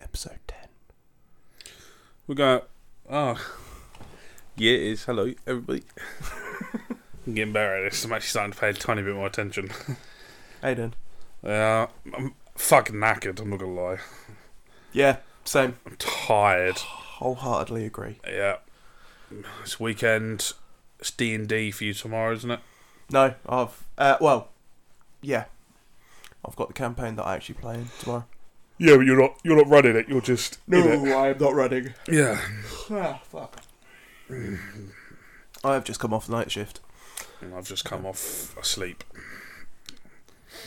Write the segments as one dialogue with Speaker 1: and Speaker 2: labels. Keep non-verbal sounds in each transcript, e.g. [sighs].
Speaker 1: episode 10.
Speaker 2: We got. Oh. Yeah, it is. Hello, everybody. [laughs] I'm getting better at this. I'm actually starting to pay a tiny bit more attention.
Speaker 1: Hey, then.
Speaker 2: Uh, I'm fucking knackered, I'm not gonna lie.
Speaker 1: Yeah, same.
Speaker 2: I'm tired.
Speaker 1: Wholeheartedly agree.
Speaker 2: Yeah. It's weekend. It's D&D for you tomorrow, isn't it?
Speaker 1: No, I've. Uh, well, yeah. I've got the campaign that I actually play in tomorrow.
Speaker 2: Yeah, but you're not you're not running it. You're just
Speaker 1: I'm [laughs] not running.
Speaker 2: Yeah.
Speaker 1: Ah, fuck. I have just come off night shift.
Speaker 2: And I've just come off asleep.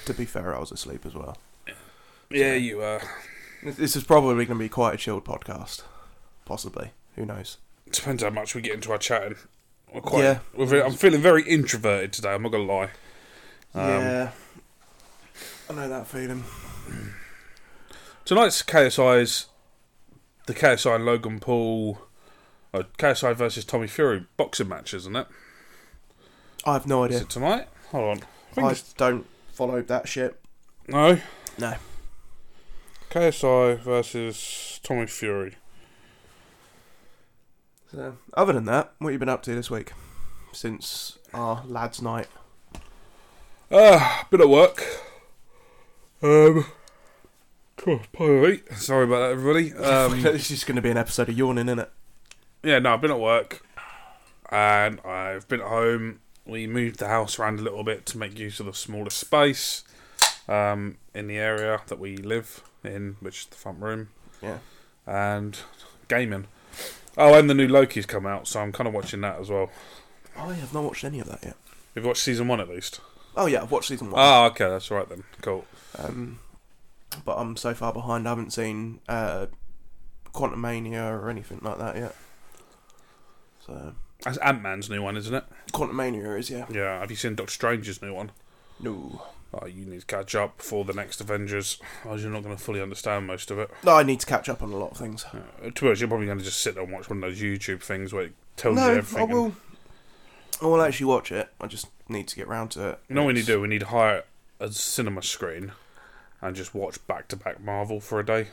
Speaker 1: To be fair, I was asleep as well.
Speaker 2: Yeah, you uh, are.
Speaker 1: This is probably going to be quite a chilled podcast. Possibly. Who knows?
Speaker 2: Depends how much we get into our chatting. We're quite,
Speaker 1: Yeah.
Speaker 2: we're very- I'm feeling very introverted today. I'm not gonna lie. Um,
Speaker 1: I know that feeling.
Speaker 2: Tonight's KSI's the KSI and Logan Paul, uh, KSI versus Tommy Fury boxing match, isn't it?
Speaker 1: I have no
Speaker 2: Is
Speaker 1: idea.
Speaker 2: it tonight? Hold on. I think
Speaker 1: I
Speaker 2: it's,
Speaker 1: don't follow that shit.
Speaker 2: no.
Speaker 1: No.
Speaker 2: KSI versus Tommy Fury.
Speaker 1: So, other than that, what you been up to this week since our lads' night?
Speaker 2: Uh, been at work. Um. cool, probably. Sorry about
Speaker 1: [laughs]
Speaker 2: that, everybody. Um,
Speaker 1: this is going to be an episode of yawning, isn't it?
Speaker 2: yeah, no, I've been at work, and I've been at home. We moved the house around a little bit to make use of the smaller space um, in the area that we live in, which is the front room,
Speaker 1: Yeah.
Speaker 2: and gaming. Oh, and the new Loki's come out, so I'm kind of watching that as well.
Speaker 1: I have Oh, not watched any of that yet.
Speaker 2: You've watched season one at least.
Speaker 1: Oh yeah, I've watched season one,
Speaker 2: Ah, okay, that's all right then. Cool.
Speaker 1: um, but I'm so far behind. I haven't seen uh, Quantum Mania or anything like that yet. So
Speaker 2: That's Ant Man's new one, isn't it?
Speaker 1: Quantum Mania is yeah.
Speaker 2: Yeah. Have you seen Doctor Strange's new one?
Speaker 1: No,
Speaker 2: Oh, you need to catch up before the next Avengers, otherwise you're not going to fully understand most of it.
Speaker 1: no, I need to catch up on a lot of things.
Speaker 2: Uh, to be honest, you're probably going to just sit there and watch one of those YouTube things where it tells
Speaker 1: No,
Speaker 2: you
Speaker 1: I
Speaker 2: everything.
Speaker 1: will. I will actually watch it. I just need to get round to it.
Speaker 2: You know what we need
Speaker 1: It's-
Speaker 2: to do? We need to hire a cinema screen and just watch back to back Marvel for a day.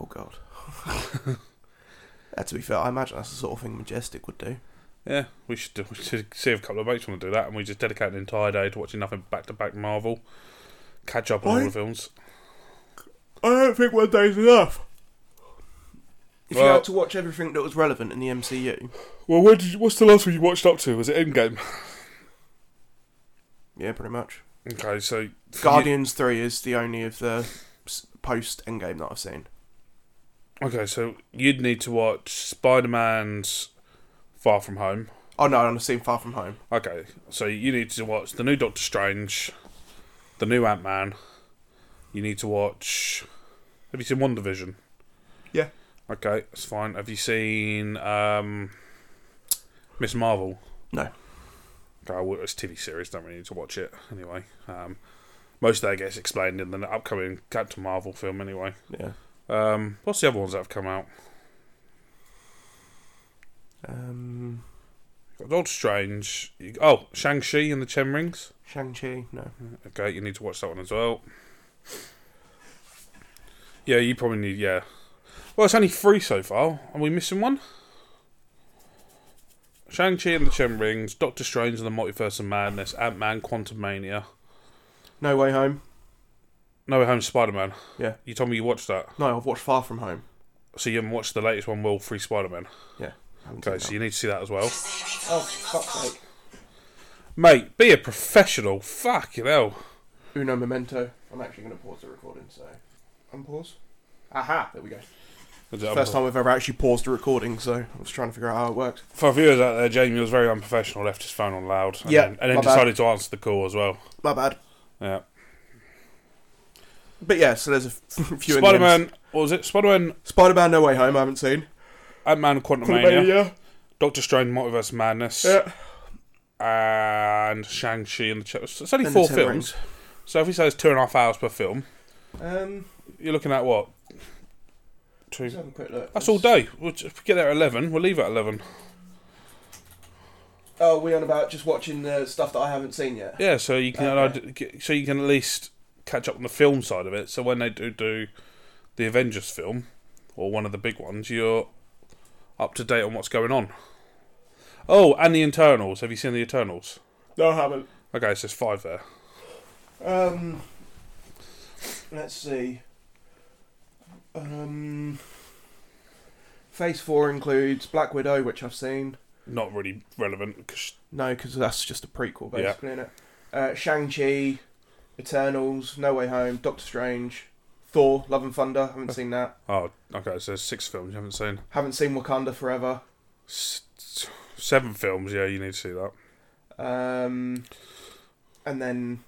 Speaker 1: Oh god. [laughs] Yeah, to be fair, I imagine that's the sort of thing Majestic would do.
Speaker 2: Yeah, we should, do, we should see if a couple of mates want to do that, and we just dedicate an entire day to watching nothing back to back Marvel, catch up on all
Speaker 1: I-
Speaker 2: the films.
Speaker 1: I don't think one day's enough. If you
Speaker 2: Well-
Speaker 1: had to watch everything that was relevant in the MCU,
Speaker 2: Well, where did you, what's the last one you watched up to? Was it Endgame?
Speaker 1: yeah, pretty much.
Speaker 2: Okay, so for you-
Speaker 1: Guardians Three is the only of the post Endgame that I've seen.
Speaker 2: okay, so you'd need to watch Spider Man's Far From Home.
Speaker 1: Oh no, I've seen Far From Home.
Speaker 2: Okay, so you need to watch the new Doctor Strange, the new Ant Man. You need to watch. Have you seen One Division?
Speaker 1: Yeah.
Speaker 2: Okay, that's fine. Have you seen um, Miss Marvel?
Speaker 1: No.
Speaker 2: Okay, well, it's a TV series. Don't really need to watch it anyway. Um, most of that gets explained in the upcoming Captain Marvel film anyway.
Speaker 1: Yeah.
Speaker 2: Um, what's the other ones that have come out?
Speaker 1: Um,
Speaker 2: You've got Doctor Strange. You, oh, Shang Chi and the Chen Rings.
Speaker 1: Shang Chi. No.
Speaker 2: Okay, you need to watch that one as well. Yeah, you probably need. Yeah. Well, it's only three so far. Are we missing one? Shang Chi and the Chen Rings, Doctor Strange and the Multiverse of Madness, Ant Man, Quantum Mania,
Speaker 1: No Way Home.
Speaker 2: No Way Home, Spider Man.
Speaker 1: Yeah.
Speaker 2: You told me you watched that,
Speaker 1: No, I've watched Far From Home.
Speaker 2: so you haven't watched the latest one, Will Free Spider Man.
Speaker 1: Yeah. I haven't
Speaker 2: Okay, so
Speaker 1: seen
Speaker 2: you need to see that as well,
Speaker 1: that. Oh fuck's sake!
Speaker 2: mate. Be a professional. Fucking hell.
Speaker 1: Uno Memento. I'm actually going to pause the recording. So, unpause. Aha! There we go. First time I've ever actually paused the recording, so I was trying to figure out how it worked.
Speaker 2: For viewers out there, Jamie was very unprofessional. Left his phone on loud. And
Speaker 1: Yeah,
Speaker 2: then, and then
Speaker 1: my bad.
Speaker 2: decided to answer the call as well.
Speaker 1: My bad.
Speaker 2: Yeah.
Speaker 1: But yeah, so there's a f- [laughs] few. in the
Speaker 2: Spider
Speaker 1: MCU.
Speaker 2: Man, what was it? Spider Man,
Speaker 1: Spider-Man: No Way Home. I haven't seen.
Speaker 2: Ant Man, Quantum Mania, Doctor Strange, Multiverse of Madness,
Speaker 1: Yeah.
Speaker 2: and Shang Chi and the Ch- It's only
Speaker 1: And
Speaker 2: four
Speaker 1: the Ten
Speaker 2: films. So if he says two and a half hours per film,
Speaker 1: Um,
Speaker 2: you're looking at what?
Speaker 1: let's
Speaker 2: Two.
Speaker 1: have a quick look.
Speaker 2: That's all day. We'll just get there at eleven. We'll leave at eleven.
Speaker 1: Oh, we on about just watching the stuff that I haven't seen yet.
Speaker 2: Yeah, so you can
Speaker 1: Okay.
Speaker 2: so you can at least catch up on the film side of it. So when they do do the Avengers film or one of the big ones, you're up to date on what's going on. Oh, and the Internals. Have you seen the Eternals?
Speaker 1: No, I haven't.
Speaker 2: Okay, so there's five there.
Speaker 1: Um, let's see. Um, Phase four includes Black Widow, which I've seen.
Speaker 2: Not really relevant because
Speaker 1: No, because that's just a prequel,
Speaker 2: Yeah.
Speaker 1: basically, innit? Uh, Shang Chi, Eternals, No Way Home, Doctor Strange, Thor, Love and Thunder. Haven't seen that.
Speaker 2: oh, okay, so there's six films you haven't seen.
Speaker 1: Haven't seen Wakanda Forever.
Speaker 2: S- s- seven films, yeah, you need to see that.
Speaker 1: Um, and then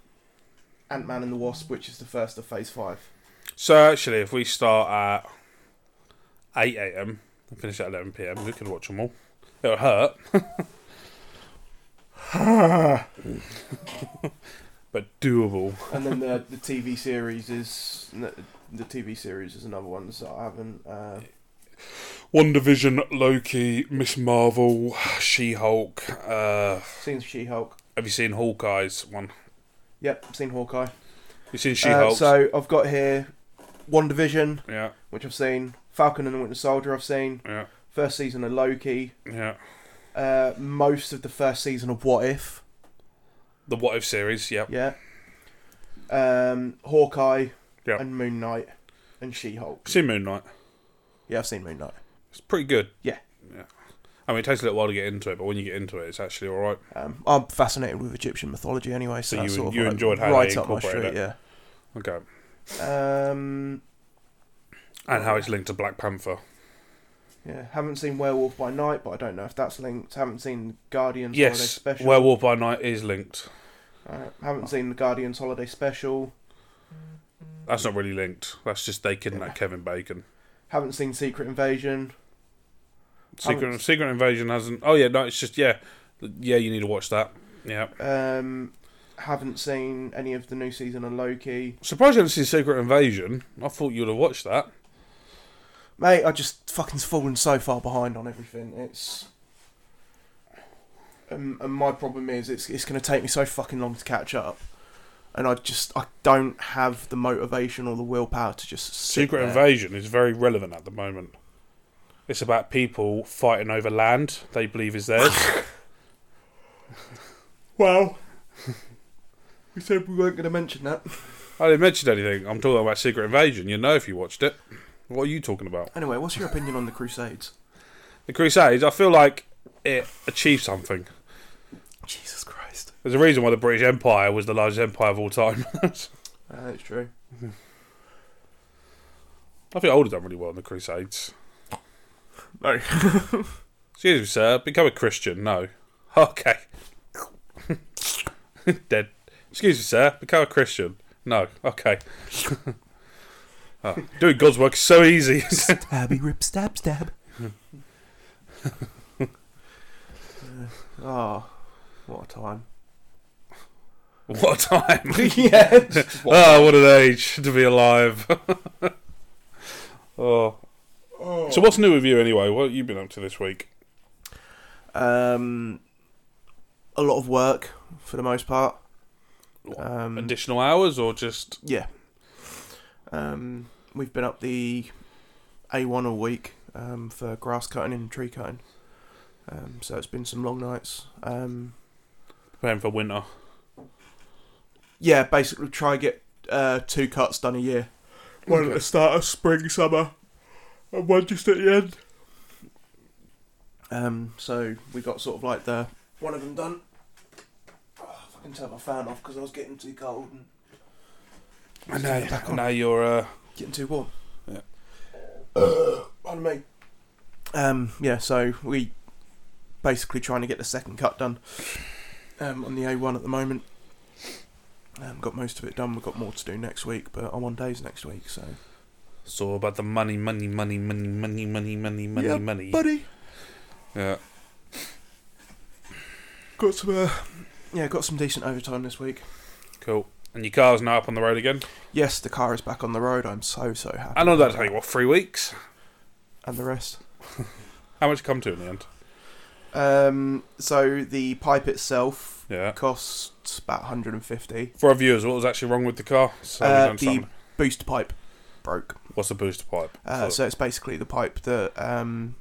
Speaker 1: Ant Man and the Wasp, which is the first of Phase Five.
Speaker 2: So actually, if we start at eight a.m. and finish at eleven p.m., we could watch them all. It'll hurt, [laughs] but doable.
Speaker 1: and then the the TV series is the TV series is another one that I haven't. Uh,
Speaker 2: One Division, Loki, Miss Marvel, She Hulk. Uh,
Speaker 1: seen She Hulk.
Speaker 2: have you seen Hawkeye's one?
Speaker 1: Yep, seen Hawkeye.
Speaker 2: You seen She
Speaker 1: Uh,
Speaker 2: Hulk?
Speaker 1: so I've got here One Division,
Speaker 2: yeah,
Speaker 1: which I've seen. Falcon and the Winter Soldier, I've seen.
Speaker 2: yeah,
Speaker 1: First season of Loki.
Speaker 2: yeah.
Speaker 1: Uh, most of the first season of What If.
Speaker 2: The What If series. Yeah,
Speaker 1: Yeah. Um, Hawkeye
Speaker 2: Yeah.
Speaker 1: and Moon Knight and She Hulk.
Speaker 2: seen Moon Knight.
Speaker 1: Yeah, I've seen Moon Knight.
Speaker 2: It's pretty good.
Speaker 1: Yeah.
Speaker 2: yeah. I mean, it takes a little while to get into it, but when you get into it, it's actually all right.
Speaker 1: Um, I'm fascinated with Egyptian mythology anyway, so,
Speaker 2: So you-
Speaker 1: that's sort of
Speaker 2: you
Speaker 1: like
Speaker 2: enjoyed how they
Speaker 1: right up my
Speaker 2: incorporated
Speaker 1: street. Yeah.
Speaker 2: Okay.
Speaker 1: Um,
Speaker 2: And how it's linked to Black Panther.
Speaker 1: Yeah, haven't seen Werewolf by Night, but I don't know if that's linked. Haven't seen Guardians Holiday
Speaker 2: Yes,
Speaker 1: Special.
Speaker 2: Werewolf by Night is linked.
Speaker 1: Uh, haven't seen the Guardians Holiday Special.
Speaker 2: That's not really linked. That's just they kidnapped Kevin Bacon.
Speaker 1: Haven't seen Secret Invasion.
Speaker 2: Secret
Speaker 1: Haven't-
Speaker 2: Secret Invasion hasn't. Oh yeah, no, it's just yeah, yeah. You need to watch that. Yeah.
Speaker 1: Um, haven't seen any of the new season of Loki.
Speaker 2: Surprised you haven't seen Secret Invasion. I thought you'd have watched that.
Speaker 1: Mate, I just fucking fallen so far behind on everything. It's. Um, and my problem is, it's, it's going to take me so fucking long to catch up. And I just. I don't have the motivation or the willpower to just. Sit
Speaker 2: Secret
Speaker 1: there.
Speaker 2: Invasion is very relevant at the moment. It's about people fighting over land they believe is theirs.
Speaker 1: Well, we said we weren't going to mention that.
Speaker 2: I didn't mention anything. I'm talking about Secret Invasion. You know if you watched it. What are you talking about?
Speaker 1: Anyway, what's your opinion on the Crusades?
Speaker 2: The Crusades. I feel like it achieved something.
Speaker 1: Jesus Christ.
Speaker 2: There's a reason why the British Empire was the largest empire of all time. [laughs] I
Speaker 1: Uh, that's true.
Speaker 2: think I would have done really well in the Crusades.
Speaker 1: No. [laughs]
Speaker 2: Excuse me, sir. Become a Christian. No. [laughs] Okay. Dead. Excuse me, sir. Become a Christian. No. Okay. [laughs] oh, doing God's work is so easy. [laughs]
Speaker 1: Stabby rip stab stab. uh, oh, what a time.
Speaker 2: what a time.
Speaker 1: [laughs] yeah.
Speaker 2: oh, what an age to be alive. [laughs] oh. So, what's new with you anyway? What have you been up to this week?
Speaker 1: Um, a lot of work for the most part. Um,
Speaker 2: Mm. Additional hours or just.
Speaker 1: yeah. Um, we've been up the A1 all week um, for grass cutting and tree cutting. Um, so it's been some long nights. Um,
Speaker 2: Preparing for winter.
Speaker 1: yeah, basically try and get uh, two cuts done a year. One at
Speaker 2: Okay.
Speaker 1: the start of spring, summer, and one just at the end. Um, so we got sort of like the one of them done. Oh, I can turn my fan off because I was getting too cold and
Speaker 2: And
Speaker 1: Let's get
Speaker 2: now,
Speaker 1: back on.
Speaker 2: and now you're. Uh,
Speaker 1: getting too warm.
Speaker 2: Yeah.
Speaker 1: Pardon me. Um, yeah, so we basically trying to get the second cut done um, on the A1 at the moment. Um, got most of it done. We've got more to do next week, but I'm on days next week, so.
Speaker 2: It's all about the money, money, money, money, money, money, money, money,
Speaker 1: Yeah,
Speaker 2: money.
Speaker 1: Buddy!
Speaker 2: yeah.
Speaker 1: Got some, uh, yeah, got some decent overtime this week.
Speaker 2: Cool. And your car's now up on the road again.
Speaker 1: Yes, the car is back on the road. I'm so so happy.
Speaker 2: I know that'll take what three weeks.
Speaker 1: And the rest.
Speaker 2: How much come to in the end?
Speaker 1: Um, so the pipe itself
Speaker 2: Yeah.
Speaker 1: costs about 150.
Speaker 2: For our viewers, what was actually wrong with the car? So we
Speaker 1: Uh,
Speaker 2: don't
Speaker 1: the
Speaker 2: sound-
Speaker 1: booster pipe broke.
Speaker 2: What's a booster pipe?
Speaker 1: Uh, so it's basically the pipe that um,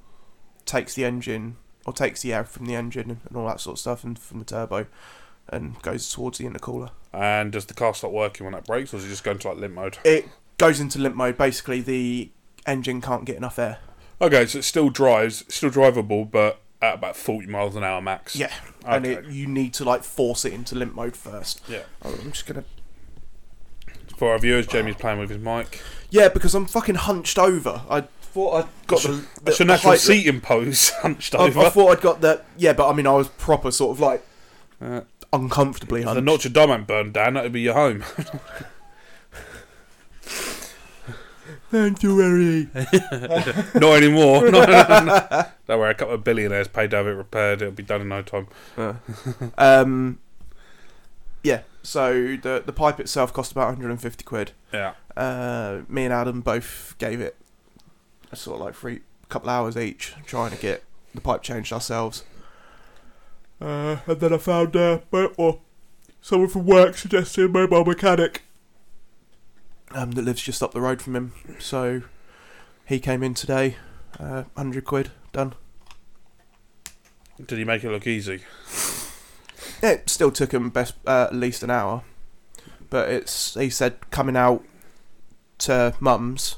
Speaker 1: takes the engine or takes the air from the engine and all that sort of stuff and from the turbo and goes towards the intercooler.
Speaker 2: and does the car stop working when it breaks, or is it just going to like limp mode?
Speaker 1: It goes into limp mode. Basically, the engine can't get enough air.
Speaker 2: Okay, so it still drives, still drivable, but at about forty miles an hour max.
Speaker 1: Yeah,
Speaker 2: Okay.
Speaker 1: and it, you need to like force it into limp mode first.
Speaker 2: Yeah.
Speaker 1: Oh, I'm just gonna.
Speaker 2: For our viewers, Jamie's playing with his mic.
Speaker 1: Yeah, because I'm fucking hunched over. I thought I'd got the. the,
Speaker 2: It's a
Speaker 1: the
Speaker 2: natural
Speaker 1: height-
Speaker 2: seating pose [laughs] hunched
Speaker 1: I,
Speaker 2: over.
Speaker 1: I thought I'd got the. Yeah, but I mean, I was proper sort of like
Speaker 2: Uh,
Speaker 1: uncomfortably
Speaker 2: If the
Speaker 1: hunched.
Speaker 2: Notre Dame ain't burned down, that'd be your
Speaker 1: [laughs]
Speaker 2: home.
Speaker 1: Don't you worry. [laughs]
Speaker 2: Not anymore. No, no, no, no. Don't worry, a couple of billionaires paid to have it repaired. It'll be done in no time.
Speaker 1: [laughs] um, yeah. So the the pipe itself cost about 150 quid.
Speaker 2: Yeah.
Speaker 1: Uh, me and Adam both gave it a sort of like three couple hours each, trying to get the pipe changed ourselves. Uh, and then I found uh, mo- or someone from work suggested a mobile mechanic um, that lives just up the road from him. So he came in today, uh, 100 quid, done.
Speaker 2: Did he make it look easy?
Speaker 1: It still took him best uh, at least an hour, but it's he said coming out to mum's.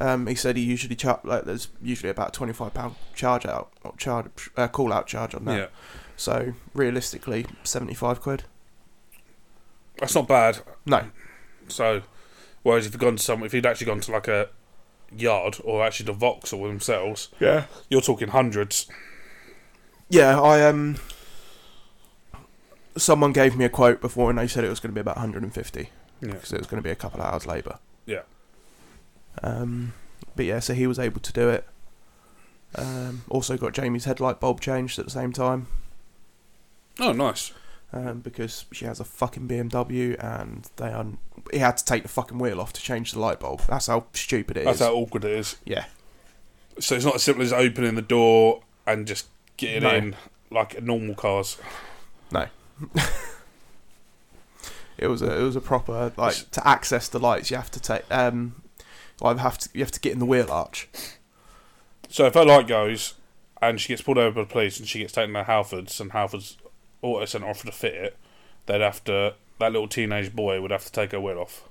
Speaker 1: Um, he said he usually char- like there's usually about twenty five pound charge out or charge uh, call out charge on that.
Speaker 2: Yeah.
Speaker 1: So realistically, seventy five quid.
Speaker 2: That's not bad.
Speaker 1: No,
Speaker 2: So, whereas if you'd gone to some, if you'd actually gone to like a yard or actually the Vauxhall themselves,
Speaker 1: yeah,
Speaker 2: you're talking hundreds.
Speaker 1: yeah. I um, someone gave me a quote before and they said it was going to be about one hundred and fifty
Speaker 2: Yeah.
Speaker 1: because it was going to be a couple of hours labour.
Speaker 2: Yeah.
Speaker 1: Um, but yeah, so he was able to do it. Um, also got Jamie's headlight bulb changed at the same time
Speaker 2: Oh, nice.
Speaker 1: um, because she has a fucking BMW and they are. He had to take the fucking wheel off to change the light bulb. That's how stupid it is.
Speaker 2: That's how awkward it is.
Speaker 1: yeah,
Speaker 2: So it's not as simple as opening the door and just getting
Speaker 1: No.
Speaker 2: in like normal cars.
Speaker 1: [laughs] it was a it was a proper like to access the lights. You have to take um, I have to you have to get in the wheel arch.
Speaker 2: So if her light goes and she gets pulled over by the police and she gets taken to Halfords and Halfords Auto Centre offer to fit it, they'd have to that little teenage boy would have to take her wheel off.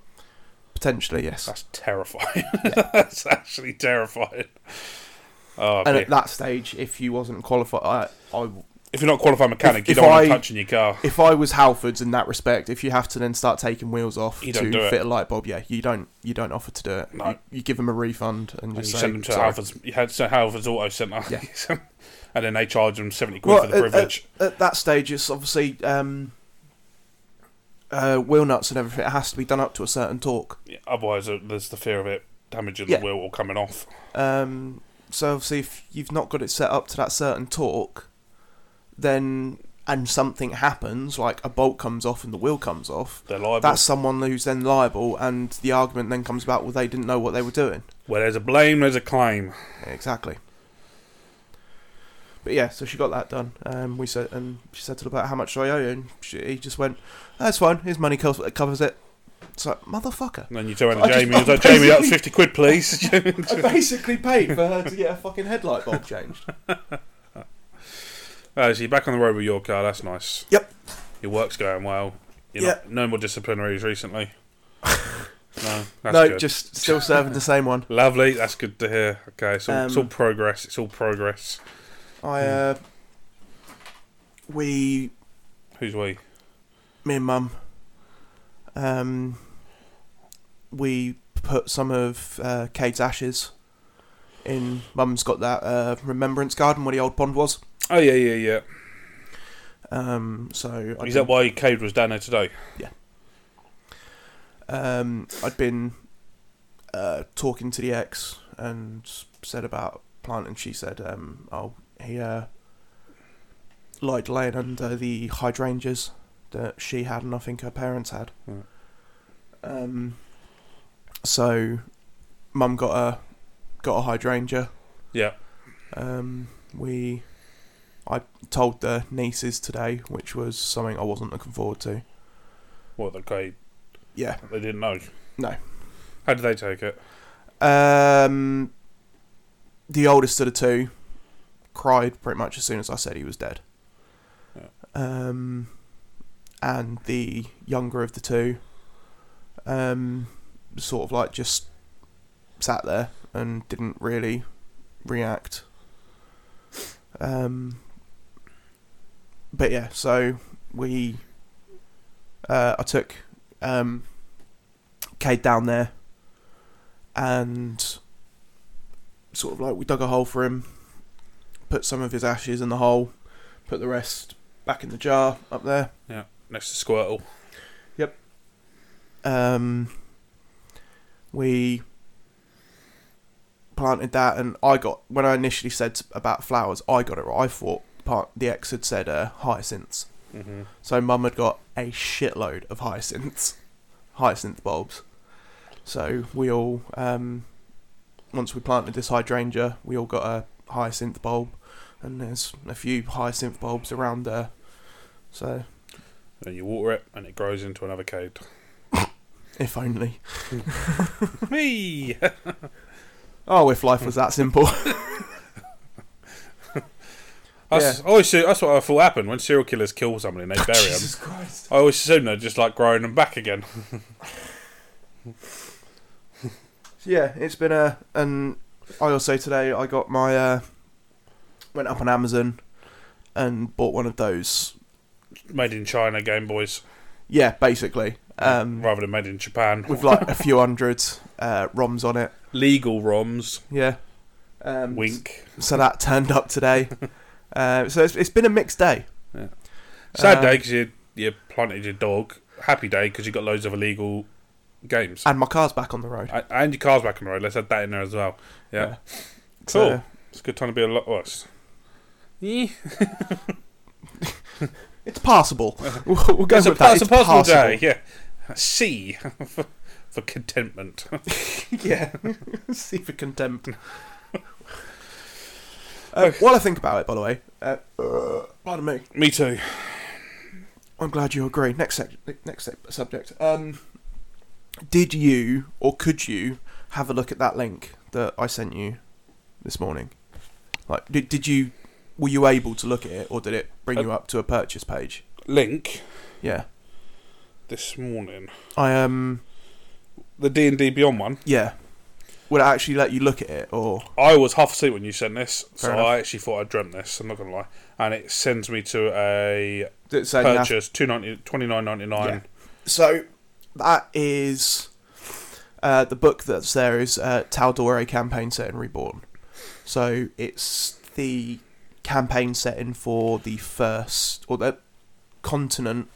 Speaker 1: Potentially, yes.
Speaker 2: That's terrifying. [laughs] That's actually terrifying. Oh,
Speaker 1: And
Speaker 2: yeah.
Speaker 1: at that stage, if you wasn't qualified, I, I
Speaker 2: if you're not a qualified mechanic,
Speaker 1: If-
Speaker 2: you
Speaker 1: if
Speaker 2: don't want
Speaker 1: I-
Speaker 2: to touch in your car.
Speaker 1: if I was Halfords in that respect, if you have to then start taking wheels off
Speaker 2: You
Speaker 1: to
Speaker 2: don't do it.
Speaker 1: fit a light bulb, yeah, you don't you don't offer to do it.
Speaker 2: No.
Speaker 1: You, you give them a refund and,
Speaker 2: And
Speaker 1: just
Speaker 2: you
Speaker 1: say,
Speaker 2: send them to
Speaker 1: "Sorry."
Speaker 2: Halfords. You had to Halfords Auto Centre, [laughs] and then they charge them seventy quid
Speaker 1: Well, uh,
Speaker 2: for the
Speaker 1: at-
Speaker 2: privilege.
Speaker 1: At, at that stage, it's obviously um, uh, wheel nuts and everything. It has to be done up to a certain torque.
Speaker 2: Yeah, Otherwise, uh, there's the fear of it damaging
Speaker 1: Yeah.
Speaker 2: the wheel or coming off.
Speaker 1: Um, so obviously, if you've not got it set up to that certain torque, then and something happens, like a bolt comes off and the wheel comes off.
Speaker 2: They're liable.
Speaker 1: That's someone who's then liable, and the argument then comes about, well, they didn't know what they were doing.
Speaker 2: Where there's a blame, there's a claim.
Speaker 1: Exactly. But yeah, so she got that done. Um, we said, and she said to her about how much do I owe you, and she, he just went, "That's fine. His money covers, covers it." It's like motherfucker.
Speaker 2: And then you turn
Speaker 1: I
Speaker 2: around to
Speaker 1: just-
Speaker 2: Jamie,
Speaker 1: [laughs]
Speaker 2: you like, Jamie, that's
Speaker 1: basically-
Speaker 2: 50 quid, please.
Speaker 1: [laughs]
Speaker 2: [laughs]
Speaker 1: I basically paid for her to get a fucking headlight bulb changed.
Speaker 2: uh, so you're back on the road with your car, that's nice.
Speaker 1: Yep.
Speaker 2: Your work's going well. You're
Speaker 1: Yeah.
Speaker 2: not, no more
Speaker 1: [laughs]
Speaker 2: disciplinaries recently. no, that's
Speaker 1: no,
Speaker 2: good.
Speaker 1: just still serving the same one.
Speaker 2: Lovely, that's good to hear. Okay, it's all, it's
Speaker 1: Um,
Speaker 2: all progress, it's all progress.
Speaker 1: I, uh,
Speaker 2: Hmm.
Speaker 1: we,
Speaker 2: Who's we?
Speaker 1: me and mum, um, we put some of uh, Kate's ashes in. Mum's got that uh, remembrance garden where the old pond was.
Speaker 2: Oh, yeah, yeah, yeah.
Speaker 1: Um, so I'd
Speaker 2: Is
Speaker 1: been,
Speaker 2: that why Cade was down there today?
Speaker 1: um, I'd been uh, talking to the ex and said about plant, and she said, um, "Oh, he uh, liked laying under the hydrangeas that she had, and I think her parents had."
Speaker 2: Right.
Speaker 1: Um, so, mum got a got a hydrangea.
Speaker 2: Yeah.
Speaker 1: Um, we, I told the nieces today, which was something I wasn't looking forward to.
Speaker 2: What, that Cade?
Speaker 1: Yeah.
Speaker 2: They didn't know?
Speaker 1: No.
Speaker 2: How did they take it?
Speaker 1: Um, the oldest of the two cried pretty much as soon as I said he was dead.
Speaker 2: Yeah.
Speaker 1: Um, and the younger of the two, um, sort of like just sat there and didn't really react. Um, but yeah, so we, uh, I took um, Cade down there and sort of like we dug a hole for him, put some of his ashes in the hole, put the rest back in the jar up there.
Speaker 2: Next to Squirtle.
Speaker 1: Um, we planted that, and I got when I initially said about flowers, I got it right. I thought part the ex had said uh, hyacinths,
Speaker 2: Mm-hmm.
Speaker 1: so mum had got a shitload of hyacinths, hyacinth bulbs. So we all, um, once we planted this hydrangea, we all got a hyacinth bulb, and there's a few hyacinth bulbs around there. So
Speaker 2: And you water it, and it grows into another [laughs] cade.
Speaker 1: if only.
Speaker 2: Me.
Speaker 1: Oh, if life was that simple.
Speaker 2: That's, I always assume, that's what I thought happened when serial killers kill somebody and they
Speaker 1: [laughs]
Speaker 2: bury them.
Speaker 1: Jesus Christ.
Speaker 2: I always assume they're just like growing them back again.
Speaker 1: So yeah, it's been a and I also today I got my uh went up on Amazon and bought one of those.
Speaker 2: Made in China Game Boys
Speaker 1: Yeah, basically. Um
Speaker 2: rather than made in Japan.
Speaker 1: with like a few hundred uh ROMs on it.
Speaker 2: Legal ROMs.
Speaker 1: Yeah. Um
Speaker 2: Wink.
Speaker 1: so that turned up
Speaker 2: [laughs]
Speaker 1: today. Uh, so it's, it's been a mixed day.
Speaker 2: Sad
Speaker 1: Um,
Speaker 2: day 'cause day because you, you planted your dog. Happy day because you got loads of illegal games.
Speaker 1: And my car's back on the road.
Speaker 2: A- and your car's back on the road. Let's add that in there as well. Yeah.
Speaker 1: Yeah.
Speaker 2: Cool.
Speaker 1: So
Speaker 2: It's a good time to be a lot worse. Eh,
Speaker 1: it's passable. [laughs] We'll, we'll go
Speaker 2: Uh-huh. it's a,
Speaker 1: with that.
Speaker 2: it's a possible day. [laughs] Yeah. C for, [laughs] for contentment.
Speaker 1: [laughs]
Speaker 2: [laughs]
Speaker 1: yeah. [laughs] See for contempt. Uh, while I think about it, by the way, uh, pardon me.
Speaker 2: Me too.
Speaker 1: I'm glad you agree. Next sec- next sec- subject. Um, did you or could you have a look at that link that I sent you this morning? Like, did did you were you able to look at it, or did it bring you up to a purchase page?
Speaker 2: Link
Speaker 1: Yeah,
Speaker 2: this morning.
Speaker 1: I um,
Speaker 2: The D and D Beyond one.
Speaker 1: yeah. Would it actually let you look at it, or
Speaker 2: I was half asleep when you sent this, so
Speaker 1: Fair enough.
Speaker 2: I actually thought I dreamt this. I'm not gonna lie, and it sends me to a
Speaker 1: did it say nav-
Speaker 2: purchase two ninety twenty nine ninety nine.
Speaker 1: So that is uh, the book that's there is uh, Taldore campaign setting reborn. So it's the campaign setting for the first or the continent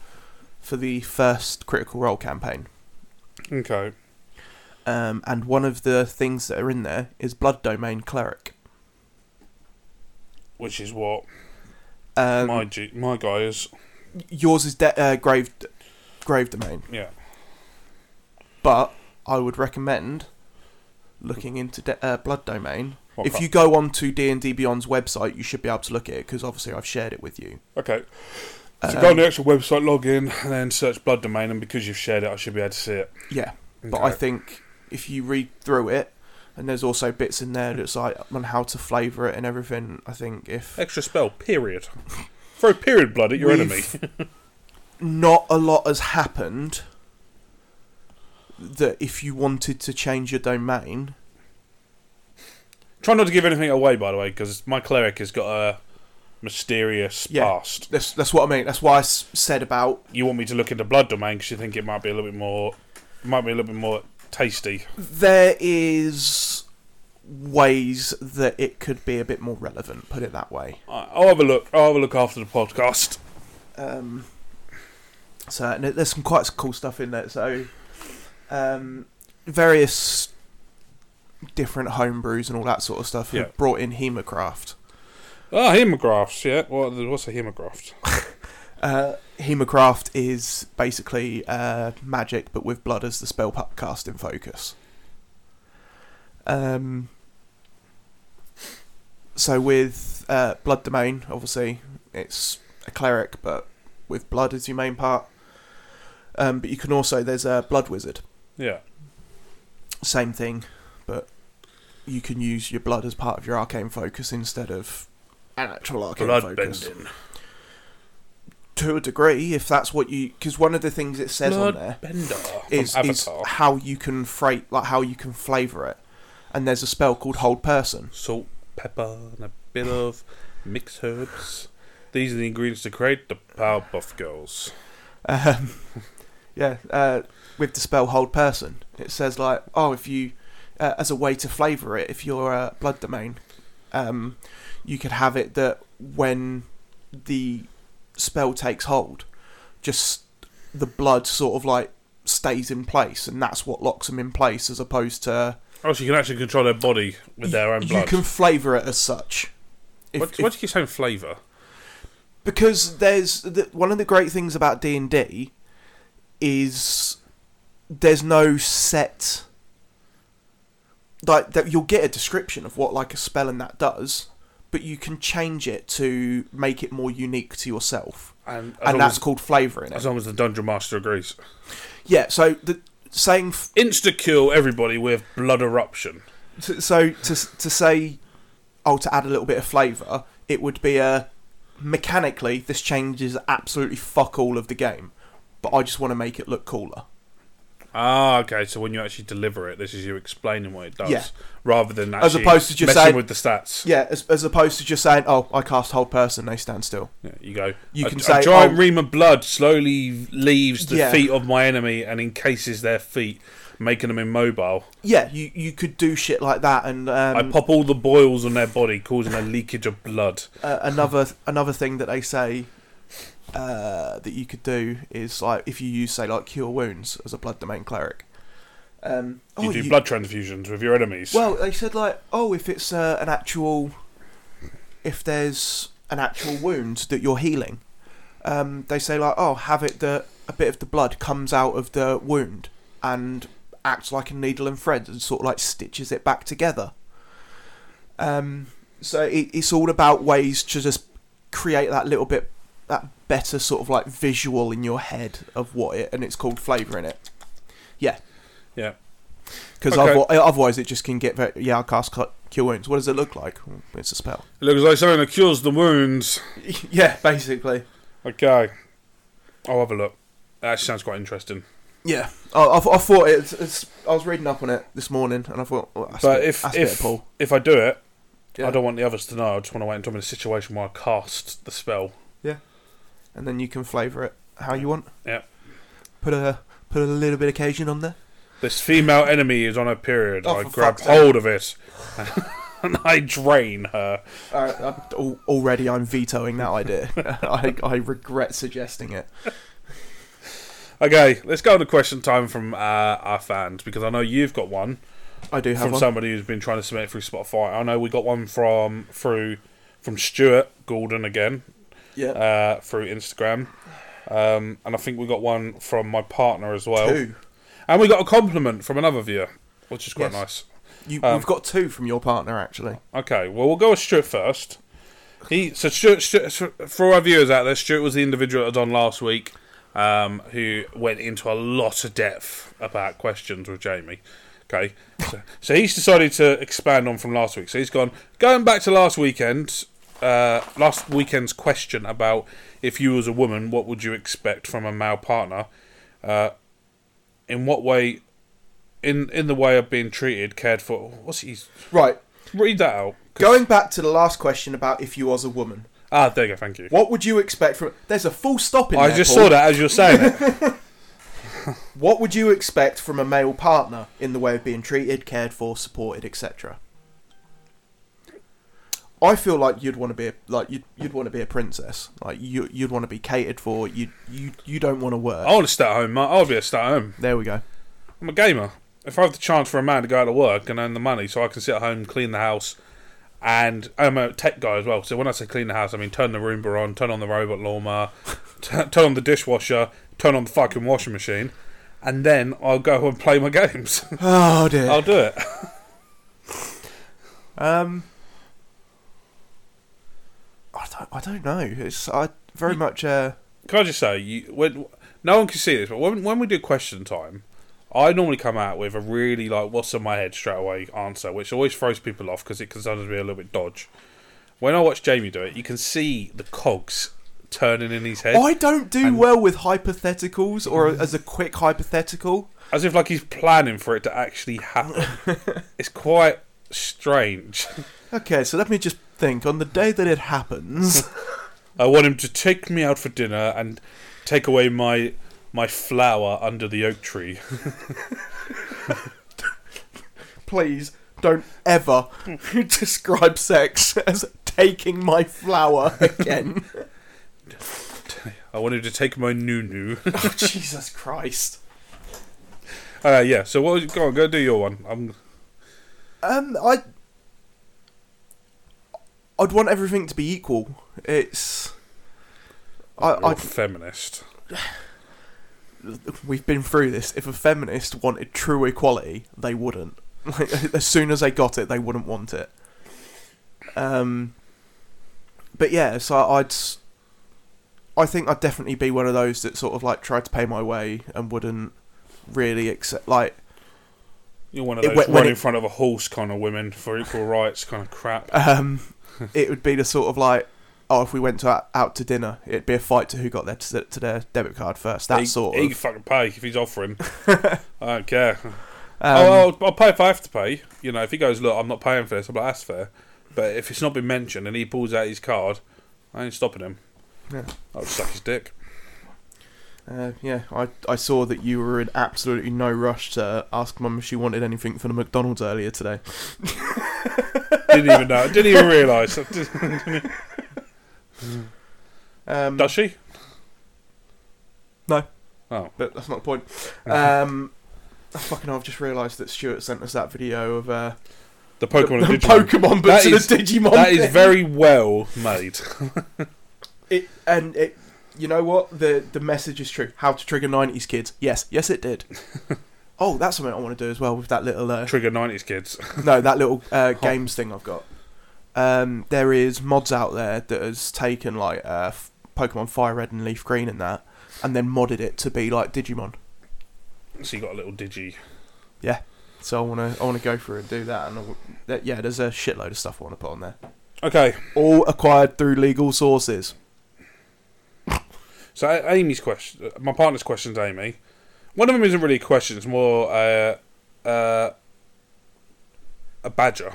Speaker 1: for the first Critical Role campaign.
Speaker 2: Okay,
Speaker 1: Um, and one of the things that are in there is Blood Domain Cleric.
Speaker 2: which is what
Speaker 1: Um,
Speaker 2: my G- my guy is.
Speaker 1: yours is de- uh, Grave Grave Domain.
Speaker 2: Yeah,
Speaker 1: but I would recommend looking into de- uh, Blood Domain.
Speaker 2: What
Speaker 1: if
Speaker 2: cra-
Speaker 1: you go on to D and D Beyond's website, you should be able to look at it because obviously I've shared it with you.
Speaker 2: okay. So
Speaker 1: Um,
Speaker 2: go on the actual website, log in, and then search blood domain. And because you've shared it, I should be able to see it.
Speaker 1: Yeah,
Speaker 2: Okay.
Speaker 1: but I think if you read through it, and there's also bits in there that's like on how to flavour it and everything. I think if
Speaker 2: extra spell period. Throw period blood at your enemy. [laughs]
Speaker 1: We've- not a lot has happened, that if you wanted to change your domain,
Speaker 2: Try not to give anything away, by the way, because my cleric has got a mysterious
Speaker 1: Yeah.
Speaker 2: past.
Speaker 1: that's that's what I mean. That's why I s- said about
Speaker 2: you want me to look into blood domain because you think it might be a little bit more, might be a little bit more tasty.
Speaker 1: there is ways that it could be a bit more relevant. Put it that way.
Speaker 2: I- I'll have a look. I'll have a look after the podcast.
Speaker 1: Um, so and there's some quite cool stuff in there. So um, various different homebrews and all that sort of stuff
Speaker 2: Yeah.
Speaker 1: have brought in Hemocraft.
Speaker 2: Ah, hemographs. Yeah, what, what's a hemograph?
Speaker 1: Uh, Hemocraft is basically uh, magic, but with blood as the spell pa- casting focus. Um, so with uh, blood domain, obviously it's a cleric, but with blood as your main part. Um, but you can also there's a blood wizard,
Speaker 2: Yeah,
Speaker 1: same thing, but you can use your blood as part of your arcane focus instead of an actual arcane
Speaker 2: Blood
Speaker 1: focus
Speaker 2: bending.
Speaker 1: to a degree if that's what you because one of the things it says on there
Speaker 2: Blood bender.
Speaker 1: is,
Speaker 2: from
Speaker 1: is
Speaker 2: Avatar.
Speaker 1: how you can freight like how you can flavor it and there's a spell called hold person
Speaker 2: Salt, pepper, and a bit of mixed herbs. These are the ingredients to create the Powerpuff Girls.
Speaker 1: um, yeah, uh, with the spell hold person, it says like, oh, if you, uh, as a way to flavour it, if you're a blood domain, um, you could have it that when the spell takes hold, just the blood sort of like stays in place, and that's what locks them in place, as opposed to
Speaker 2: Oh, so you can actually control their body with their own
Speaker 1: you,
Speaker 2: blood.
Speaker 1: can flavour it as such. If-
Speaker 2: what,
Speaker 1: if
Speaker 2: what do you say flavour?
Speaker 1: because there's the, one of the great things about D and D is there's no set like that you'll get a description of what like a spell and that does, but you can change it to make it more unique to yourself,
Speaker 2: And, as, long
Speaker 1: and that's
Speaker 2: as,
Speaker 1: called flavouring
Speaker 2: as
Speaker 1: it.
Speaker 2: long as the Dungeon Master agrees.
Speaker 1: Yeah, so the saying f-
Speaker 2: Insta kill everybody with blood eruption.
Speaker 1: t- so to to say oh to add a little bit of flavour, it would be a mechanically this changes absolutely fuck all of the game, but I just want to make it look cooler.
Speaker 2: Ah, okay. So when you actually deliver it, this is you explaining what it does,
Speaker 1: Yeah.
Speaker 2: rather than
Speaker 1: As
Speaker 2: actually
Speaker 1: opposed to just
Speaker 2: messing
Speaker 1: saying-
Speaker 2: with the stats.
Speaker 1: Yeah, as, as opposed to just saying, "Oh, I cast whole person, they stand still."
Speaker 2: Yeah, you go.
Speaker 1: You can
Speaker 2: a,
Speaker 1: say,
Speaker 2: a giant
Speaker 1: oh-
Speaker 2: ream of blood slowly leaves the
Speaker 1: Yeah.
Speaker 2: feet of my enemy and encases their feet, making them immobile.
Speaker 1: Yeah, you you could do shit like that, and
Speaker 2: I
Speaker 1: um,
Speaker 2: pop all the boils on their body, causing a leakage of blood.
Speaker 1: uh, another another thing that they say uh, that you could do is like if you use say like cure wounds as a blood domain cleric. Um,
Speaker 2: You
Speaker 1: oh,
Speaker 2: do
Speaker 1: you-
Speaker 2: blood transfusions with your enemies.
Speaker 1: Well, they said like, oh, if it's uh, an actual, if there's an actual wound that you're healing, um, they say like, oh, have it that a bit of the blood comes out of the wound and acts like a needle and thread and sort of like stitches it back together. Um, so it, it's all about ways to just create that little bit, that better sort of like visual in your head of what it, and it's called flavouring it. Yeah.
Speaker 2: Yeah.
Speaker 1: Because
Speaker 2: Okay.
Speaker 1: otherwise, it just can get very. Yeah, I'll cast cu- cure wounds. What does it look like? Mm, It's a
Speaker 2: [laughs]
Speaker 1: spell.
Speaker 2: it looks like something that cures the wounds.
Speaker 1: yeah, basically.
Speaker 2: Okay, I'll have a look. That actually sounds quite interesting.
Speaker 1: Yeah, I, I, I thought it's, it's. I was reading up on it this morning, and I thought, well, that's a
Speaker 2: but
Speaker 1: bit,
Speaker 2: if
Speaker 1: that's a bit
Speaker 2: if
Speaker 1: of pull.
Speaker 2: if I do it,
Speaker 1: Yeah.
Speaker 2: I don't want the others to know. I just want to wait until I'm in a situation where I cast the spell.
Speaker 1: and then you can flavour it how you want.
Speaker 2: Yeah.
Speaker 1: Put a put a little bit of Cajun on there.
Speaker 2: This female enemy is on her period.
Speaker 1: Oh,
Speaker 2: I
Speaker 1: for
Speaker 2: grab
Speaker 1: fuck's sake.
Speaker 2: hold of it [laughs] and I drain her.
Speaker 1: All right, Uh, I'm, al- already, I'm vetoing that idea. [laughs] I, I regret suggesting it.
Speaker 2: Okay, let's go to question time from uh, our fans because I know you've got one
Speaker 1: I do have
Speaker 2: from
Speaker 1: one.
Speaker 2: somebody who's been trying to submit it through Spotify. I know we got one from through from Stuart Gordon again
Speaker 1: yeah.
Speaker 2: uh, through Instagram, um, and I think we got one from my partner as well.
Speaker 1: two.
Speaker 2: And we got a compliment from another viewer, which is quite
Speaker 1: Yes.
Speaker 2: nice.
Speaker 1: You,
Speaker 2: um,
Speaker 1: we've got two from your partner actually.
Speaker 2: Okay, well, we'll go with Stuart first. He so Stuart, Stuart, for our viewers out there, Stuart was the individual that was on last week, um, who went into a lot of depth about questions with Jamie. Okay, so, so he's decided to expand on from last week. So he's gone going back to last weekend, uh, last weekend's question about if you was a woman, what would you expect from a male partner? Uh, in what way? In in the way of being treated, cared for. What's he?
Speaker 1: Right.
Speaker 2: Read that out. 'cause-
Speaker 1: Going back to the last question about if you was a woman,
Speaker 2: Ah, there you go. Thank you.
Speaker 1: What would you expect from? There's a full stop in
Speaker 2: I
Speaker 1: there.
Speaker 2: just
Speaker 1: Paul.
Speaker 2: saw that as you were saying it.
Speaker 1: [laughs] What would you expect from a male partner in the way of being treated, cared for, supported, etc.? I feel like you'd want to be a, like you'd, you'd want to be a princess. Like you you'd want to be catered for. You you you don't want to work.
Speaker 2: I want to stay at home, mate. I'll be a stay at home.
Speaker 1: There we go.
Speaker 2: I'm a gamer. If I have the chance for a man to go out to work and earn the money so I can sit at home, clean the house, and I'm a tech guy as well. So when I say clean the house, I mean turn the Roomba on, turn on the robot lawnmower, [laughs] t- turn on the dishwasher, turn on the fucking washing machine, and then I'll go and play my [laughs] games.
Speaker 1: Oh dear.
Speaker 2: I'll do it.
Speaker 1: Um, I don't I don't know. It's I very much uh
Speaker 2: Can I just say, you, when no one can see this, but when when we do question time, I normally come out with a really like what's in my head straight away answer, which always throws people off because it can sometimes be a little bit dodge. When I watch Jamie do it, you can see the cogs turning in his head,
Speaker 1: I don't do
Speaker 2: And-
Speaker 1: well with hypotheticals or as a quick hypothetical.
Speaker 2: as if like he's planning for it to actually happen. it's quite strange.
Speaker 1: Okay, so let me just think. On the day that it [laughs] happens,
Speaker 2: I want him to take me out for dinner and take away my my flower under the oak tree.
Speaker 1: please don't [laughs] ever describe sex as taking my flower again.
Speaker 2: I want him to take my new new.
Speaker 1: [laughs] oh, Jesus Christ.
Speaker 2: Uh, yeah. So what? Was, go on, go do your one. I'm
Speaker 1: Um, I. I'd want everything to be equal. It's. I,
Speaker 2: you're
Speaker 1: I,
Speaker 2: a feminist.
Speaker 1: we've been through this. If a feminist wanted true equality, they wouldn't. [laughs] Like as soon as they got it, they wouldn't want it. Um, but yeah, so I'd, s- I think I'd definitely be one of those that sort of like tried to pay my way and wouldn't really accept. Like,
Speaker 2: You're one of
Speaker 1: It- when-
Speaker 2: those
Speaker 1: when
Speaker 2: run in
Speaker 1: it-
Speaker 2: front of a horse kind of women for equal rights kind of crap.
Speaker 1: um, it would be the sort of like, oh, if we went to out, out to dinner, it'd be a fight to who got their to, their debit card first. That
Speaker 2: he,
Speaker 1: sort
Speaker 2: he
Speaker 1: of.
Speaker 2: can fucking pay if
Speaker 1: [laughs]
Speaker 2: he's offering. I don't care.
Speaker 1: um,
Speaker 2: oh, I'll, I'll pay if I have to pay. You know, if he goes, look, I'm not paying for this. I'm like, that's fair. But if it's not been mentioned and he pulls out his card, I ain't stopping him.
Speaker 1: Yeah.
Speaker 2: I'll suck his dick.
Speaker 1: Uh, yeah, I, I saw that you were in absolutely no rush to ask Mum if she wanted anything from the McDonald's earlier today.
Speaker 2: Didn't even know. Didn't
Speaker 1: [laughs]
Speaker 2: even realise.
Speaker 1: Um,
Speaker 2: Does she?
Speaker 1: No.
Speaker 2: Oh.
Speaker 1: but that's not the
Speaker 2: [laughs]
Speaker 1: point. Um, oh, fucking hell, I've just realised that Stuart sent us that video of uh,
Speaker 2: The Pokemon
Speaker 1: the, [laughs]
Speaker 2: and
Speaker 1: the
Speaker 2: Digimon.
Speaker 1: Pokemon, but
Speaker 2: That
Speaker 1: to
Speaker 2: is-
Speaker 1: the Digimon.
Speaker 2: That is
Speaker 1: thing.
Speaker 2: very well made.
Speaker 1: It, and it, you know what? The the message is true. How to trigger 90s kids. Yes, yes, it
Speaker 2: [laughs]
Speaker 1: did. oh, that's something I want to do as well with that little uh,
Speaker 2: Trigger 90s kids.
Speaker 1: no, that little uh, games thing I've got. Um, there is mods out there that has taken like uh, f- Pokemon Fire Red and Leaf Green and that, and then modded it to be like Digimon.
Speaker 2: So you got a little digi.
Speaker 1: So I wanna I wanna go through and do that, and I w- that, yeah, there's a shitload of stuff I wanna put on there.
Speaker 2: Okay,
Speaker 1: All acquired through legal sources.
Speaker 2: so A- Amy's question, my partner's question's Amy. One of them isn't really a question; it's more uh, uh, a badger.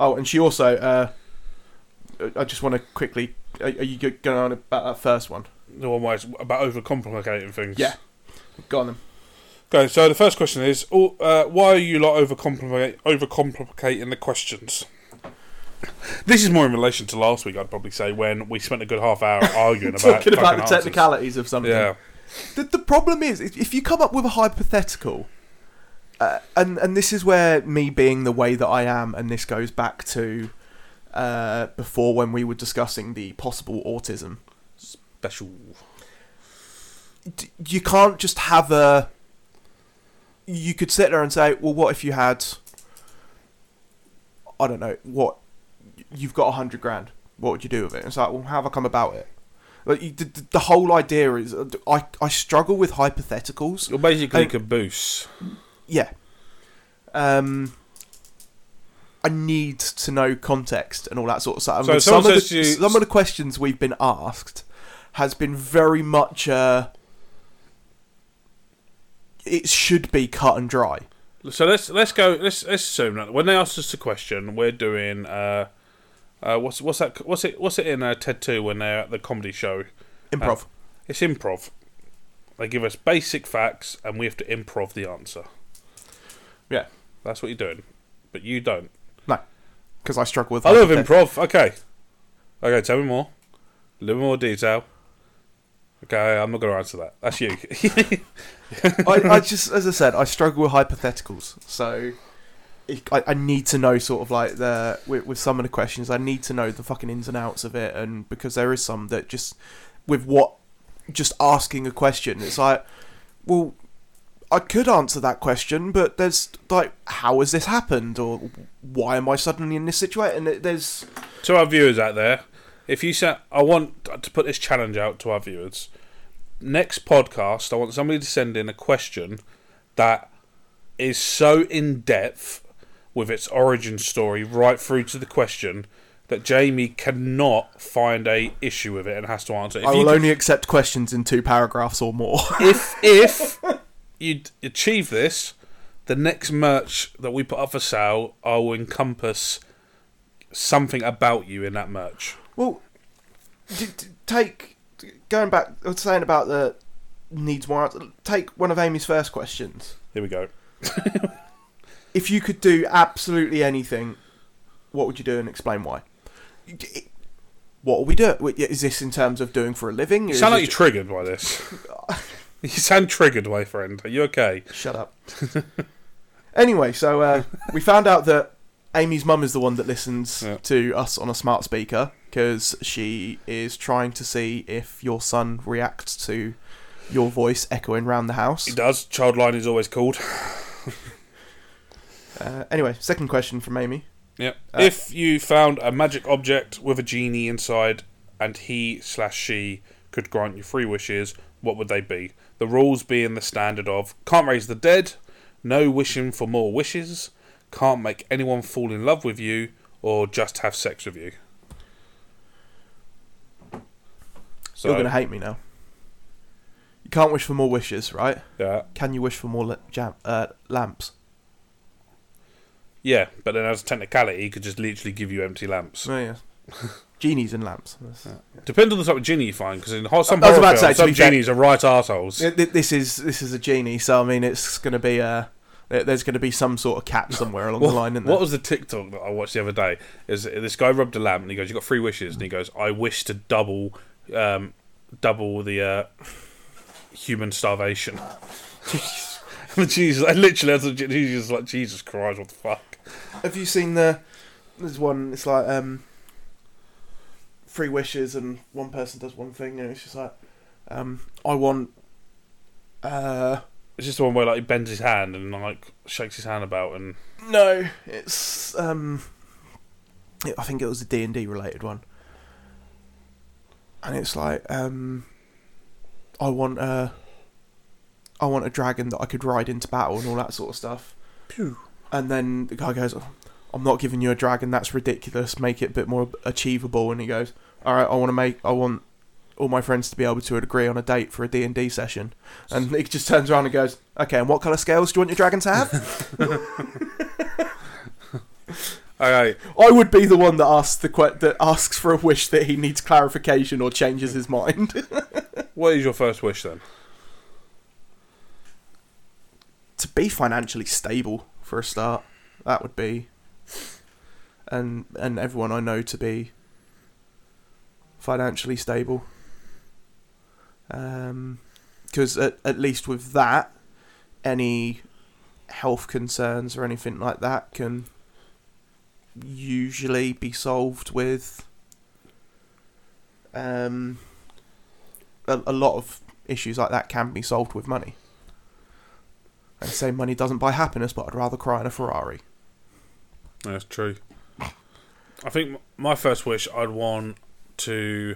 Speaker 1: Oh, and she also. Uh, I- I just want to quickly. Are, are you go- going on about that first one?
Speaker 2: The one where it's about overcomplicating things.
Speaker 1: Yeah. Go on then.
Speaker 2: Okay, so the first question is: oh, uh, Why are you lot overcomplicate overcomplicating the questions? This is more in relation to last week, I'd probably say, when we spent a good half hour arguing
Speaker 1: [laughs]
Speaker 2: about
Speaker 1: Talking about
Speaker 2: fucking
Speaker 1: the
Speaker 2: answers.
Speaker 1: technicalities of something.
Speaker 2: Yeah.
Speaker 1: The, the problem is, if if you come up with a hypothetical, uh, and and this is where me being the way that I am, and this goes back to uh, before when we were discussing the possible autism.
Speaker 2: Special.
Speaker 1: D- You can't just have a. You could sit there and say, "Well, what if you had?" I don't know what you've got a hundred grand. What would you do with it? It's like, well, how have I come about it? Like you, the, the whole idea is, uh, I I struggle with hypotheticals.
Speaker 2: You're basically
Speaker 1: And-
Speaker 2: caboose.
Speaker 1: Yeah. Um, I need to know context and all that sort of stuff.
Speaker 2: So
Speaker 1: And
Speaker 2: if
Speaker 1: some,
Speaker 2: someone
Speaker 1: of the,
Speaker 2: says to you-
Speaker 1: some of the questions we've been asked has been very much. Uh, it should be cut and dry.
Speaker 2: So let's let's go. Let's let's assume that when they ask us the question, we're doing uh, uh, what's what's that? What's it? What's it in uh, TED Two when they're at the comedy show?
Speaker 1: Improv.
Speaker 2: It's improv. They give us basic facts, and we have to improv the answer.
Speaker 1: Yeah.
Speaker 2: That's what you're doing, but you don't.
Speaker 1: No. Because I struggle with.
Speaker 2: I love
Speaker 1: hypothet-
Speaker 2: improv. Okay, okay. Tell me more. A little more detail. Okay, I'm not going to answer that. That's you. [laughs]
Speaker 1: I, I just, as I said, I struggle with hypotheticals. So it- I, I need to know sort of like the with, with some of the questions. I need to know the fucking ins and outs of it, and because there is some that just with what just asking a question, it's like, well, I could answer that question, but there's like, how has this happened, or why am I suddenly in this situation? And it- there's
Speaker 2: to our viewers out there, if you said, I want to put this challenge out to our viewers. Next podcast, I want somebody to send in a question that is so in depth with its origin story right through to the question that Jamie cannot find a issue with it and has to answer. If
Speaker 1: I
Speaker 2: you
Speaker 1: will
Speaker 2: could-
Speaker 1: only accept questions in two paragraphs or more.
Speaker 2: [laughs]
Speaker 1: [laughs]
Speaker 2: if if you achieve this, the next merch that we put up for sale, I will encompass something about you in that merch.
Speaker 1: well, d- d- take going back I was saying about the needs more. answer- Take one of Amy's first questions.
Speaker 2: Here we go.
Speaker 1: If you could do absolutely anything, what would you do and explain why? It- What are we doing? Is this in terms of doing for a living?
Speaker 2: You
Speaker 1: Is
Speaker 2: sound like
Speaker 1: this
Speaker 2: you're triggered by this. you sound triggered, my friend. Are you okay?
Speaker 1: Shut up. [laughs] anyway, so uh, we found out that Amy's mum is the one that listens
Speaker 2: Yeah.
Speaker 1: to us on a smart speaker because she is trying to see if your son reacts to your voice echoing round the house.
Speaker 2: He does. Childline is always called.
Speaker 1: Uh, anyway, second question from Amy.
Speaker 2: Yep.
Speaker 1: Uh,
Speaker 2: if you found a magic object with a genie inside and he slash she could grant you three wishes, what would they be? The rules being the standard of can't raise the dead, no wishing for more wishes, can't make anyone fall in love with you, or just have sex with you. So,
Speaker 1: You're going to hate me now. You can't wish for more wishes, right?
Speaker 2: yeah,
Speaker 1: Can you wish for more la- jam- uh, lamps?
Speaker 2: yeah, but then as a technicality, he could just literally give you empty lamps.
Speaker 1: Oh, yeah. Genies and lamps.
Speaker 2: Depends on the type of genie you find, because in ho- some
Speaker 1: I was
Speaker 2: horror
Speaker 1: about to
Speaker 2: films,
Speaker 1: say, to
Speaker 2: some
Speaker 1: be fair-
Speaker 2: genies are right arseholes.
Speaker 1: Th- th- This is this is a genie, so I mean, it's going to be a there- there's going to be some sort of catch somewhere along
Speaker 2: What,
Speaker 1: the line, isn't
Speaker 2: what
Speaker 1: there?
Speaker 2: was the TikTok that I watched the other day? Is this guy rubbed a lamp and he goes, "You got three wishes," and he goes, "I wish to double, um, double the uh, human starvation." [laughs] Jesus, I literally, that's what- he's just like, Jesus Christ, what the fuck?
Speaker 1: Have you seen the? There's one. It's like um, three wishes, and one person does one thing, and it's just like, um, I want. Uh,
Speaker 2: It's just the one where like he bends his hand and like shakes his hand about, and
Speaker 1: no, it's um, it- I think it was a D and D related one, and it's like um, I want a, I want a dragon that I could ride into battle and all that sort of stuff. And then the guy goes, "Oh, "I'm not giving you a dragon. That's ridiculous. Make it a bit more achievable." And he goes, "All right, I want to make. I want all my friends to be able to agree on a date for a D and D session." And he just turns around and goes, "Okay, and what color scales do you want your dragon to have?"
Speaker 2: okay,
Speaker 1: I would be the one that asks the que- that asks for a wish that he needs clarification or changes his mind.
Speaker 2: [laughs] what is your first wish then?
Speaker 1: to be financially stable for a start, that would be, and and everyone I know to be financially stable. Um, because at at least with that, any health concerns or anything like that can usually be solved with um a, a lot of issues like that can be solved with money. They say money doesn't buy happiness, but I'd rather cry in a Ferrari.
Speaker 2: That's true. I think m- my first wish I'd want to.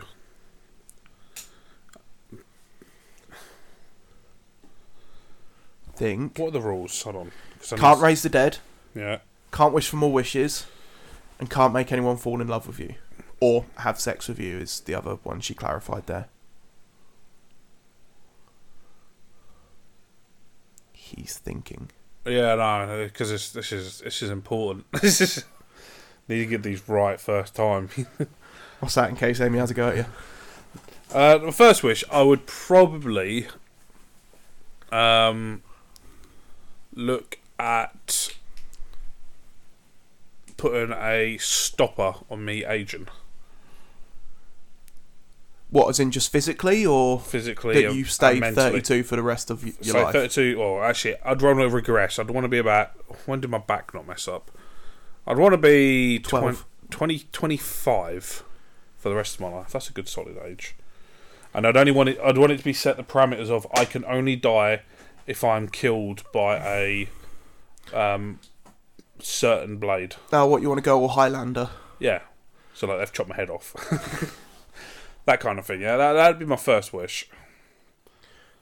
Speaker 1: Think.
Speaker 2: What are the rules? Hold on. 'cause I
Speaker 1: Can't
Speaker 2: need-
Speaker 1: raise the dead,
Speaker 2: Yeah.
Speaker 1: can't wish for more wishes, and can't make anyone fall in love with you. Or have sex with you is the other one she clarified there. He's thinking.
Speaker 2: Yeah, no, because this, this is this is important. [laughs] This is need to get these right first time. [laughs]
Speaker 1: What's that in case Amy has a go at you?
Speaker 2: Uh, the first wish, I would probably um, look at putting a stopper on me aging
Speaker 1: What, as in just physically, or
Speaker 2: physically.
Speaker 1: that
Speaker 2: and-
Speaker 1: you
Speaker 2: and
Speaker 1: stay
Speaker 2: uh, mentally.
Speaker 1: 32 for the rest of y- your
Speaker 2: so
Speaker 1: life?
Speaker 2: 32, or actually, I'd want to regress. I'd want to be about. When did my back not mess up? I'd want to be 20,
Speaker 1: Twelve.
Speaker 2: 20, 25 for the rest of my life. That's a good solid age. And I'd only want it. I'd want it to be set the parameters of I can only die if I'm killed by a um, certain blade.
Speaker 1: Now, what, you want to go all Highlander?
Speaker 2: Yeah. So like they've chopped my head [laughs] off. that kind of thing. Yeah, that that'd be my first wish.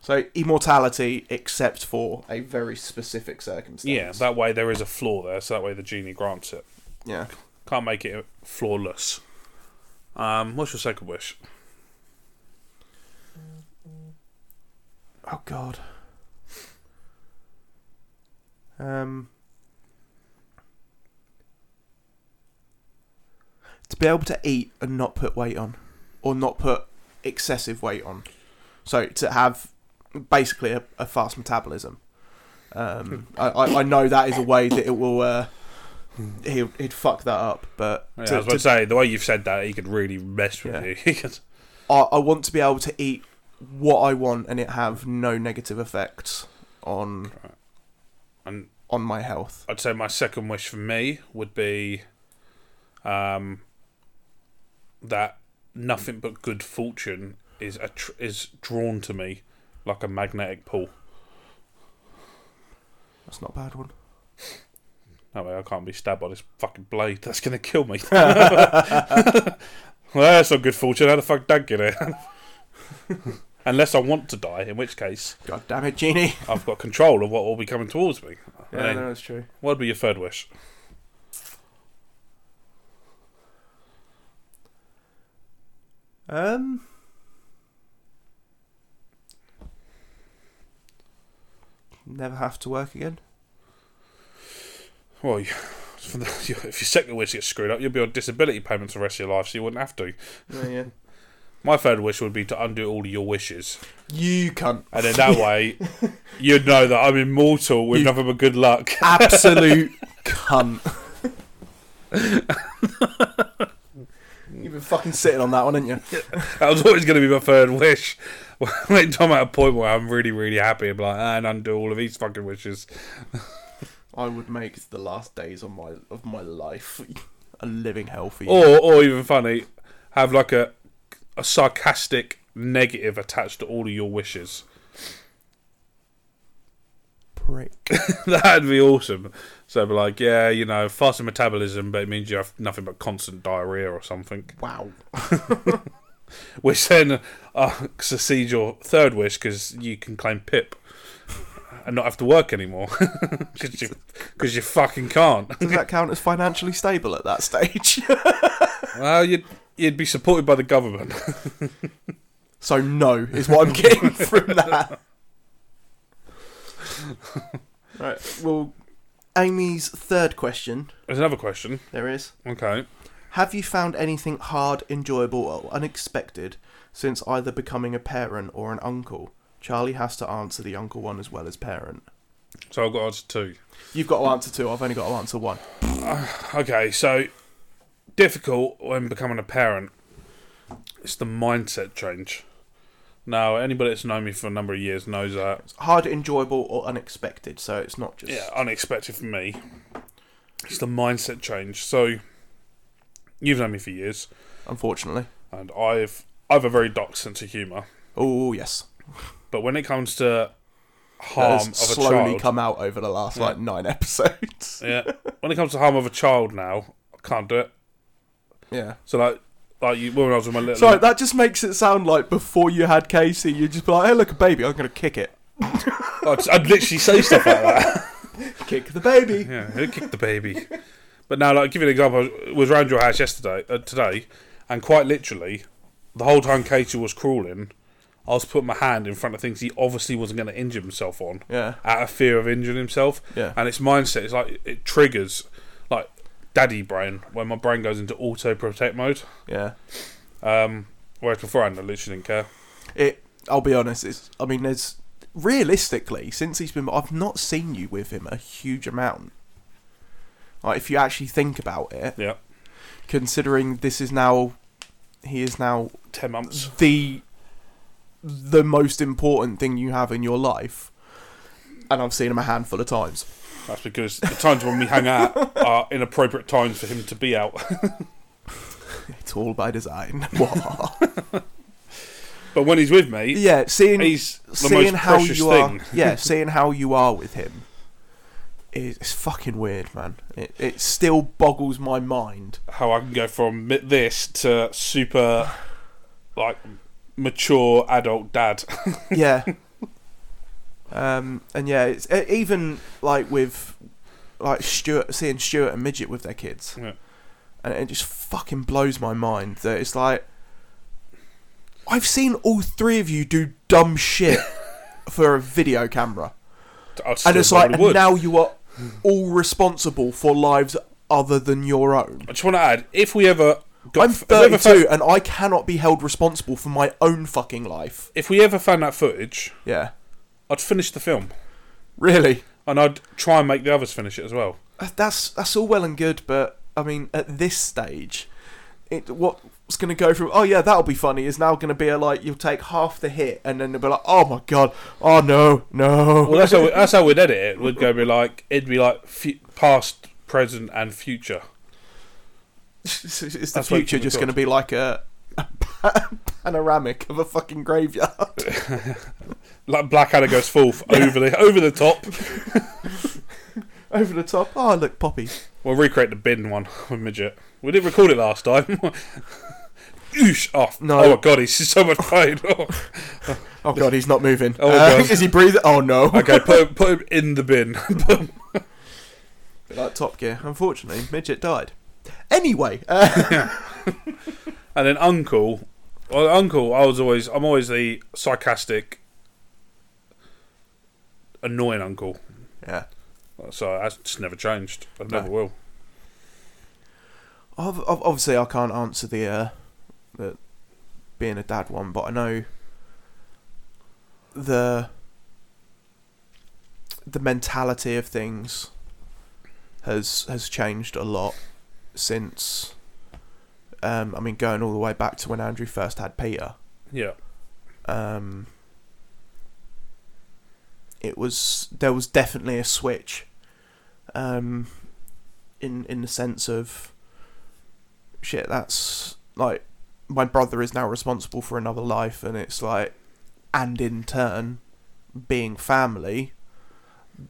Speaker 1: So immortality, except for a very specific circumstance.
Speaker 2: Yeah, that way there is a flaw there, so that way the genie grants it.
Speaker 1: yeah.
Speaker 2: Can't make it flawless. Um, what's your second wish?
Speaker 1: Oh God. Um. To be able to eat and not put weight on, or not put excessive weight on, so to have basically a, a fast metabolism. Um, I, I, I know that is a way that it will. Uh, he, he'd fuck that up, but
Speaker 2: Yeah,
Speaker 1: to-
Speaker 2: I was about
Speaker 1: to
Speaker 2: to say the way you've said that, he could really mess with
Speaker 1: Yeah.
Speaker 2: you. [laughs] He could-
Speaker 1: I, I want to be able to eat what I want and it have no negative effects on
Speaker 2: and
Speaker 1: on my health.
Speaker 2: I'd say my second wish for me would be, um, that nothing but good fortune is a tr- is drawn to me like a magnetic pull.
Speaker 1: That's not a bad one.
Speaker 2: That way I can't be stabbed by this fucking blade. That's gonna
Speaker 1: [laughs]
Speaker 2: kill me. [laughs] well, that's not good fortune. How the fuck did I get it? [laughs] Unless I want to die, in which case
Speaker 1: God damn it, Genie.
Speaker 2: I've got control of what will be coming towards me. I mean,
Speaker 1: that's true.
Speaker 2: What would be your third wish?
Speaker 1: Um. Never have to work again.
Speaker 2: Well, you, [laughs] for the, you- if your second wish gets screwed up, you'll be on disability payments for the rest of your life, so you wouldn't have to.
Speaker 1: yeah.
Speaker 2: My third wish would be to undo all your wishes,
Speaker 1: You cunt.
Speaker 2: and then that way you'd know that I'm immortal with
Speaker 1: You-
Speaker 2: nothing but good luck. [laughs]
Speaker 1: [laughs] Absolute cunt. You've been fucking sitting on that one, haven't you?
Speaker 2: That was always going to be my third wish. [laughs] When I'm at a point where I'm really, really happy, I'm like, "Ah, and undo all of these fucking wishes.
Speaker 1: I would make the last days of my of my life a living hell for you.
Speaker 2: Or, or even funny, have like a a sarcastic negative attached to all of your wishes.
Speaker 1: Prick.
Speaker 2: [laughs] That'd be awesome. So, be like, yeah, you know, faster metabolism, but it means you have nothing but constant diarrhea or something. [laughs]
Speaker 1: Wow.
Speaker 2: Which then uh, succeeds your third wish because you can claim PIP [laughs] and not have to work anymore [laughs] because you, 'cause you fucking can't.
Speaker 1: Does that count as financially stable at that stage? [laughs]
Speaker 2: Well, you'd you'd be supported by the government. [laughs]
Speaker 1: so no is what I'm [laughs] getting from that. right. Well, Amy's third question
Speaker 2: There's another question.
Speaker 1: there is:
Speaker 2: Okay.
Speaker 1: Have you found anything hard, enjoyable, or unexpected since either becoming a parent or an uncle? Charlie has to answer the uncle one as well as parent.
Speaker 2: So I've got answer two.
Speaker 1: You've got to answer two. I've only got to answer one.
Speaker 2: Okay, so difficult when becoming a parent. It's the mindset change. Now, anybody that's known me for a number of years knows that.
Speaker 1: Hard, enjoyable, or unexpected. So it's not just
Speaker 2: Yeah, unexpected for me. It's the mindset change. So you've known me for years,
Speaker 1: unfortunately.
Speaker 2: and I've I've a very dark sense of humour.
Speaker 1: Oh yes,
Speaker 2: But when it comes to
Speaker 1: that
Speaker 2: harm
Speaker 1: has
Speaker 2: of a
Speaker 1: slowly
Speaker 2: child,
Speaker 1: come out over the last like nine [laughs] episodes.
Speaker 2: [laughs] yeah. When it comes to harm of a child, now I can't do it.
Speaker 1: Yeah.
Speaker 2: So like, like you, when I was
Speaker 1: [laughs]
Speaker 2: with my little,
Speaker 1: Sorry, that just makes it sound like before you had Casey, you'd just be like, hey, look, a baby, I'm going to kick it.
Speaker 2: I'd, I'd literally say stuff like that.
Speaker 1: Kick the baby.
Speaker 2: [laughs] Yeah, who kicked the baby? But now, like, give you an example. I was round your house yesterday, uh, today, and quite literally, the whole time Katie was crawling, I was putting my hand in front of things he obviously wasn't going to injure himself on,
Speaker 1: Yeah.
Speaker 2: out of fear of injuring himself.
Speaker 1: Yeah.
Speaker 2: and its mindset is like it triggers, like daddy brain when my brain goes into auto protect mode.
Speaker 1: Yeah.
Speaker 2: Um, whereas beforehand, I literally didn't care.
Speaker 1: It. I'll be honest, it's, I mean, there's, realistically, since he's been, I've not seen you with him a huge amount. Like, if you actually think about it,
Speaker 2: Yeah,
Speaker 1: considering this is now, he is now
Speaker 2: ten months.
Speaker 1: the the most important thing you have in your life. And I've seen him a handful of times. [laughs]
Speaker 2: That's because the times when we hang out are inappropriate times for him to be out.
Speaker 1: It's all by design. [laughs]
Speaker 2: But when he's with me,
Speaker 1: yeah, seeing
Speaker 2: he's the
Speaker 1: seeing
Speaker 2: most
Speaker 1: how
Speaker 2: precious
Speaker 1: you are, [laughs]
Speaker 2: thing.
Speaker 1: yeah, seeing how you are with him is it's fucking weird, man. It it still boggles my mind.
Speaker 2: [laughs] How I can go from mi- this to super, like, mature adult dad. [laughs]
Speaker 1: Yeah, Um, and yeah, it's e- even like with like Stuart seeing Stuart and Midget with their kids,
Speaker 2: Yeah.
Speaker 1: and it just fucking blows my mind that it's like I've seen all three of you do dumb
Speaker 2: [laughs]
Speaker 1: shit for a video camera,
Speaker 2: I still
Speaker 1: and it's like
Speaker 2: probably
Speaker 1: and
Speaker 2: would.
Speaker 1: now you are all responsible for lives other than your own.
Speaker 2: I just want to add, if we ever got,
Speaker 1: I'm
Speaker 2: if we ever found-
Speaker 1: 32 and I cannot be held responsible for my own fucking life.
Speaker 2: if we ever found that footage,
Speaker 1: Yeah.
Speaker 2: I'd finish the film
Speaker 1: Really?
Speaker 2: and I'd try and make the others finish it as well.
Speaker 1: Uh, That's that's all well and good, but I mean at this stage it what's going to go from oh yeah, that'll be funny is now going to be a, like you'll take half the hit and then they'll be like oh my god. Oh no. No.
Speaker 2: Well, that's how we, that's how we'd edit it. We'd go be like it'd be like fu- past, present, and future.
Speaker 1: [laughs] is is the
Speaker 2: That's what
Speaker 1: future
Speaker 2: we've
Speaker 1: just
Speaker 2: got.
Speaker 1: going to be like a, [laughs] a pa- panoramic of a fucking graveyard?
Speaker 2: Like Blackadder goes
Speaker 1: [laughs]
Speaker 2: full f- over the over the top.
Speaker 1: Over the top. Oh, look, poppies.
Speaker 2: We'll recreate the bin one [laughs] with midget. We didn't record it last time. [laughs] Oosh! Oh,
Speaker 1: No.
Speaker 2: oh my god, he's so much pain. [laughs] Oh.
Speaker 1: Oh god, he's not moving.
Speaker 2: Oh,
Speaker 1: Uh, [laughs]
Speaker 2: God.
Speaker 1: is he breathing? Oh no.
Speaker 2: okay, put him, put him in the bin. [laughs]
Speaker 1: Bit like Top Gear. Unfortunately, Midget died. Anyway, [laughs] uh,
Speaker 2: And then uncle, well, uncle, I was always, I'm always the sarcastic, annoying uncle.
Speaker 1: yeah.
Speaker 2: So that's just never changed. I never
Speaker 1: No.
Speaker 2: will.
Speaker 1: Ob- ob- Obviously, I can't answer the, uh, the being a dad one, but I know the the mentality of things has has changed a lot since. Um, I mean, going all the way back to when Andrew first had Peter.
Speaker 2: Yeah,
Speaker 1: um, it was there was definitely a switch um, in in the sense of shit that's like my brother is now responsible for another life and it's like and in turn being family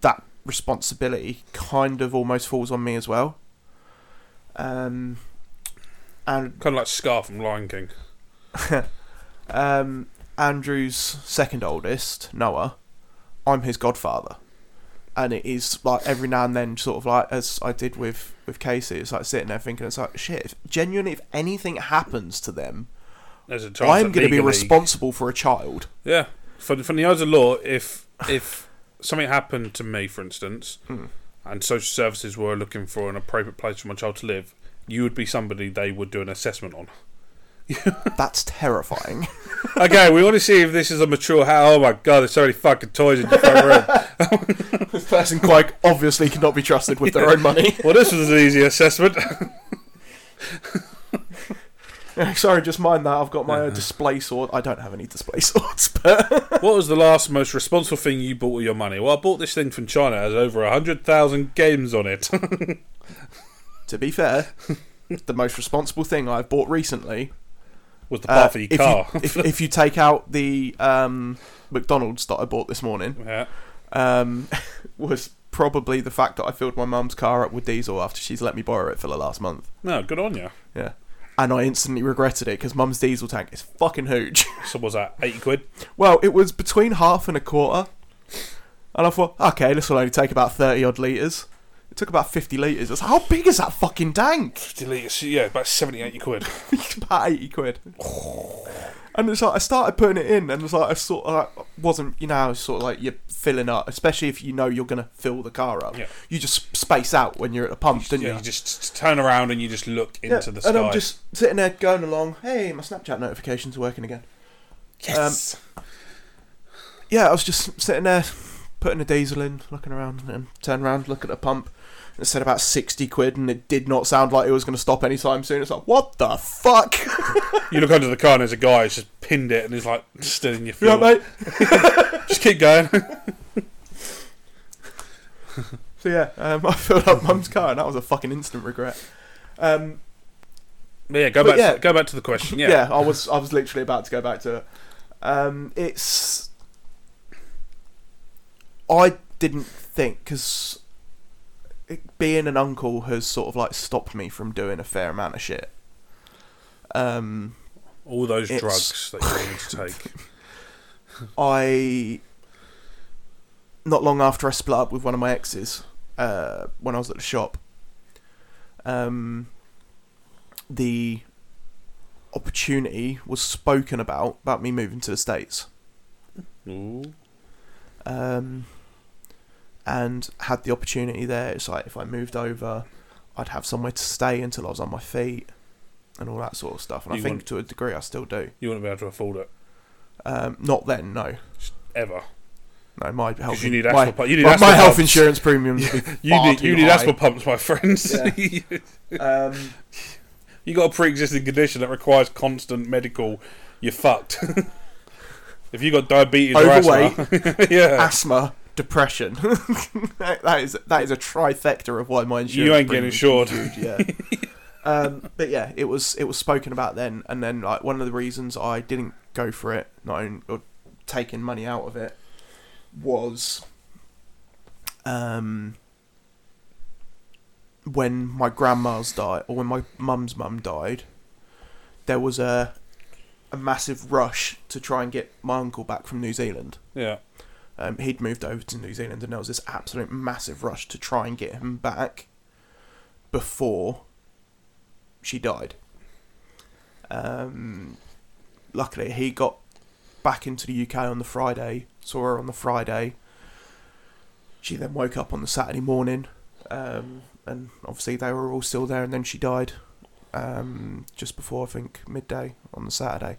Speaker 1: that responsibility kind of almost falls on me as well um and
Speaker 2: kind of like Scar from Lion King.
Speaker 1: um, Andrew's second oldest, Noah, I'm his godfather. And it is like every now and then, sort of like as I did with with Casey, it's like sitting there thinking, it's like shit. If, genuinely, if anything happens to them,
Speaker 2: There's a chance
Speaker 1: I'm
Speaker 2: going to
Speaker 1: be responsible for a child.
Speaker 2: Yeah, from from the eyes of law, if if something happened to me, for instance, and social services were looking for an appropriate place for my child to live, you would be somebody they would do an assessment on.
Speaker 1: That's terrifying.
Speaker 2: okay, we want to see if this is a mature house. Oh my god, there's so many fucking toys in the front room.
Speaker 1: this person quite obviously cannot be trusted with their own money.
Speaker 2: Well, this was an easy assessment.
Speaker 1: [laughs] Sorry, just mind that. I've got my uh, display sword. I don't have any display [laughs] swords, but
Speaker 2: what was the last most responsible thing you bought with your money? Well, I bought this thing from China. It has over 100,000 games on it. [laughs]
Speaker 1: to be fair, the most responsible thing I've bought recently
Speaker 2: was the
Speaker 1: Uh,
Speaker 2: part for your
Speaker 1: if,
Speaker 2: car.
Speaker 1: You, [laughs] if, if you take out the um, McDonald's that I bought this morning,
Speaker 2: yeah.
Speaker 1: um, [laughs] was probably the fact that I filled my mum's car up with diesel after she's let me borrow it for the last month.
Speaker 2: No, good on you.
Speaker 1: Yeah. And I instantly regretted it because mum's diesel tank is fucking huge. [laughs]
Speaker 2: So was that 80 quid?
Speaker 1: well, it was between half and a quarter. And I thought, okay, this will only take about 30 odd litres. It took about 50 litres. I was like, how big is that fucking tank?
Speaker 2: 50 litres. Yeah, about 70, 80 quid.
Speaker 1: it's about 80 quid. And it's like I started putting it in, and it's like I sort of like, wasn't, you know, how it's sort of like you're filling up, especially if you know you're gonna fill the car up.
Speaker 2: Yeah.
Speaker 1: You just space out when you're at the pump, don't
Speaker 2: Yeah,
Speaker 1: you?
Speaker 2: you just turn around and you just look
Speaker 1: Yeah,
Speaker 2: into the
Speaker 1: And
Speaker 2: sky.
Speaker 1: I'm just sitting there going along. Hey, my Snapchat notifications are working again. Um,
Speaker 2: yes.
Speaker 1: Yeah, I was just sitting there putting the diesel in, looking around, and then turn around, look at the pump. It said about sixty quid, and it did not sound like it was gonna stop anytime soon. It's like, what the fuck? [laughs]
Speaker 2: you look under the car and there's a guy who's just pinned it and he's like still in your
Speaker 1: you know,
Speaker 2: fuel.
Speaker 1: mate.
Speaker 2: Just keep going.
Speaker 1: [laughs] So yeah, um, [laughs] I filled up mum's car, and that was a fucking instant regret. Um,
Speaker 2: But yeah, go
Speaker 1: But
Speaker 2: back.
Speaker 1: yeah.
Speaker 2: To, go back to the question.
Speaker 1: yeah.
Speaker 2: Yeah,
Speaker 1: I was I was literally about to go back to it. Um, it's I didn't think because being an uncle has sort of like stopped me from doing a fair amount of shit. Um,
Speaker 2: all those
Speaker 1: It's- [laughs]
Speaker 2: drugs that you need to take.
Speaker 1: I not long after I split up with one of my exes, uh, when I was at the shop, um, the opportunity was spoken about about me moving to the states,
Speaker 2: Ooh.
Speaker 1: um, and had the opportunity there. It's like if I moved over, I'd have somewhere to stay until I was on my feet, and all that sort of stuff. And I
Speaker 2: You
Speaker 1: think
Speaker 2: want-
Speaker 1: to a degree I still do.
Speaker 2: You wouldn't be able to afford it
Speaker 1: Um, not then, no,
Speaker 2: ever
Speaker 1: no. My health,
Speaker 2: because you need
Speaker 1: my,
Speaker 2: asthma. pu- You need
Speaker 1: my,
Speaker 2: asthma
Speaker 1: my health
Speaker 2: pumps.
Speaker 1: insurance premiums. would be
Speaker 2: [laughs] You
Speaker 1: far
Speaker 2: need
Speaker 1: too
Speaker 2: you need
Speaker 1: high.
Speaker 2: asthma pumps, my friends.
Speaker 1: Um,
Speaker 2: [laughs] you got a pre-existing condition that requires constant medical. You're fucked. [laughs] if you got diabetes or asthma, [laughs] yeah,
Speaker 1: asthma, depression. [laughs] that that is that is a trifecta of why my insurance.
Speaker 2: you ain't getting
Speaker 1: premium
Speaker 2: insured.
Speaker 1: is huge, Yeah.
Speaker 2: [laughs]
Speaker 1: um, but yeah, it was it was spoken about then, and then like one of the reasons I didn't go for it, not only, or taking money out of it, was um when my grandma's died or when my mum's mum died, there was a a massive rush to try and get my uncle back from New Zealand.
Speaker 2: Yeah,
Speaker 1: Um, he'd moved over to New Zealand, and there was this absolute massive rush to try and get him back before she died. Um, luckily, he got back into the UK on the Friday, saw her on the Friday. She then woke up on the Saturday morning, um, and obviously they were all still there, and then she died um, just before, I think, midday on the Saturday.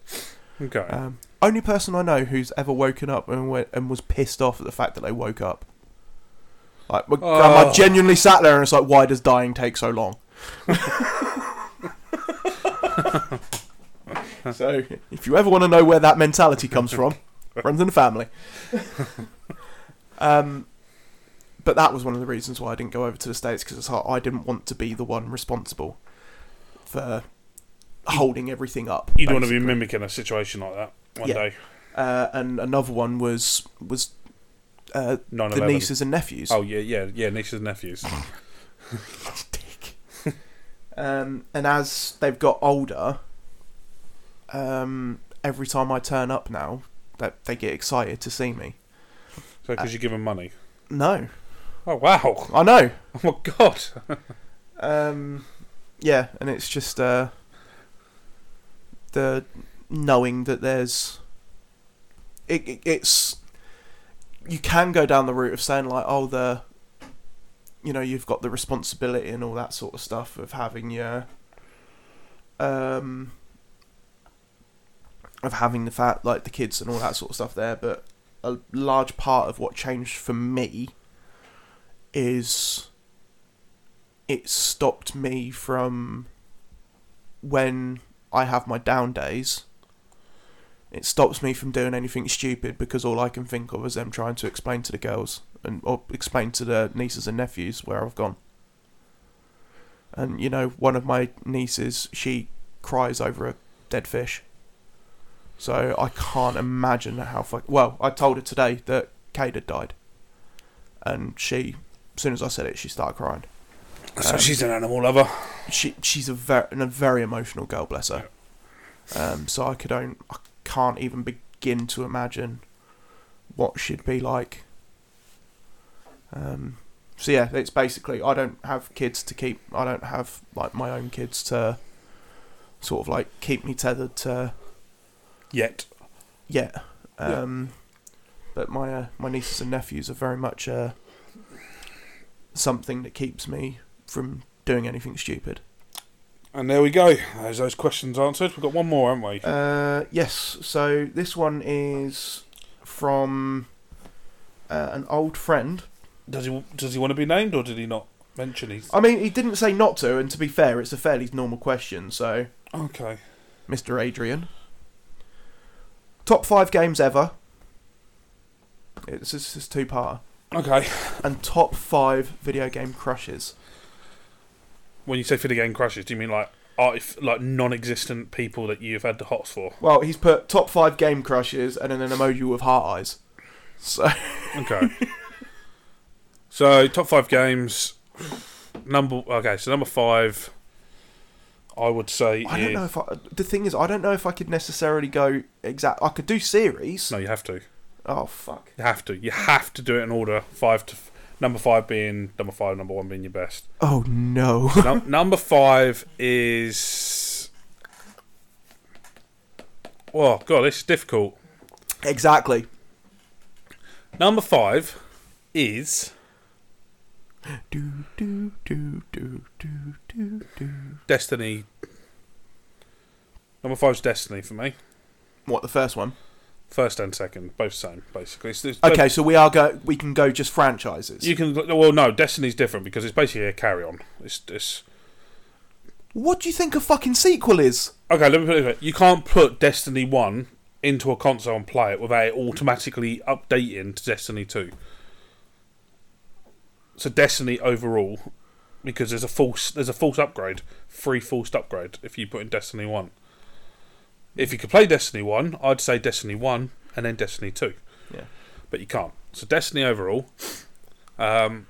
Speaker 2: okay.
Speaker 1: Um, only person I know who's ever woken up and went, and was pissed off at the fact that they woke up. Like my
Speaker 2: Oh.
Speaker 1: grandma genuinely sat there and it's like, why does dying take so
Speaker 2: [laughs]
Speaker 1: long? so if you ever want to know where that mentality comes
Speaker 2: [laughs]
Speaker 1: from, runs in the family. um, but that was one of the reasons why I didn't go over to the states because I didn't want to be the one responsible for holding everything up.
Speaker 2: you don't want to be
Speaker 1: basically.
Speaker 2: mimicking a situation like that one
Speaker 1: Yeah.
Speaker 2: day.
Speaker 1: Uh, and another one was was uh,
Speaker 2: Nine
Speaker 1: the
Speaker 2: eleven.
Speaker 1: nieces and nephews.
Speaker 2: Oh yeah, yeah, yeah. Nieces
Speaker 1: [laughs]
Speaker 2: and nephews.
Speaker 1: dick. um, and as they've got older, um, every time I turn up now, that they get excited to see me.
Speaker 2: So because you give them money.
Speaker 1: No,
Speaker 2: Oh wow! [laughs]
Speaker 1: I know.
Speaker 2: Oh my god!
Speaker 1: Um, yeah, and it's just uh, the knowing that there's it, it. It's you can go down the route of saying like, oh, the you know you've got the responsibility and all that sort of stuff of having your um of having the fat like the kids and all that sort of stuff there, but a large part of what changed for me is it stopped me from when I have my down days. It stops me from doing anything stupid because all I can think of is them trying to explain to the girls and or explain to the nieces and nephews where I've gone. And you know, one of my nieces, she cries over a dead fish. So I can't imagine how fuck. Well, I told her today that Kate had died, and she, as soon as I said it, she started crying [laughs]
Speaker 2: So
Speaker 1: Um,
Speaker 2: she's an animal lover.
Speaker 1: she she's a very a very emotional girl, bless her. Um, so I could own, I can't even begin to imagine what she'd be like. Um, so yeah, it's basically I don't have kids to keep. I don't have like my own kids to sort of like keep me tethered to
Speaker 2: Yet.
Speaker 1: yet.
Speaker 2: Yeah.
Speaker 1: Um, But my uh, my nieces and nephews are very much uh, something that keeps me from doing anything stupid.
Speaker 2: And there we go. There's those questions answered. We've got one more, haven't we?
Speaker 1: Uh, yes. So this one is from uh, an old friend.
Speaker 2: Does he does he want to be named or did he not mention he's
Speaker 1: I mean, he didn't say not to, and to be fair, it's a fairly normal question. So,
Speaker 2: Okay.
Speaker 1: Mr. Adrian, top five games ever. It's this is two part
Speaker 2: Okay.
Speaker 1: and top five video game crushes.
Speaker 2: When you say video game crushes, do you mean like artif- like non existent people that you've had the hots for?
Speaker 1: Well, he's put top five game crushes and then an emoji with heart eyes. So [laughs]
Speaker 2: Okay. so top five games number okay, so number five I would say
Speaker 1: I don't
Speaker 2: is-
Speaker 1: know if I, the thing is I don't know if I could necessarily go exact. I could do series.
Speaker 2: No, you have to.
Speaker 1: Oh fuck.
Speaker 2: You have to. You have to do it in order. Five to f- number five being number five, number one being your best.
Speaker 1: Oh no. [laughs]
Speaker 2: Num number five is. Oh god, this is difficult.
Speaker 1: exactly.
Speaker 2: Number five is
Speaker 1: Do do do do do do do.
Speaker 2: Destiny. Number five's Destiny for me.
Speaker 1: What the first one?
Speaker 2: First and second, both same basically. So it's-
Speaker 1: Okay, so we are go. We can go just franchises.
Speaker 2: You can well no, Destiny's different because it's basically a carry on. It's it's
Speaker 1: what do you think a fucking sequel is?
Speaker 2: okay. Let me put it this way: you can't put Destiny one into a console and play it without it automatically updating to Destiny two. So Destiny overall, because there's a false there's a false upgrade, free false upgrade if you put in Destiny one. If you could play Destiny one, I'd say Destiny one and then Destiny two.
Speaker 1: Yeah.
Speaker 2: but you can't. So Destiny overall. Um,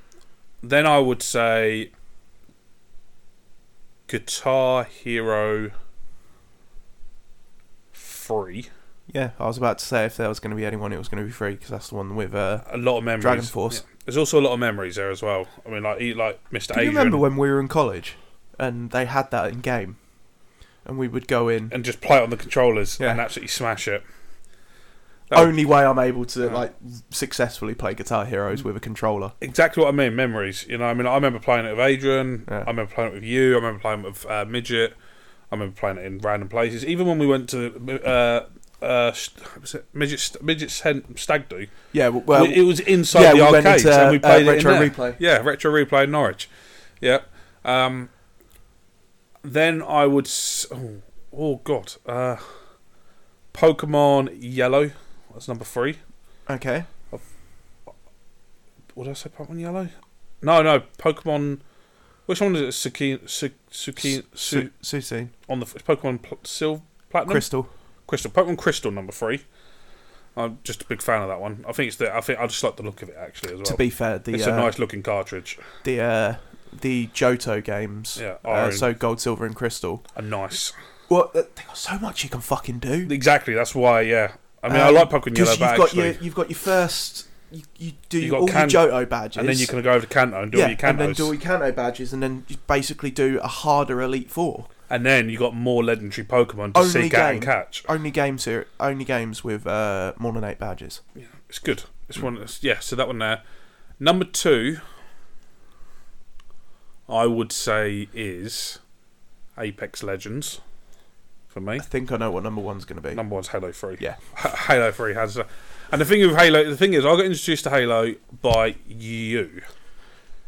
Speaker 2: then I would say Guitar Hero Free.
Speaker 1: Yeah, I was about to say if there was going to be anyone, it was going to be free because that's the one with. Uh,
Speaker 2: A lot of memories.
Speaker 1: Dragon Force.
Speaker 2: Yeah. There's also a lot of memories there as well. I mean, like he, like Mr.
Speaker 1: do you
Speaker 2: Adrian,
Speaker 1: remember when we were in college and they had that in game, and we would go in.
Speaker 2: and just play it on the controllers
Speaker 1: Yeah.
Speaker 2: and absolutely smash it. that-
Speaker 1: Only way I'm able to
Speaker 2: Yeah. Mm.
Speaker 1: like successfully play Guitar Heroes with a controller.
Speaker 2: Exactly what I mean. Memories. You know, I mean, I remember playing it with Adrian.
Speaker 1: Yeah.
Speaker 2: I remember playing it with you. I remember playing it with uh, Midget. I remember playing it in random places. Even when we went to uh, uh, st- what was it? Midget st- Midget St- Stag Do,
Speaker 1: Yeah, w- well,
Speaker 2: it was inside
Speaker 1: yeah,
Speaker 2: the
Speaker 1: we went
Speaker 2: arcades
Speaker 1: into,
Speaker 2: and we
Speaker 1: uh,
Speaker 2: played it
Speaker 1: Retro
Speaker 2: in there.
Speaker 1: Replay.
Speaker 2: Yeah, retro replay in Norwich. Yeah. Um, then I would. S- oh, oh God. Uh, Pokemon Yellow. That's number three.
Speaker 1: okay.
Speaker 2: What did I say? Pokemon Yellow? No, no. Pokemon. Which one is it? Suki, Su, Suki, Su,
Speaker 1: Su- Susie,
Speaker 2: on the it's Pokemon Pl- Silver Platinum
Speaker 1: Crystal.
Speaker 2: Crystal. Pokemon Crystal number three. I'm just a big fan of that one. I think it's the. I think I just like the look of it actually as well.
Speaker 1: To be fair, the
Speaker 2: it's
Speaker 1: uh,
Speaker 2: a nice looking cartridge.
Speaker 1: the uh, the Johto games.
Speaker 2: Yeah,
Speaker 1: Uh,
Speaker 2: iron.
Speaker 1: so gold, silver, and crystal. [laughs]
Speaker 2: a nice.
Speaker 1: Well, th- they got so much you can fucking do.
Speaker 2: Exactly. That's why. Yeah. I mean, I
Speaker 1: Um,
Speaker 2: like Pokemon
Speaker 1: 'cause
Speaker 2: Yellow,
Speaker 1: you've
Speaker 2: but
Speaker 1: got
Speaker 2: actually,
Speaker 1: your you've got your first. You, you do
Speaker 2: You got
Speaker 1: all
Speaker 2: Kan-
Speaker 1: your Johto badges,
Speaker 2: and then you can go over to Kanto and do
Speaker 1: yeah,
Speaker 2: all your Kantos,
Speaker 1: and then do all your Kanto badges, and then you basically do a harder Elite Four.
Speaker 2: you got more legendary Pokemon to
Speaker 1: Only
Speaker 2: seek out and
Speaker 1: game.
Speaker 2: catch.
Speaker 1: Only games here, only games with uh, more than eight badges.
Speaker 2: It's good. It's one. That's, yeah. So that one there. Number two, I would say is Apex Legends for me.
Speaker 1: I think I know what number one's going to be.
Speaker 2: Number one's Halo Three.
Speaker 1: Yeah.
Speaker 2: H- [laughs] Halo Three has. A, and the thing with Halo, the thing is, I got introduced to Halo by you.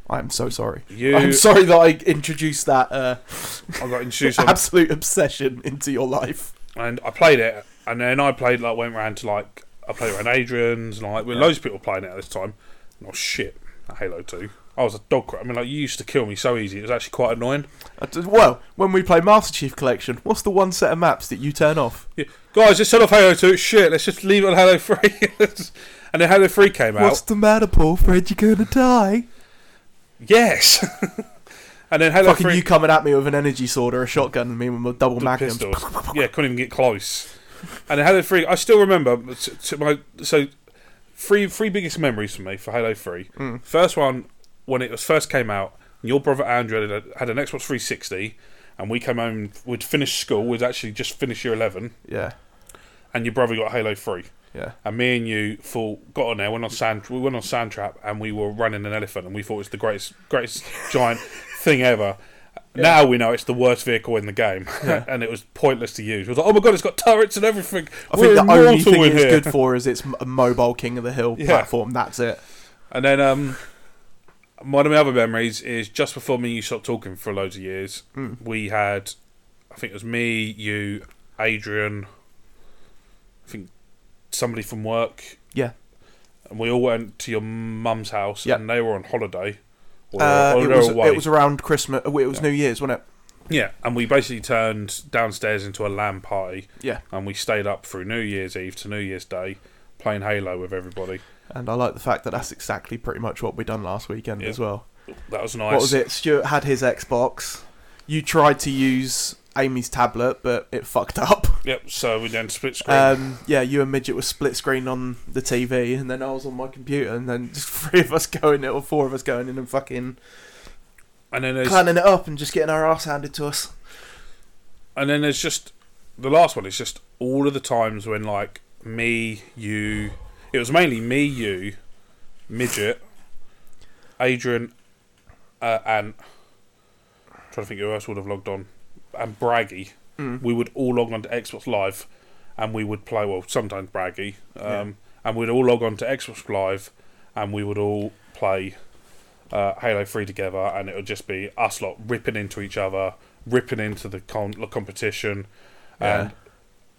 Speaker 1: I'm so sorry.
Speaker 2: You,
Speaker 1: I'm sorry that I introduced that uh,
Speaker 2: I got introduced.
Speaker 1: [laughs]
Speaker 2: on,
Speaker 1: absolute obsession into your life.
Speaker 2: and I played it, and then I played like went round to like I played around Adrian's, and like with loads of people playing it at this time. And, oh shit, Halo Two. I was a dog crap. I mean, like you used to kill me so easy. It was actually quite annoying.
Speaker 1: I just- Uh, Well, when we play Master Chief Collection, what's the one set of maps that you turn off?
Speaker 2: Yeah. Guys, just set off Halo Two. Shit, let's just leave it on Halo Three. [laughs] and then Halo Three came out.
Speaker 1: What's the matter, Paul? Fred, you're gonna die.
Speaker 2: Yes. [laughs] and then Halo
Speaker 1: Fucking
Speaker 2: Three.
Speaker 1: you coming at me with an energy sword or a shotgun and me with my double
Speaker 2: the
Speaker 1: magnum. [laughs]
Speaker 2: pistols. yeah, couldn't even get close. And Halo Three, I still remember. To, to my so three three biggest memories for me for Halo Three. First one when it was first came out, your brother Andrew had, a, had an Xbox 360, and we came home. We'd finished school. We'd actually just finished year 11,
Speaker 1: Yeah,
Speaker 2: and your brother got Halo Three.
Speaker 1: yeah.
Speaker 2: And me and you thought got on there, went on sand, we went on sand trap, and we were running an elephant, and we thought it was the greatest, greatest [laughs] giant thing ever. Now we know it's the worst vehicle in the game, [laughs] and it was pointless to use. It was like, oh my god, it's got turrets and everything.
Speaker 1: I think the
Speaker 2: immortal
Speaker 1: only thing
Speaker 2: in
Speaker 1: it's
Speaker 2: here."
Speaker 1: good for is it's m- a mobile King of the Hill
Speaker 2: Yeah.
Speaker 1: platform. That's it.
Speaker 2: And then um, one of my other memories is just before me and you stopped talking for loads of years,
Speaker 1: Hmm.
Speaker 2: we had, I think it was me, you, Adrian, I think somebody from work,
Speaker 1: Yeah.
Speaker 2: and we all went to your mum's house,
Speaker 1: Yep.
Speaker 2: and they were on holiday. Or,
Speaker 1: Uh,
Speaker 2: or
Speaker 1: it,
Speaker 2: they were
Speaker 1: was,
Speaker 2: away.
Speaker 1: it was around Christmas. uh, It was New Year's, wasn't it?
Speaker 2: yeah, and we basically turned downstairs into a LAN party,
Speaker 1: Yeah.
Speaker 2: and we stayed up through New Year's Eve to New Year's Day playing Halo with everybody.
Speaker 1: And I like the fact that that's exactly pretty much what we done last weekend
Speaker 2: Yeah.
Speaker 1: as well.
Speaker 2: That was nice.
Speaker 1: What was it? Stuart had his Xbox. You tried to use Amy's tablet, but it fucked up. [laughs]
Speaker 2: Yep. So we then split screen.
Speaker 1: Um, yeah, you and Midget were split screen on the TV, and then I was on my computer, and then [laughs] just three of us going in, or four of us going in and fucking
Speaker 2: and then there's
Speaker 1: planning it up and just getting our ass handed to us.
Speaker 2: and then there's just the last one is just all of the times when like me, you, it was mainly me, you, midget, Adrian, uh, and trying to think who else would have logged on, and Braggy.
Speaker 1: Mm.
Speaker 2: we would all log on to Xbox Live, and we would play. Well, sometimes braggy, um, and we'd all log on to Xbox Live, and we would all play uh, Halo Three together, and it would just be us lot ripping into each other, ripping into the con- the competition,
Speaker 1: Yeah.
Speaker 2: and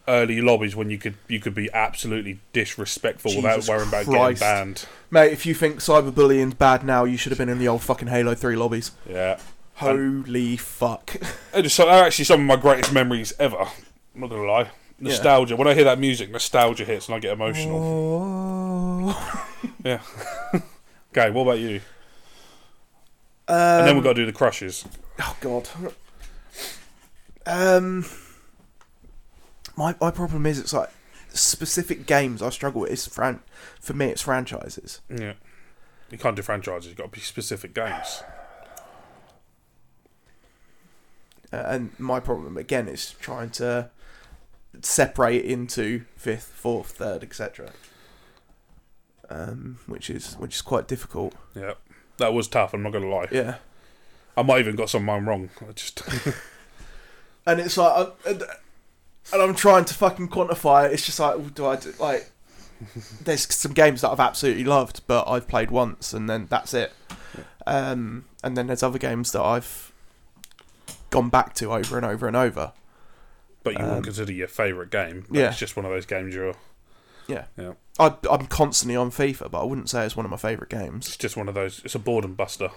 Speaker 2: early lobbies when you could you could be absolutely disrespectful
Speaker 1: Jesus
Speaker 2: without worrying about
Speaker 1: Christ.
Speaker 2: getting banned.
Speaker 1: Mate, if you think cyberbullying's bad now, you should have been in the old fucking Halo 3 lobbies.
Speaker 2: Yeah,
Speaker 1: Holy fuck. [laughs]
Speaker 2: It is so they're actually some of my greatest memories ever. I'm not gonna lie. Nostalgia. When I hear that music, nostalgia hits and I get emotional.
Speaker 1: Oh.
Speaker 2: Okay, what about you?
Speaker 1: Um,
Speaker 2: And then we've got to do the crushes.
Speaker 1: Oh god. Um, my my problem is it's like specific games I struggle with. It's fran- for me, it's franchises.
Speaker 2: Yeah. You can't do franchises, you've got to be specific games.
Speaker 1: Uh, and my problem again is trying to separate into fifth, fourth, third, etc. Um, which is which is quite difficult.
Speaker 2: Yeah. That was tough, I'm not going to lie.
Speaker 1: Yeah,
Speaker 2: I might even got some of mine wrong. I just [laughs]
Speaker 1: and it's like, I'm, and and I'm trying to fucking quantify it. It's just like, well, do I do, like? There's some games that I've absolutely loved, but I've played once, and then that's it. Um, and then there's other games that I've gone back to over and over and over.
Speaker 2: But you
Speaker 1: Um,
Speaker 2: wouldn't consider your favourite game. but
Speaker 1: yeah.
Speaker 2: It's just one of those games you're.
Speaker 1: I, I'm constantly on FIFA, but I wouldn't say it's one of my favourite games.
Speaker 2: It's just one of those. It's a boredom buster.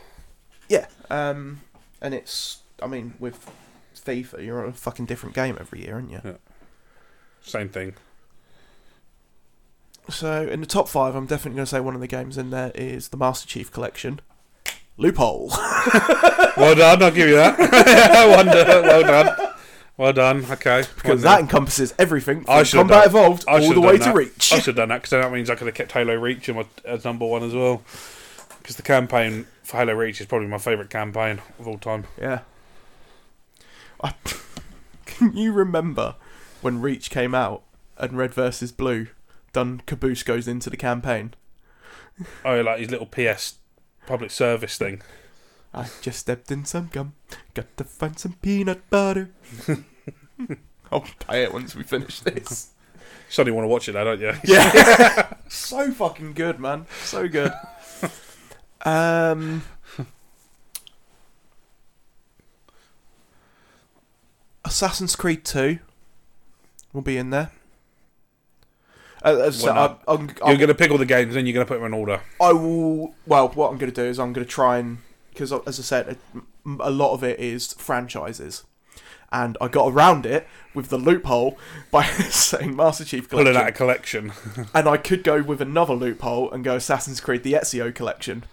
Speaker 1: Yeah, um, and it's, I mean, with FIFA, you're on a fucking different game every year, aren't you?
Speaker 2: Same thing.
Speaker 1: So in the top five, I'm definitely going to say one of the games in there is the Master Chief Collection.
Speaker 2: [laughs]
Speaker 1: Loophole.
Speaker 2: Well done, I'll give you that. [laughs] well done. Well done. Well done. Okay.
Speaker 1: Because that encompasses everything
Speaker 2: I
Speaker 1: from
Speaker 2: should've
Speaker 1: Combat
Speaker 2: done-
Speaker 1: Evolved
Speaker 2: I
Speaker 1: all
Speaker 2: should've
Speaker 1: the way to
Speaker 2: done that.
Speaker 1: Reach.
Speaker 2: I should have done that because that means I could have kept Halo Reach in my, as number one as well. Because the campaign for Halo Reach is probably my favourite campaign of all time.
Speaker 1: [laughs] Yeah. I, [laughs] can you remember when Reach came out and Red versus Blue done Caboose goes into the campaign?
Speaker 2: Oh, like his little PS public service thing.
Speaker 1: I just stepped in some gum. Got to find some peanut butter. [laughs] I'll play it once we finish this.
Speaker 2: Suddenly want to watch it now, don't you?
Speaker 1: [laughs] Yeah. [laughs] so fucking good, man. So good. [laughs] Um Assassin's Creed 2 will be in there. Uh, uh, so I,
Speaker 2: Why not?
Speaker 1: I'm,
Speaker 2: You're
Speaker 1: I'm,
Speaker 2: going to pick all the games, then you're going to put them in order.
Speaker 1: I will. Well, what I'm going to do is I'm going to try and because, as I said, a, a lot of it is franchises, and I got around it with the loophole by [laughs] saying Master Chief
Speaker 2: Pulling
Speaker 1: Collection.
Speaker 2: out a collection.
Speaker 1: And I could go with another loophole and go Assassin's Creed the Ezio collection,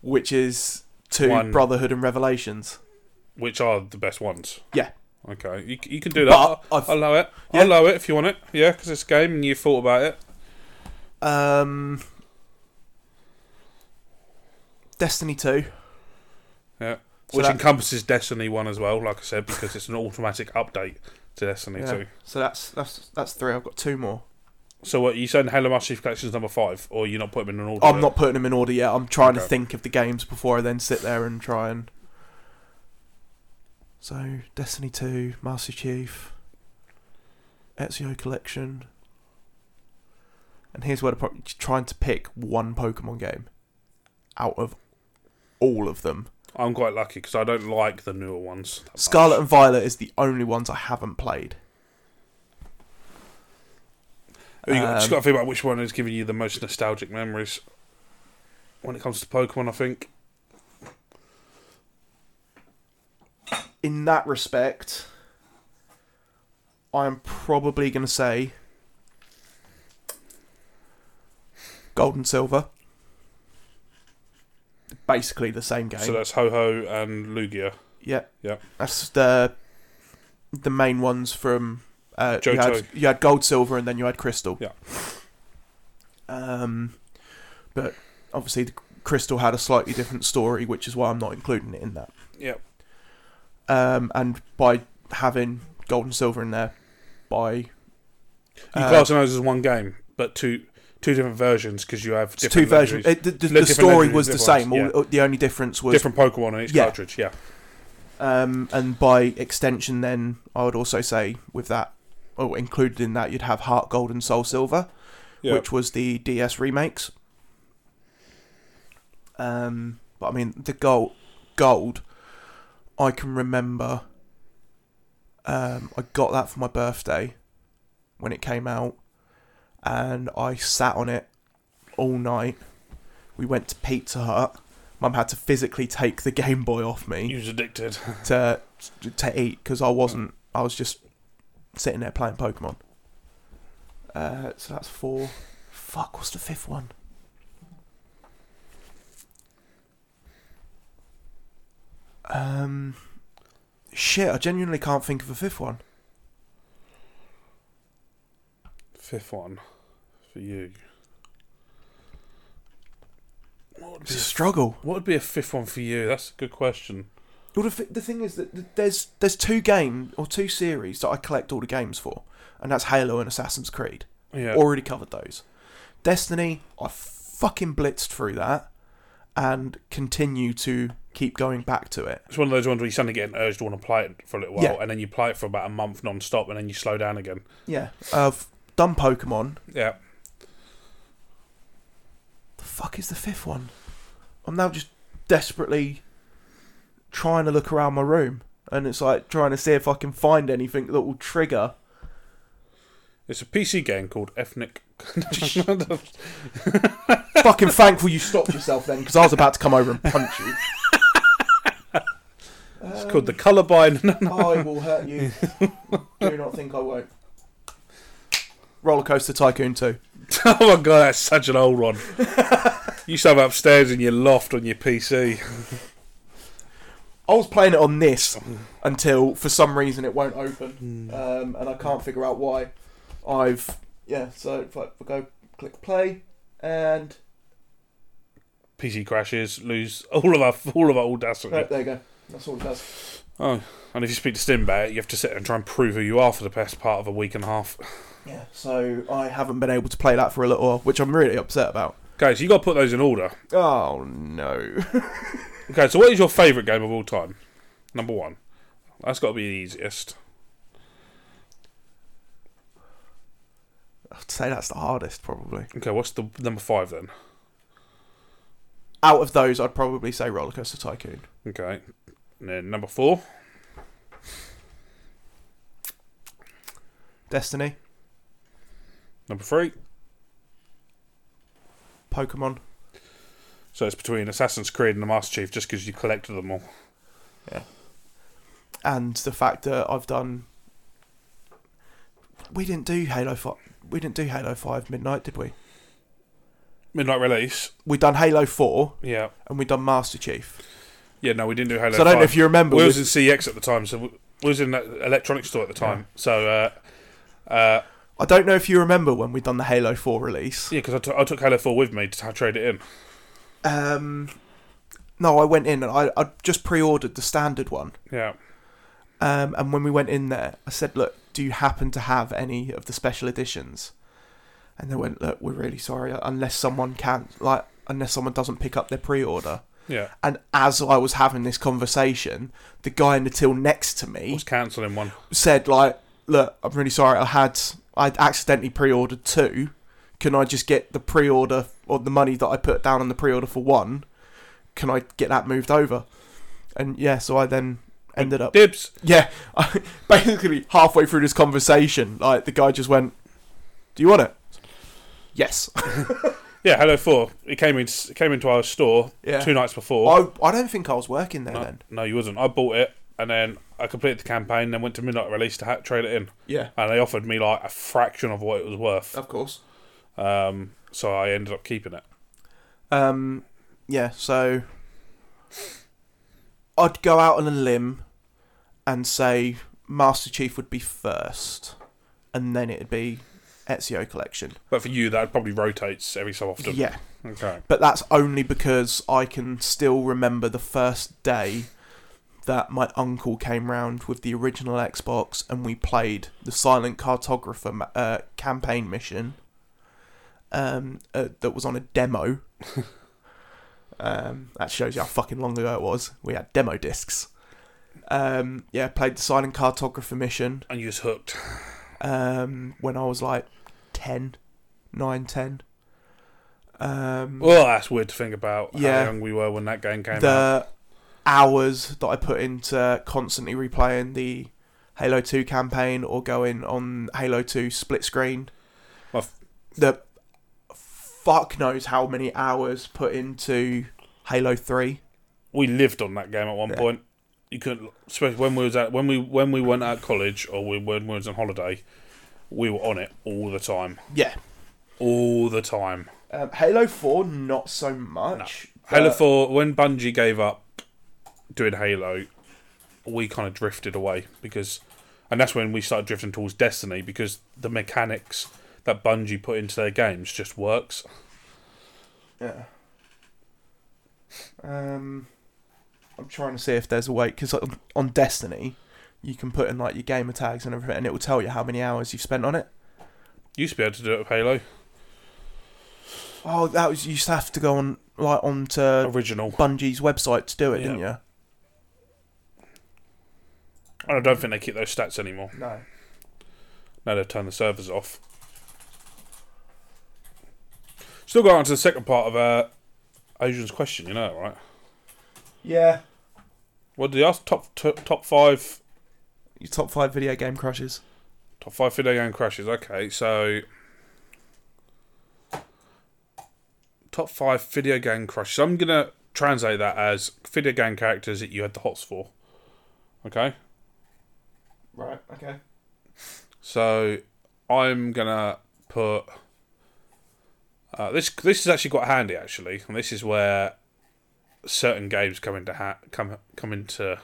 Speaker 1: which is two
Speaker 2: One.
Speaker 1: Brotherhood and Revelations.
Speaker 2: Which are the best ones?
Speaker 1: Yeah.
Speaker 2: Okay, you, you can do that.
Speaker 1: But I've-
Speaker 2: I'll allow it.
Speaker 1: Yeah.
Speaker 2: I'll allow it if you want it. Yeah, because it's a game and you thought about it.
Speaker 1: Um, Destiny 2.
Speaker 2: Yeah.
Speaker 1: So
Speaker 2: Which
Speaker 1: that-
Speaker 2: encompasses Destiny 1 as well, like I said, because it's an automatic update to Destiny
Speaker 1: Yeah.
Speaker 2: 2.
Speaker 1: So that's that's that's three. I've got two more.
Speaker 2: So what, you saying Halo Master Chief Collection's number 5, or you're not putting them in an order?
Speaker 1: I'm not putting them in order yet. I'm trying to
Speaker 2: Okay.
Speaker 1: think of the games before I then sit there and try and. So Destiny Two, Master Chief, Ezio Collection, and here's where the pro- trying to pick one Pokemon game out of all of them.
Speaker 2: I'm quite lucky because I don't like the newer ones. that much.
Speaker 1: Scarlet and Violet is the only ones I haven't played.
Speaker 2: You got,
Speaker 1: Um,
Speaker 2: just got to think about which one is giving you the most nostalgic memories. When it comes to Pokemon, I think
Speaker 1: in that respect, I am probably going to say gold and silver. Basically the same game.
Speaker 2: so. That's Ho Ho and Lugia.
Speaker 1: yeah.
Speaker 2: yeah.
Speaker 1: That's the the main ones from Uh, you,
Speaker 2: Johto.
Speaker 1: had, you had gold, silver, and then you had crystal.
Speaker 2: Yeah.
Speaker 1: Um, but obviously, the crystal had a slightly different story, which is why I'm not including it in that.
Speaker 2: Yep.
Speaker 1: Um, and by having gold and silver in there, by
Speaker 2: You
Speaker 1: Uh,
Speaker 2: class those as one game, but two two different versions because you have
Speaker 1: it's two
Speaker 2: different
Speaker 1: versions,
Speaker 2: legendaries.
Speaker 1: it, the, the,
Speaker 2: Different
Speaker 1: the story
Speaker 2: legendaries,
Speaker 1: was the
Speaker 2: different
Speaker 1: same.
Speaker 2: ones,
Speaker 1: All, the only difference was
Speaker 2: different Pokemon on each
Speaker 1: Yeah.
Speaker 2: cartridge. Yeah,
Speaker 1: Um, and by extension, then I would also say with that, or included in that, you'd have Heart Gold and Soul Silver,
Speaker 2: yeah.
Speaker 1: which was the DS remakes. Um, but I mean, the gold, gold, I can remember. Um, I got that for my birthday when it came out, and I sat on it all night. We went to Pizza Hut. Mum had to physically take the Game Boy off me
Speaker 2: he was addicted.
Speaker 1: to to eat because I wasn't. I was just sitting there playing Pokemon. Uh, so that's four. Fuck, what's the fifth one? Um, shit, I genuinely can't think of a fifth one.
Speaker 2: Fifth one for you. What would, be
Speaker 1: It's a
Speaker 2: a,
Speaker 1: struggle.
Speaker 2: what would be a fifth one for you? That's a good question.
Speaker 1: Well, the, th- the thing is that th- there's there's two game or two series that I collect all the games for, and that's Halo and Assassin's Creed.
Speaker 2: Yeah,
Speaker 1: Already covered those. Destiny, I fucking blitzed through that and continue to keep going back to it.
Speaker 2: it's one of those ones where you suddenly get an urge to want to play it for a little while,
Speaker 1: Yeah.
Speaker 2: and then you play it for about a month non-stop, and then you slow down again.
Speaker 1: Yeah. I've done Pokemon.
Speaker 2: Yeah,
Speaker 1: The fuck is the fifth one? I'm now just desperately trying to look around my room and it's like trying to see if I can find anything that will trigger.
Speaker 2: it's a PC game called Ethnic. [laughs]
Speaker 1: fucking thankful you stopped yourself then because I was about to come over and punch you.
Speaker 2: It's called the Colorblind.
Speaker 1: I will hurt you. Do not think I won't. Roller Coaster Tycoon 2.
Speaker 2: [laughs] oh my god, that's such an old one. you used to have it upstairs in your loft on your PC.
Speaker 1: I was playing it on this until for some reason it won't open,
Speaker 2: Hmm.
Speaker 1: um, and I can't figure out why. I've yeah, so if I if I go click play, and
Speaker 2: PC crashes, lose all of our all of our audacity.
Speaker 1: no, there you go. That's all it does.
Speaker 2: Oh, and if you speak to Stim about it, you have to sit there and try and prove who you are for the best part of a week and a half.
Speaker 1: Yeah, so I haven't been able to play that for a little while, which I'm really upset about.
Speaker 2: Okay, so you got to put those in order.
Speaker 1: Oh no! [laughs]
Speaker 2: Okay, so what is your favourite game of all time? Number one. That's got to be the easiest.
Speaker 1: I'd say that's the hardest probably.
Speaker 2: Okay, what's the number five then?
Speaker 1: Out of those, I'd probably say Roller Coaster Tycoon.
Speaker 2: Okay, and then number four.
Speaker 1: Destiny,
Speaker 2: Number three.
Speaker 1: Pokemon.
Speaker 2: So it's between Assassin's Creed and the Master Chief, just because you collected them all.
Speaker 1: and the fact that I've done. We didn't do Halo Five. We didn't do Halo Five Midnight, did we?
Speaker 2: Midnight release.
Speaker 1: We done Halo Four
Speaker 2: Yeah.
Speaker 1: and we done Master Chief.
Speaker 2: Yeah, no, we didn't do Halo.
Speaker 1: so I don't know
Speaker 2: 5.
Speaker 1: if you remember.
Speaker 2: we
Speaker 1: we-
Speaker 2: was in CX at the time, so we we was in that electronics store at the time. So, uh, uh,
Speaker 1: I don't know if you remember when we done the Halo Four release.
Speaker 2: yeah, because I took- I took Halo 4 with me to t- trade it in.
Speaker 1: Um, no, I went in and I I just pre-ordered the standard one.
Speaker 2: Yeah.
Speaker 1: Um, and when we went in there, I said, "Look, do you happen to have any of the special editions?" And they went, "Look, we're really sorry, unless someone can like unless someone doesn't pick up their pre-order."
Speaker 2: Yeah.
Speaker 1: And as I was having this conversation, the guy in the till next to
Speaker 2: I
Speaker 1: me
Speaker 2: was cancelling one.
Speaker 1: said, "Like, look, I'm really sorry. I had I accidentally pre-ordered two. Can I just get the pre-order or the money that I put down on the pre-order for one? Can I get that moved over?" And yeah, so I then ended up
Speaker 2: Dibs.
Speaker 1: yeah. [laughs] I, basically halfway through this conversation, like the guy just went, "Do you want it?" Yes.
Speaker 2: Yeah, Halo 4. It came in. It came into our store
Speaker 1: Yeah. Oh,
Speaker 2: two nights before.
Speaker 1: I I don't think I was working there
Speaker 2: no,
Speaker 1: then.
Speaker 2: no, you wasn't. I bought it and then I completed the campaign, then went to Midnight Release to ha- trade it in,
Speaker 1: Yeah.
Speaker 2: and they offered me like a fraction of what it was worth.
Speaker 1: Of course.
Speaker 2: Um, so I ended up keeping it.
Speaker 1: Um, yeah, so I'd go out on a limb and say Master Chief would be first and then it'd be Ezio collection.
Speaker 2: But for you, that probably rotates every so often.
Speaker 1: Yeah,
Speaker 2: Okay.
Speaker 1: but that's only because I can still remember the first day that my uncle came round with the original Xbox and we played the Silent Cartographer ma- uh, campaign mission um, uh, that was on a demo. um, that shows you how fucking long ago it was. We had demo discs. Um, yeah, played the Silent Cartographer mission
Speaker 2: And you're just hooked.
Speaker 1: um, when I was like 10, 9, 10. Um,
Speaker 2: Well, that's weird to think about
Speaker 1: Yeah.
Speaker 2: how young we were when that game came out.
Speaker 1: the hours that I put into constantly replaying the Halo 2 campaign or going on Halo 2 split screen.
Speaker 2: Well, f-
Speaker 1: the fuck knows how many hours put into Halo 3.
Speaker 2: We lived on that game at one
Speaker 1: Yeah.
Speaker 2: point. You couldn't, especially when we was at when we when we went out college or we, when we was on holiday, we were on it all the time,
Speaker 1: Yeah.
Speaker 2: all the time.
Speaker 1: Um, Halo 4, not so much.
Speaker 2: Halo
Speaker 1: but-
Speaker 2: Four. When Bungie gave up doing Halo, we kind of drifted away because, and that's when we started drifting towards Destiny because the mechanics that Bungie put into their games just works.
Speaker 1: Yeah. Um, I'm trying to see if there's a way because on, on Destiny, you can put in like your gamer tags and everything, and it will tell you how many hours you've spent on it.
Speaker 2: You used to be able to do it with Halo
Speaker 1: Oh, that was you used to have to go on like onto
Speaker 2: original.
Speaker 1: Bungie's website to do it,
Speaker 2: Yeah.
Speaker 1: didn't you?
Speaker 2: And I don't think they keep those stats anymore.
Speaker 1: No.
Speaker 2: Now they've turned the servers off. Still got on to the second part of uh, Adrian's question. You know, right?
Speaker 1: Yeah.
Speaker 2: What did he ask? Top t- top five
Speaker 1: Your top five video game crushes.
Speaker 2: Top five video game crashes. Okay, so top five video game crashes. I'm gonna translate that as video game characters that you had the hots for. Okay,
Speaker 1: Right. Okay.
Speaker 2: so I'm gonna put uh, this. This is actually quite handy, actually, and this is where certain games come into ha- come come into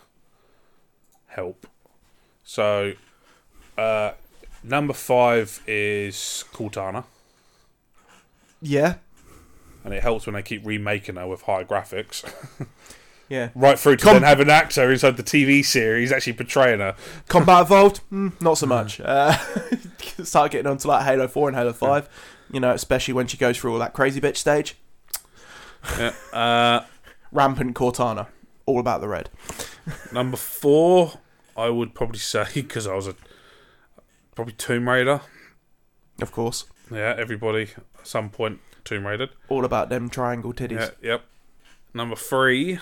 Speaker 2: help. So uh, number five is Cortana.
Speaker 1: Yeah.
Speaker 2: and it helps when they keep remaking her with higher graphics, [laughs]
Speaker 1: Yeah.
Speaker 2: right through to
Speaker 1: Com-
Speaker 2: then have an actor inside the TV series actually portraying her.
Speaker 1: Combat Evolved, mm, not so much. Uh, [laughs] start getting onto like Halo 4 and Halo 5, you know, especially when she goes through all that crazy bitch stage.
Speaker 2: Yeah. Uh,
Speaker 1: Rampant Cortana, all about the red.
Speaker 2: number four, I would probably [laughs] say because I was a probably Tomb Raider.
Speaker 1: Of course.
Speaker 2: Yeah, everybody at some point Tomb Raidered.
Speaker 1: All about them triangle titties.
Speaker 2: Yeah, yep. Number three,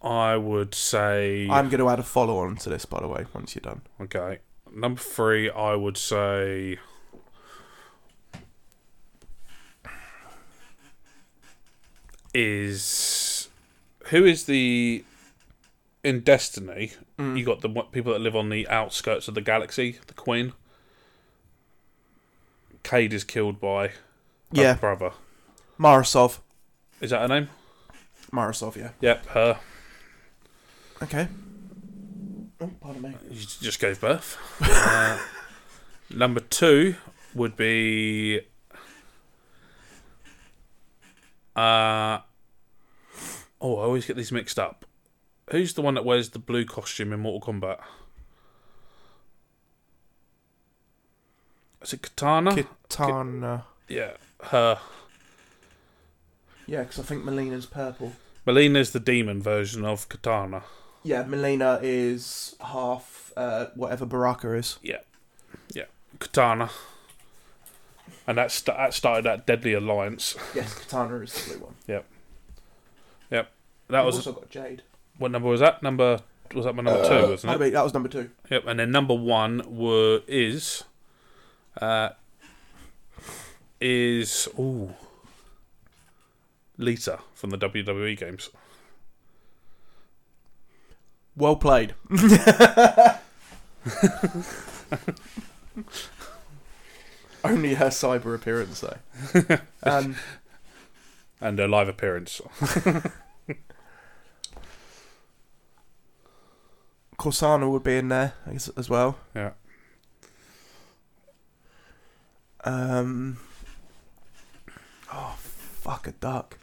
Speaker 2: I would say
Speaker 1: I'm going to add a follow on to this, by the way, once you're done.
Speaker 2: Okay. Number three, I would say. Is. Who is the. In Destiny, you got the what, people that live on the outskirts of the galaxy, the Queen. Cade is killed by her
Speaker 1: Yeah.
Speaker 2: brother.
Speaker 1: Marasov.
Speaker 2: Is that her name?
Speaker 1: Marasov, yeah.
Speaker 2: Yep, her.
Speaker 1: Okay. Oh, pardon me.
Speaker 2: She just gave birth. Uh, number two would be. Uh, oh, I always get these mixed up. Who's the one that wears the blue costume in Mortal Kombat? Is it Katana?
Speaker 1: Kitana.
Speaker 2: yeah, her.
Speaker 1: Yeah, because I think Melina's purple.
Speaker 2: Melina's the demon version of Katana.
Speaker 1: Yeah, Melina is half uh, whatever Baraka is.
Speaker 2: Yeah, yeah, Katana. And that, st- that started that deadly alliance.
Speaker 1: Yes, Katana is the blue one.
Speaker 2: That was
Speaker 1: got Jade. Uh,
Speaker 2: what number was that? Number was that my number two, wasn't it?
Speaker 1: Maybe that was number two.
Speaker 2: Yep. And then number one were is, uh, is ooh, Lita from the WWE games.
Speaker 1: Well played. [laughs] Only her cyber appearance, though.
Speaker 2: [laughs]
Speaker 1: um,
Speaker 2: and a live appearance.
Speaker 1: Corsana would be in there I guess, as well.
Speaker 2: Yeah.
Speaker 1: Um. Oh fuck a duck.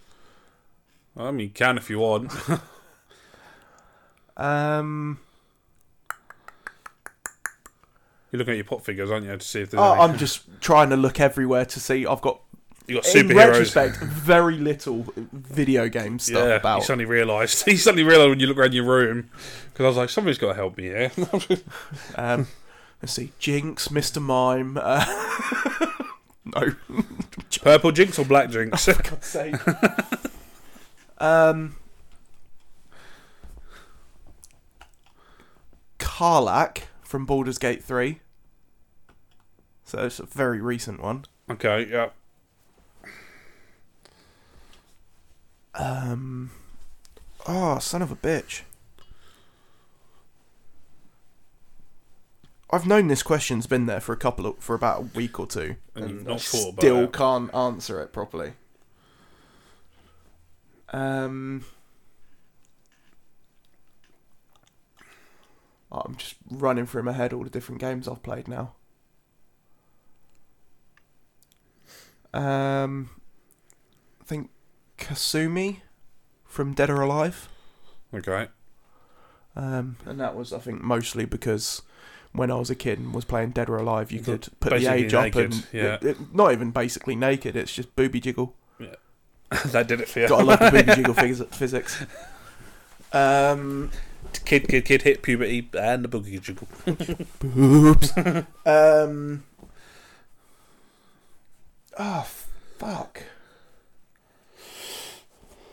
Speaker 2: I mean, you can if you want.
Speaker 1: Um.
Speaker 2: You're looking at your pop figures, aren't you, to see if there's.
Speaker 1: Oh,
Speaker 2: any.
Speaker 1: I'm just trying to look everywhere to see. I've got
Speaker 2: you got
Speaker 1: in
Speaker 2: superheroes.
Speaker 1: retrospect very little video game stuff
Speaker 2: yeah,
Speaker 1: about.
Speaker 2: you suddenly realised. [laughs] You suddenly realised when you look around your room because I was like, somebody's got to help me here. [laughs]
Speaker 1: Um, let's see, Jinx, Mister Mime. Uh, [laughs] no,
Speaker 2: Purple Jinx or Black Jinx? [laughs]
Speaker 1: God's sake. um, Karlak from Baldur's Gate 3. So it's a very recent one.
Speaker 2: okay, yeah.
Speaker 1: Um, oh, son of a bitch. I've known this question's been there for a couple of, for about a week or two,
Speaker 2: And you've
Speaker 1: I
Speaker 2: not thought about
Speaker 1: still
Speaker 2: it.
Speaker 1: can't answer it properly. Um, I'm just running through my head all the different games I've played now. Um, I think Kasumi from Dead or Alive.
Speaker 2: Okay. [laughs]
Speaker 1: Um, and that was, I think, mostly because when I was a kid and was playing Dead or Alive, you
Speaker 2: Got
Speaker 1: could put the
Speaker 2: basically
Speaker 1: age
Speaker 2: naked,
Speaker 1: up and
Speaker 2: yeah.
Speaker 1: it- it- not even basically naked. It's just booby jiggle.
Speaker 2: that did it for you.
Speaker 1: Got to love the
Speaker 2: [laughs]
Speaker 1: booby jiggle phys- physics. Um,
Speaker 2: Kid, kid, kid hit puberty and the boogie jiggle.
Speaker 1: boobs. um. Oh fuck.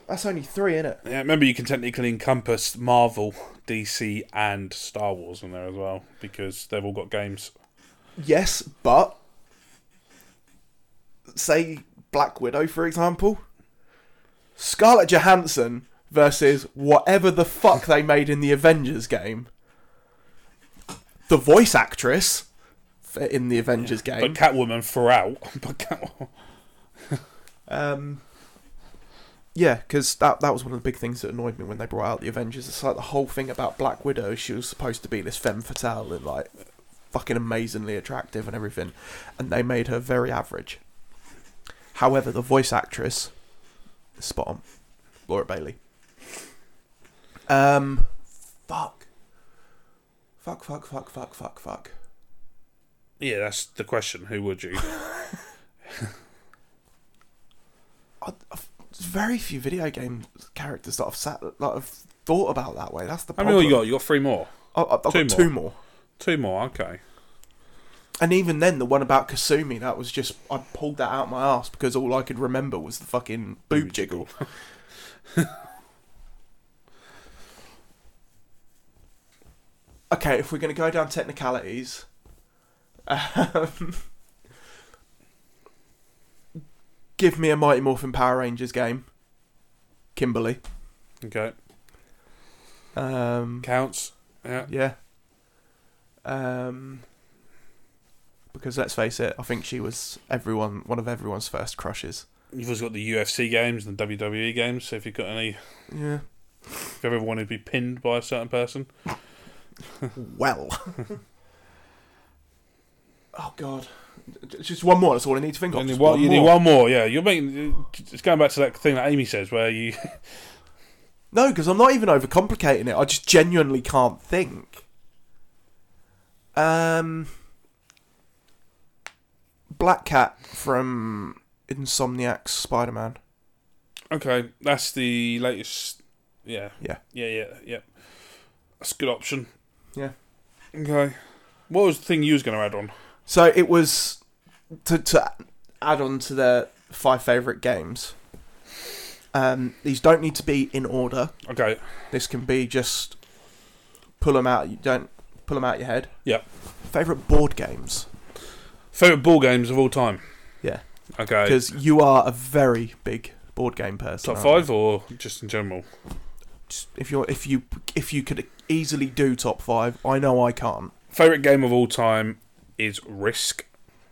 Speaker 1: That's only three, innit?
Speaker 2: Yeah, remember you can technically encompass Marvel, DC, and Star Wars in there as well because they've all got games.
Speaker 1: Yes, but say Black Widow, for example, Scarlett Johansson versus whatever the fuck they made in the Avengers game. The voice actress for- in the Avengers
Speaker 2: But
Speaker 1: game.
Speaker 2: Catwoman throughout. [laughs] But Catwoman.
Speaker 1: Um, yeah, because that that was one of the big things that annoyed me when they brought out the Avengers. It's like the whole thing about Black Widow. She was supposed to be this femme fatale and like fucking amazingly attractive and everything, and they made her very average. However, the voice actress is spot on, Laura Bailey. Um, fuck, fuck, fuck, fuck, fuck, fuck, fuck.
Speaker 2: Yeah, that's the question. Who would [laughs] you?
Speaker 1: I, I've, there's very few video game characters that I've sat that I've thought about that way. That's the
Speaker 2: How
Speaker 1: problem.
Speaker 2: many more you got? You got three more.
Speaker 1: I, I've got
Speaker 2: Two
Speaker 1: two more.
Speaker 2: Two more. Okay.
Speaker 1: And even then, the one about Kasumi, that was just I pulled that out my ass because all I could remember was the fucking boob jiggle.
Speaker 2: [laughs]
Speaker 1: okay, if we're going to go down technicalities, um, [laughs] give me a Mighty Morphin Power Rangers game, Kimberly.
Speaker 2: Okay.
Speaker 1: Um,
Speaker 2: Counts. Yeah.
Speaker 1: yeah. Um, because let's face it, I think she was everyone one of everyone's first crushes.
Speaker 2: You've also got the UFC games and the WWE games. So if you've got any,
Speaker 1: Yeah.
Speaker 2: if you ever wanted to be pinned by a certain person,
Speaker 1: Well. [laughs] oh God. J- Just one more. That's all I need to think of.
Speaker 2: Only
Speaker 1: Just
Speaker 2: one, you need
Speaker 1: more.
Speaker 2: one more. Yeah, you're making. It's going back to that thing that Amy says where you.
Speaker 1: No, because I'm not even overcomplicating it. I just genuinely can't think. Um, Black Cat from Insomniac's Spider-Man.
Speaker 2: Okay, that's the latest. Yeah.
Speaker 1: Yeah.
Speaker 2: Yeah. Yeah. Yeah. That's a good option.
Speaker 1: Yeah.
Speaker 2: Okay. What was the thing you was going to add on?
Speaker 1: So it was to to add on to their five favorite games. Um, these don't need to be in order.
Speaker 2: Okay.
Speaker 1: This can be just pull them out. You don't pull them out your head.
Speaker 2: Yep.
Speaker 1: Favorite board games
Speaker 2: Favorite ball games of all time.
Speaker 1: Yeah.
Speaker 2: Okay.
Speaker 1: because you are a very big board game person.
Speaker 2: Top
Speaker 1: aren't you?
Speaker 2: five or just in general?
Speaker 1: Just If you're if you if you could easily do top five, I know I can't.
Speaker 2: Favorite game of all time is Risk.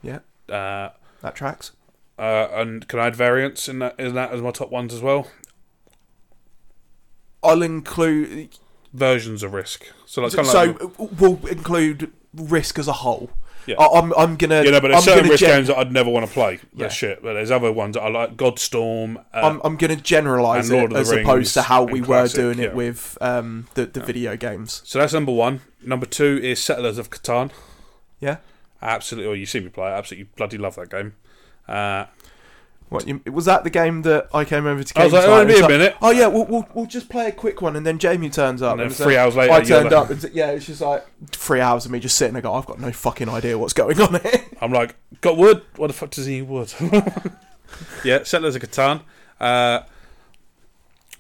Speaker 1: Yeah.
Speaker 2: Uh,
Speaker 1: That tracks.
Speaker 2: uh, and can I add variants in that? In that as my top ones as well?
Speaker 1: I'll include
Speaker 2: versions of Risk. So like, kind of
Speaker 1: so uh,
Speaker 2: like,
Speaker 1: we'll include risk as a whole.
Speaker 2: Yeah.
Speaker 1: I, I'm I'm gonna
Speaker 2: you know, but
Speaker 1: I'm
Speaker 2: there's certain
Speaker 1: gonna
Speaker 2: Risk
Speaker 1: gen-
Speaker 2: games that I'd never want to play.
Speaker 1: Yeah.
Speaker 2: They're shit. But there's other ones that I like. Godstorm. Uh,
Speaker 1: I'm, I'm going to generalize
Speaker 2: and Lord
Speaker 1: it
Speaker 2: of
Speaker 1: as
Speaker 2: the Rings
Speaker 1: opposed to how we
Speaker 2: and
Speaker 1: were
Speaker 2: classic,
Speaker 1: doing it
Speaker 2: yeah.
Speaker 1: with um, the the video games.
Speaker 2: so that's number one. Number two is Settlers of Catan.
Speaker 1: Yeah.
Speaker 2: Absolutely, or you see me play. I absolutely bloody love that game. Uh,
Speaker 1: What you, was that? The game that I came over to.
Speaker 2: I
Speaker 1: Games
Speaker 2: was like,
Speaker 1: night
Speaker 2: "Oh,
Speaker 1: and
Speaker 2: be
Speaker 1: it's
Speaker 2: a minute."
Speaker 1: Oh yeah, we'll, we'll we'll just play a quick one, and then Jamie turns up.
Speaker 2: and then
Speaker 1: it's like-
Speaker 2: three hours later,
Speaker 1: I
Speaker 2: you're
Speaker 1: turned
Speaker 2: like-
Speaker 1: up, and yeah, it's just like three hours of me just sitting. I go, I've got no fucking idea what's going on here.
Speaker 2: I'm like, got wood? What the fuck does he need wood? [laughs] yeah, Settlers of Catan. Uh,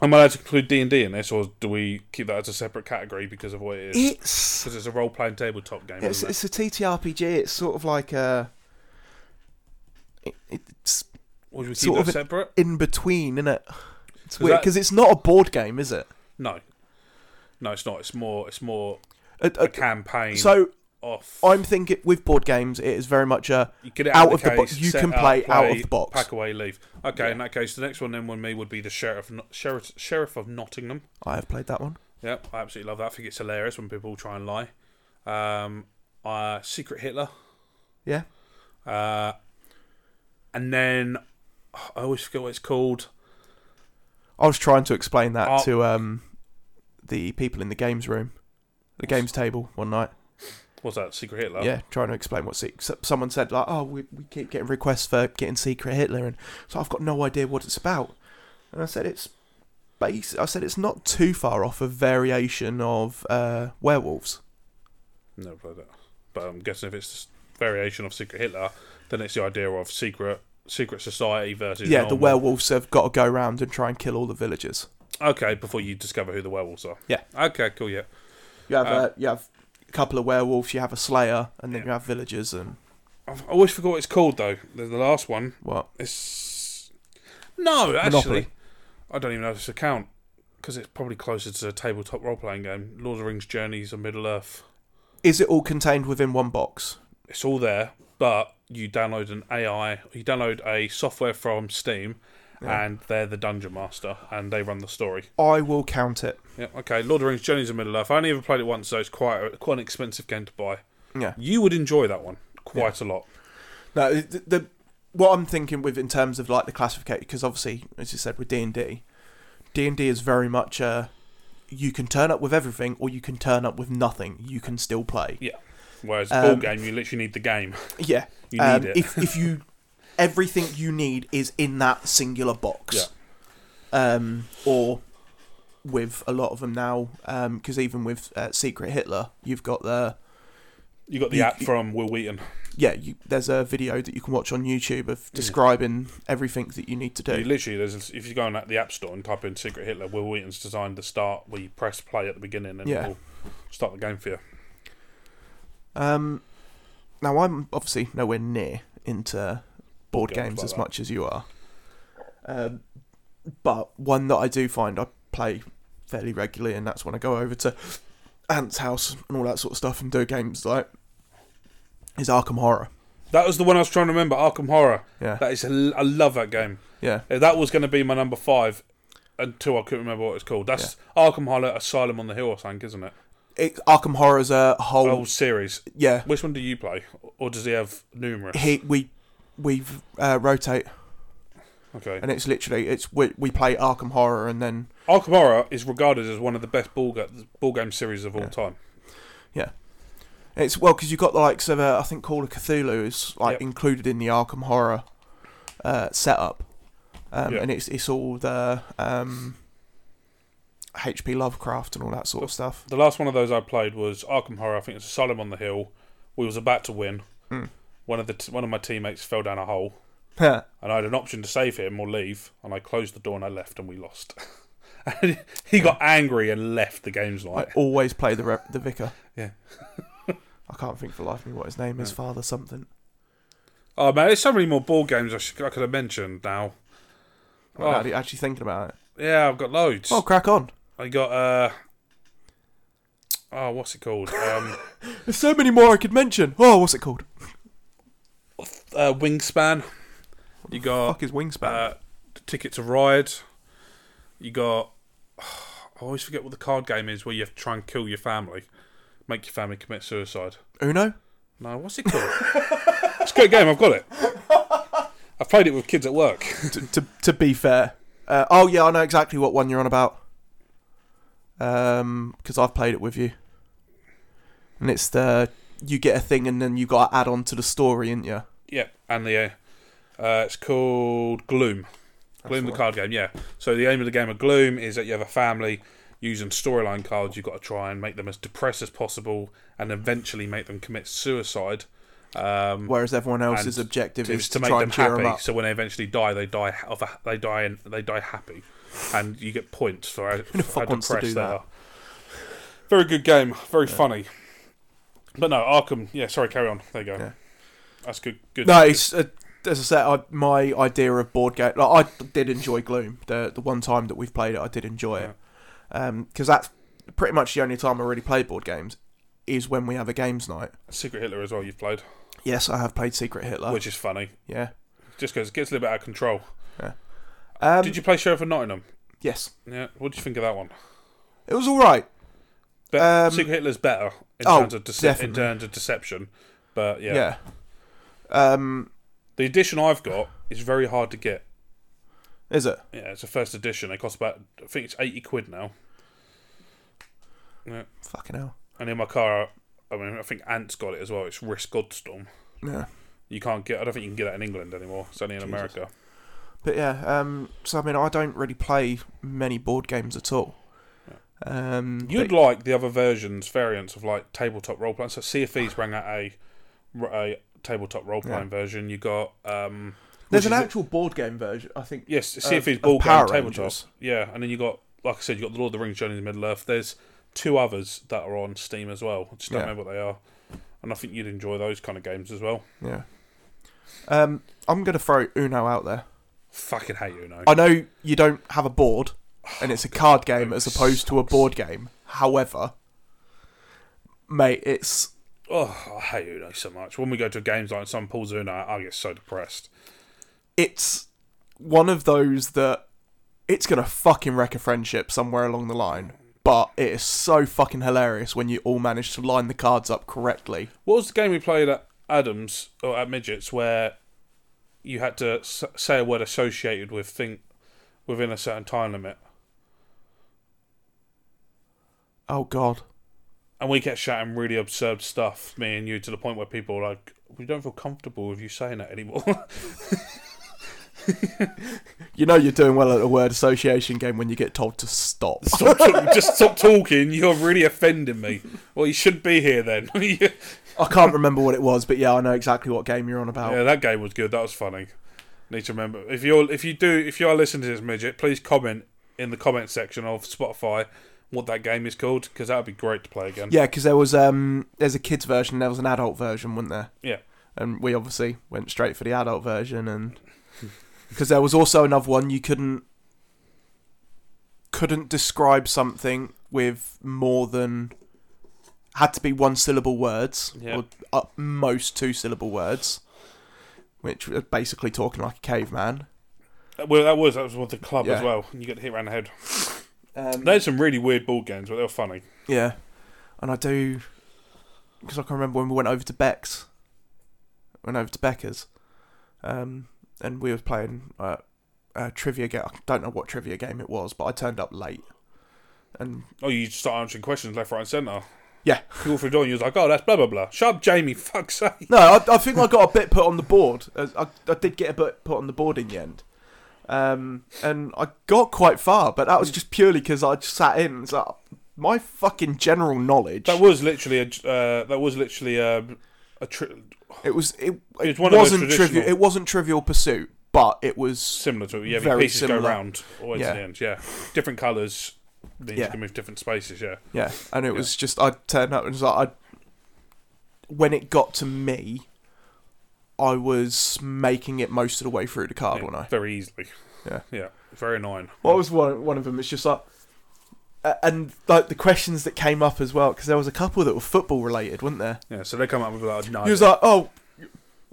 Speaker 2: am I allowed to include D and D in this, or do we keep that as a separate category because of what it is?
Speaker 1: It's
Speaker 2: Because [laughs] it's a role-playing tabletop game.
Speaker 1: it's,
Speaker 2: isn't it?
Speaker 1: it's a TTRPG. It's sort of like a it, it's
Speaker 2: Or do we keep
Speaker 1: sort
Speaker 2: that
Speaker 1: of an-
Speaker 2: separate?
Speaker 1: in between, isn't it? It's
Speaker 2: So
Speaker 1: weird
Speaker 2: that-
Speaker 1: because it's not a board game, is it?
Speaker 2: No, no, it's not. It's more. It's more
Speaker 1: A-
Speaker 2: a
Speaker 1: a-
Speaker 2: campaign.
Speaker 1: Uh, so
Speaker 2: off.
Speaker 1: I'm thinking with board games, it is very much a
Speaker 2: You get it
Speaker 1: out
Speaker 2: out,
Speaker 1: of the
Speaker 2: case,
Speaker 1: box. You
Speaker 2: set
Speaker 1: can
Speaker 2: up,
Speaker 1: play out of the box.
Speaker 2: Pack away, leave. Okay, in that case, the next one then with me would be the sheriff, of No- sheriff, sheriff of Nottingham.
Speaker 1: I have played that one.
Speaker 2: Yep, I absolutely love that. I think it's hilarious when people try and lie. Um, uh, Secret Hitler.
Speaker 1: Yeah.
Speaker 2: Uh, and then I always forget what it's called.
Speaker 1: I was trying to explain that
Speaker 2: Oh.
Speaker 1: to um the people in the games room, the games table one night.
Speaker 2: What's that? Secret Hitler.
Speaker 1: Yeah, trying to explain what se- so- someone said like, "Oh, we, we keep getting requests for getting Secret Hitler," and so I've got no idea what it's about. And I said it's base. I said it's not too far off a variation of uh, werewolves.
Speaker 2: Never played that. But I'm guessing if it's a variation of Secret Hitler, then it's the idea of secret secret society versus
Speaker 1: yeah, the
Speaker 2: normal.
Speaker 1: werewolves have got to go round and try and kill all the villagers.
Speaker 2: Okay, before you discover who the werewolves are.
Speaker 1: Yeah.
Speaker 2: Okay, cool. Yeah.
Speaker 1: You have
Speaker 2: Uh,
Speaker 1: a, you have a couple of werewolves, you have a slayer, and then
Speaker 2: Yeah.
Speaker 1: you have villagers and
Speaker 2: I've- I always forgot what it's called though. The, the last one.
Speaker 1: what?
Speaker 2: It's no, actually,
Speaker 1: Monopoly.
Speaker 2: I don't even know this account because it's probably closer to a tabletop role-playing game. Lord of the Rings: Journeys of Middle Earth.
Speaker 1: Is it all contained within one box?
Speaker 2: It's all there, but you download an AI. You download a software from Steam, and they're the dungeon master, and they run the story.
Speaker 1: I will count it.
Speaker 2: Yeah. Okay. Lord of the Rings: Journeys of Middle Earth. I only ever played it once, so it's quite a, quite an expensive game to buy.
Speaker 1: Yeah.
Speaker 2: You would enjoy that one quite a lot.
Speaker 1: No, the, the what I'm thinking with in terms of like the classification, because obviously, as you said, with D and D, D and D is very much uh, you can turn up with everything or you can turn up with nothing. You can still play.
Speaker 2: Yeah. Whereas
Speaker 1: Um,
Speaker 2: ball game, you literally need the game.
Speaker 1: Yeah, um,
Speaker 2: You need it. [laughs]
Speaker 1: If if you [laughs] everything you need is in that singular box, um, or with a lot of them now, because even with uh, Secret Hitler, you've got the
Speaker 2: You got the
Speaker 1: You-
Speaker 2: app from Will Wheaton.
Speaker 1: yeah. You, there's a video that you can watch on YouTube of describing everything that you need to do.
Speaker 2: You literally, there's if you go on the app store and type in "Secret Hitler," Will Wheaton's designed the start where you press play at the beginning and
Speaker 1: Yeah.
Speaker 2: it'll start the game for you.
Speaker 1: Um, now I'm obviously nowhere near into board
Speaker 2: Games
Speaker 1: games
Speaker 2: like
Speaker 1: as
Speaker 2: that.
Speaker 1: much as you are, um, but one that I do find I play fairly regularly, and that's when I go over to Ant's house and all that sort of stuff and do games like is Arkham Horror.
Speaker 2: That was the one I was trying to remember. Arkham Horror.
Speaker 1: Yeah,
Speaker 2: That is, hel- I love that game.
Speaker 1: yeah,
Speaker 2: Uh, That was going to be my number five until I couldn't remember what it's called. That's Arkham Horror Asylum on the Hill, I think, isn't it?
Speaker 1: it, Arkham Horror is a whole.
Speaker 2: Old series.
Speaker 1: yeah,
Speaker 2: Which one do you play, or does he have numerous?
Speaker 1: [laughs] he we we uh, rotate,
Speaker 2: Okay.
Speaker 1: and it's literally it's we, we play Arkham Horror and then
Speaker 2: Arkham Horror is regarded as one of the best ball, ga- ball game series of all
Speaker 1: Yeah.
Speaker 2: time.
Speaker 1: It's well because you've got the likes of uh, I think Call of Cthulhu is like
Speaker 2: Yep.
Speaker 1: included in the Arkham Horror uh, setup, um,
Speaker 2: Yeah.
Speaker 1: and it's it's all the um, H.P. Lovecraft and all that sort of stuff. [laughs]
Speaker 2: The last one of those I played was Arkham Horror. I think it's Asylum on the Hill. We was about to win.
Speaker 1: Hmm.
Speaker 2: One of the t- one of my teammates fell down a hole,
Speaker 1: yeah,
Speaker 2: and I had an option to save him or leave. And I closed the door and I left, and we lost. [laughs] And he got angry and left the games
Speaker 1: I
Speaker 2: night.
Speaker 1: always play the rep, the vicar.
Speaker 2: Yeah.
Speaker 1: [laughs] I can't think for the life of me what his name is. Father something.
Speaker 2: Oh man, there's so many more board games I, should, I could have mentioned now.
Speaker 1: I'm
Speaker 2: Oh.
Speaker 1: actually, actually thinking about it.
Speaker 2: Yeah, I've got loads.
Speaker 1: Oh, crack on!
Speaker 2: I got uh, oh, what's it called?
Speaker 1: [laughs]
Speaker 2: Um,
Speaker 1: There's so many more I could mention. Oh, what's it called?
Speaker 2: uh, Wingspan. You got
Speaker 1: Fuck his wingspan.
Speaker 2: uh, Ticket to Ride. You got [sighs] I always forget what the card game is where you have to try and kill your family, make your family commit suicide.
Speaker 1: Uno?
Speaker 2: No, what's it called? it's a great game. I've got it. I've played it with kids at work.
Speaker 1: to, to, to be fair. Uh, oh, yeah, I know exactly what one you're on about. Because I've played it with you. And it's the. You get a thing and then you got to add on to the story, ain't you?
Speaker 2: yeah, and the uh, uh, it's called Gloom. Gloom, the card game. Yeah. So the aim of the game of Gloom is that you have a family using storyline cards. You've got to try and make them as depressed as possible, and eventually make them commit suicide. Um,
Speaker 1: Whereas everyone else's
Speaker 2: And
Speaker 1: objective
Speaker 2: to-
Speaker 1: is
Speaker 2: to make
Speaker 1: try
Speaker 2: them
Speaker 1: and cheer 'em
Speaker 2: happy.
Speaker 1: up.
Speaker 2: So when they eventually die, they die ha- of a, they die in, they die happy, and you get points for how, for how
Speaker 1: fuck wants to do
Speaker 2: depressed they
Speaker 1: that?
Speaker 2: are. Very good game, very funny. But no, Arkham. Yeah, sorry, carry on. There you go.
Speaker 1: Yeah.
Speaker 2: That's good. Good.
Speaker 1: No, it's uh, as I said, I, my idea of board game. Like, I did enjoy Gloom. The the one time that we've played it, I did enjoy it because that's pretty much the only time I really play board games is when we have a games night.
Speaker 2: Secret Hitler as well. You've played,
Speaker 1: Yes, I have played Secret Hitler.
Speaker 2: which is funny,
Speaker 1: yeah.
Speaker 2: just because it gets a little bit out of control.
Speaker 1: Um,
Speaker 2: Did you play Sheriff of Nottingham?
Speaker 1: Yes,
Speaker 2: Yeah. What do you think of that one?
Speaker 1: it was all right.
Speaker 2: Be-
Speaker 1: Um,
Speaker 2: Secret Hitler's better in
Speaker 1: oh,
Speaker 2: terms of dece- in
Speaker 1: definitely.
Speaker 2: terms of deception, but yeah.
Speaker 1: Yeah. Um,
Speaker 2: the edition I've got is very hard to get.
Speaker 1: is it?
Speaker 2: Yeah, it's a first edition. It costs about I think it's eighty quid now. Yeah.
Speaker 1: Fucking hell.
Speaker 2: And in my car, I mean, I think Ant's got it as well. It's Risk Godstorm.
Speaker 1: Yeah.
Speaker 2: You can't get. I don't think you can get that in England anymore. It's only in America.
Speaker 1: But yeah. Um, so I mean, I don't really play many board games at all. Um,
Speaker 2: You'd
Speaker 1: but-
Speaker 2: like the other versions, variants of like tabletop role playing. So Sea of Thieves bring out a a tabletop role playing
Speaker 1: Yeah.
Speaker 2: version. You got um.
Speaker 1: there's
Speaker 2: which
Speaker 1: an
Speaker 2: is a-
Speaker 1: actual board game version, I think.
Speaker 2: Yes, see if
Speaker 1: of-
Speaker 2: he's
Speaker 1: of
Speaker 2: ball game
Speaker 1: Power
Speaker 2: tabletop.
Speaker 1: Rangers.
Speaker 2: Yeah, and then you got like I said, you got the Lord of the Rings Journey to Middle Earth. There's two others that are on Steam as well. I just don't
Speaker 1: Yeah.
Speaker 2: remember what they are. And I think you'd enjoy those kind of games as well.
Speaker 1: Yeah. Um, I'm gonna throw Uno out there.
Speaker 2: Fucking hate you, no.
Speaker 1: I know you don't have a board, and it's a card game as opposed to a board game. However, mate, it's
Speaker 2: oh, I hate Uno so much. When we go to games like some pulls Uno, out, I get so depressed.
Speaker 1: it's one of those that it's gonna fucking wreck a friendship somewhere along the line. But it is so fucking hilarious when you all manage to line the cards up correctly.
Speaker 2: What was the game we played at Adams or at Midgets where you had to s- say a word associated with thing within a certain time limit,
Speaker 1: Oh god.
Speaker 2: and we kept shouting really absurd stuff, me and you, to the point where people were like, "We don't feel comfortable with you saying that anymore." [laughs]
Speaker 1: You know you're doing well at a word association game when you get told to stop.
Speaker 2: stop talk- just stop talking. You're really offending me. Well, you shouldn't be here then. [laughs] yeah,
Speaker 1: I can't remember what it was, but yeah, I know exactly what game you're on about.
Speaker 2: that game was good. That was funny. Need to remember if you're if you do if you are listening to this midget, please comment in the comment section of Spotify what that game is called because that would be great to play again.
Speaker 1: Yeah, because there was um, there's a kids version, and there was an adult version, wasn't there?
Speaker 2: Yeah.
Speaker 1: And we obviously went straight for the adult version, and because there was also another one you couldn't couldn't describe something with more than had to be one syllable words
Speaker 2: Yeah.
Speaker 1: or at most two syllable words, which was basically talking like a caveman.
Speaker 2: Well, that was that was with the club as
Speaker 1: Yeah.
Speaker 2: well. and You get hit round the head.
Speaker 1: Um,
Speaker 2: There's some really weird board games, but they were funny.
Speaker 1: Yeah, and I do because I can remember when we went over to Beck's, went over to Becker's, um, and we were playing uh, a trivia game. I don't know what trivia game it was, but I turned up late, and
Speaker 2: Oh, you start answering questions left, right, and centre.
Speaker 1: Yeah.
Speaker 2: You go through the door and you're like, oh, that's blah, blah, blah. Shut up, Jamie, [laughs] fuck's sake.
Speaker 1: no, I, I think I got a bit put on the board. Uh, I, I did get a bit put on the board in the end. Um, and I got quite far, but that was just purely because I just sat in. It's like, my fucking general knowledge.
Speaker 2: That was literally a, uh, that was literally a, a tri-
Speaker 1: It was it, it,
Speaker 2: It's one of those
Speaker 1: wasn't trivial.
Speaker 2: traditional-
Speaker 1: It wasn't Trivial Pursuit, but it was
Speaker 2: similar to it. Yeah,
Speaker 1: Very
Speaker 2: pieces go
Speaker 1: similar.
Speaker 2: round always
Speaker 1: Yeah.
Speaker 2: to the end. Yeah, different colours means you
Speaker 1: Yeah.
Speaker 2: can move different spaces. Yeah,
Speaker 1: yeah, and it was just I turned up and was like I. When it got to me, I was making it most of the way through the card,
Speaker 2: Yeah,
Speaker 1: wasn't I?
Speaker 2: very easily.
Speaker 1: Yeah.
Speaker 2: yeah, very annoying.
Speaker 1: What was one one of them? It's just like. a- And like the questions that came up as well, because there was a couple that were football related, weren't there?
Speaker 2: Yeah, so they come up with like no.
Speaker 1: He was like, "Oh,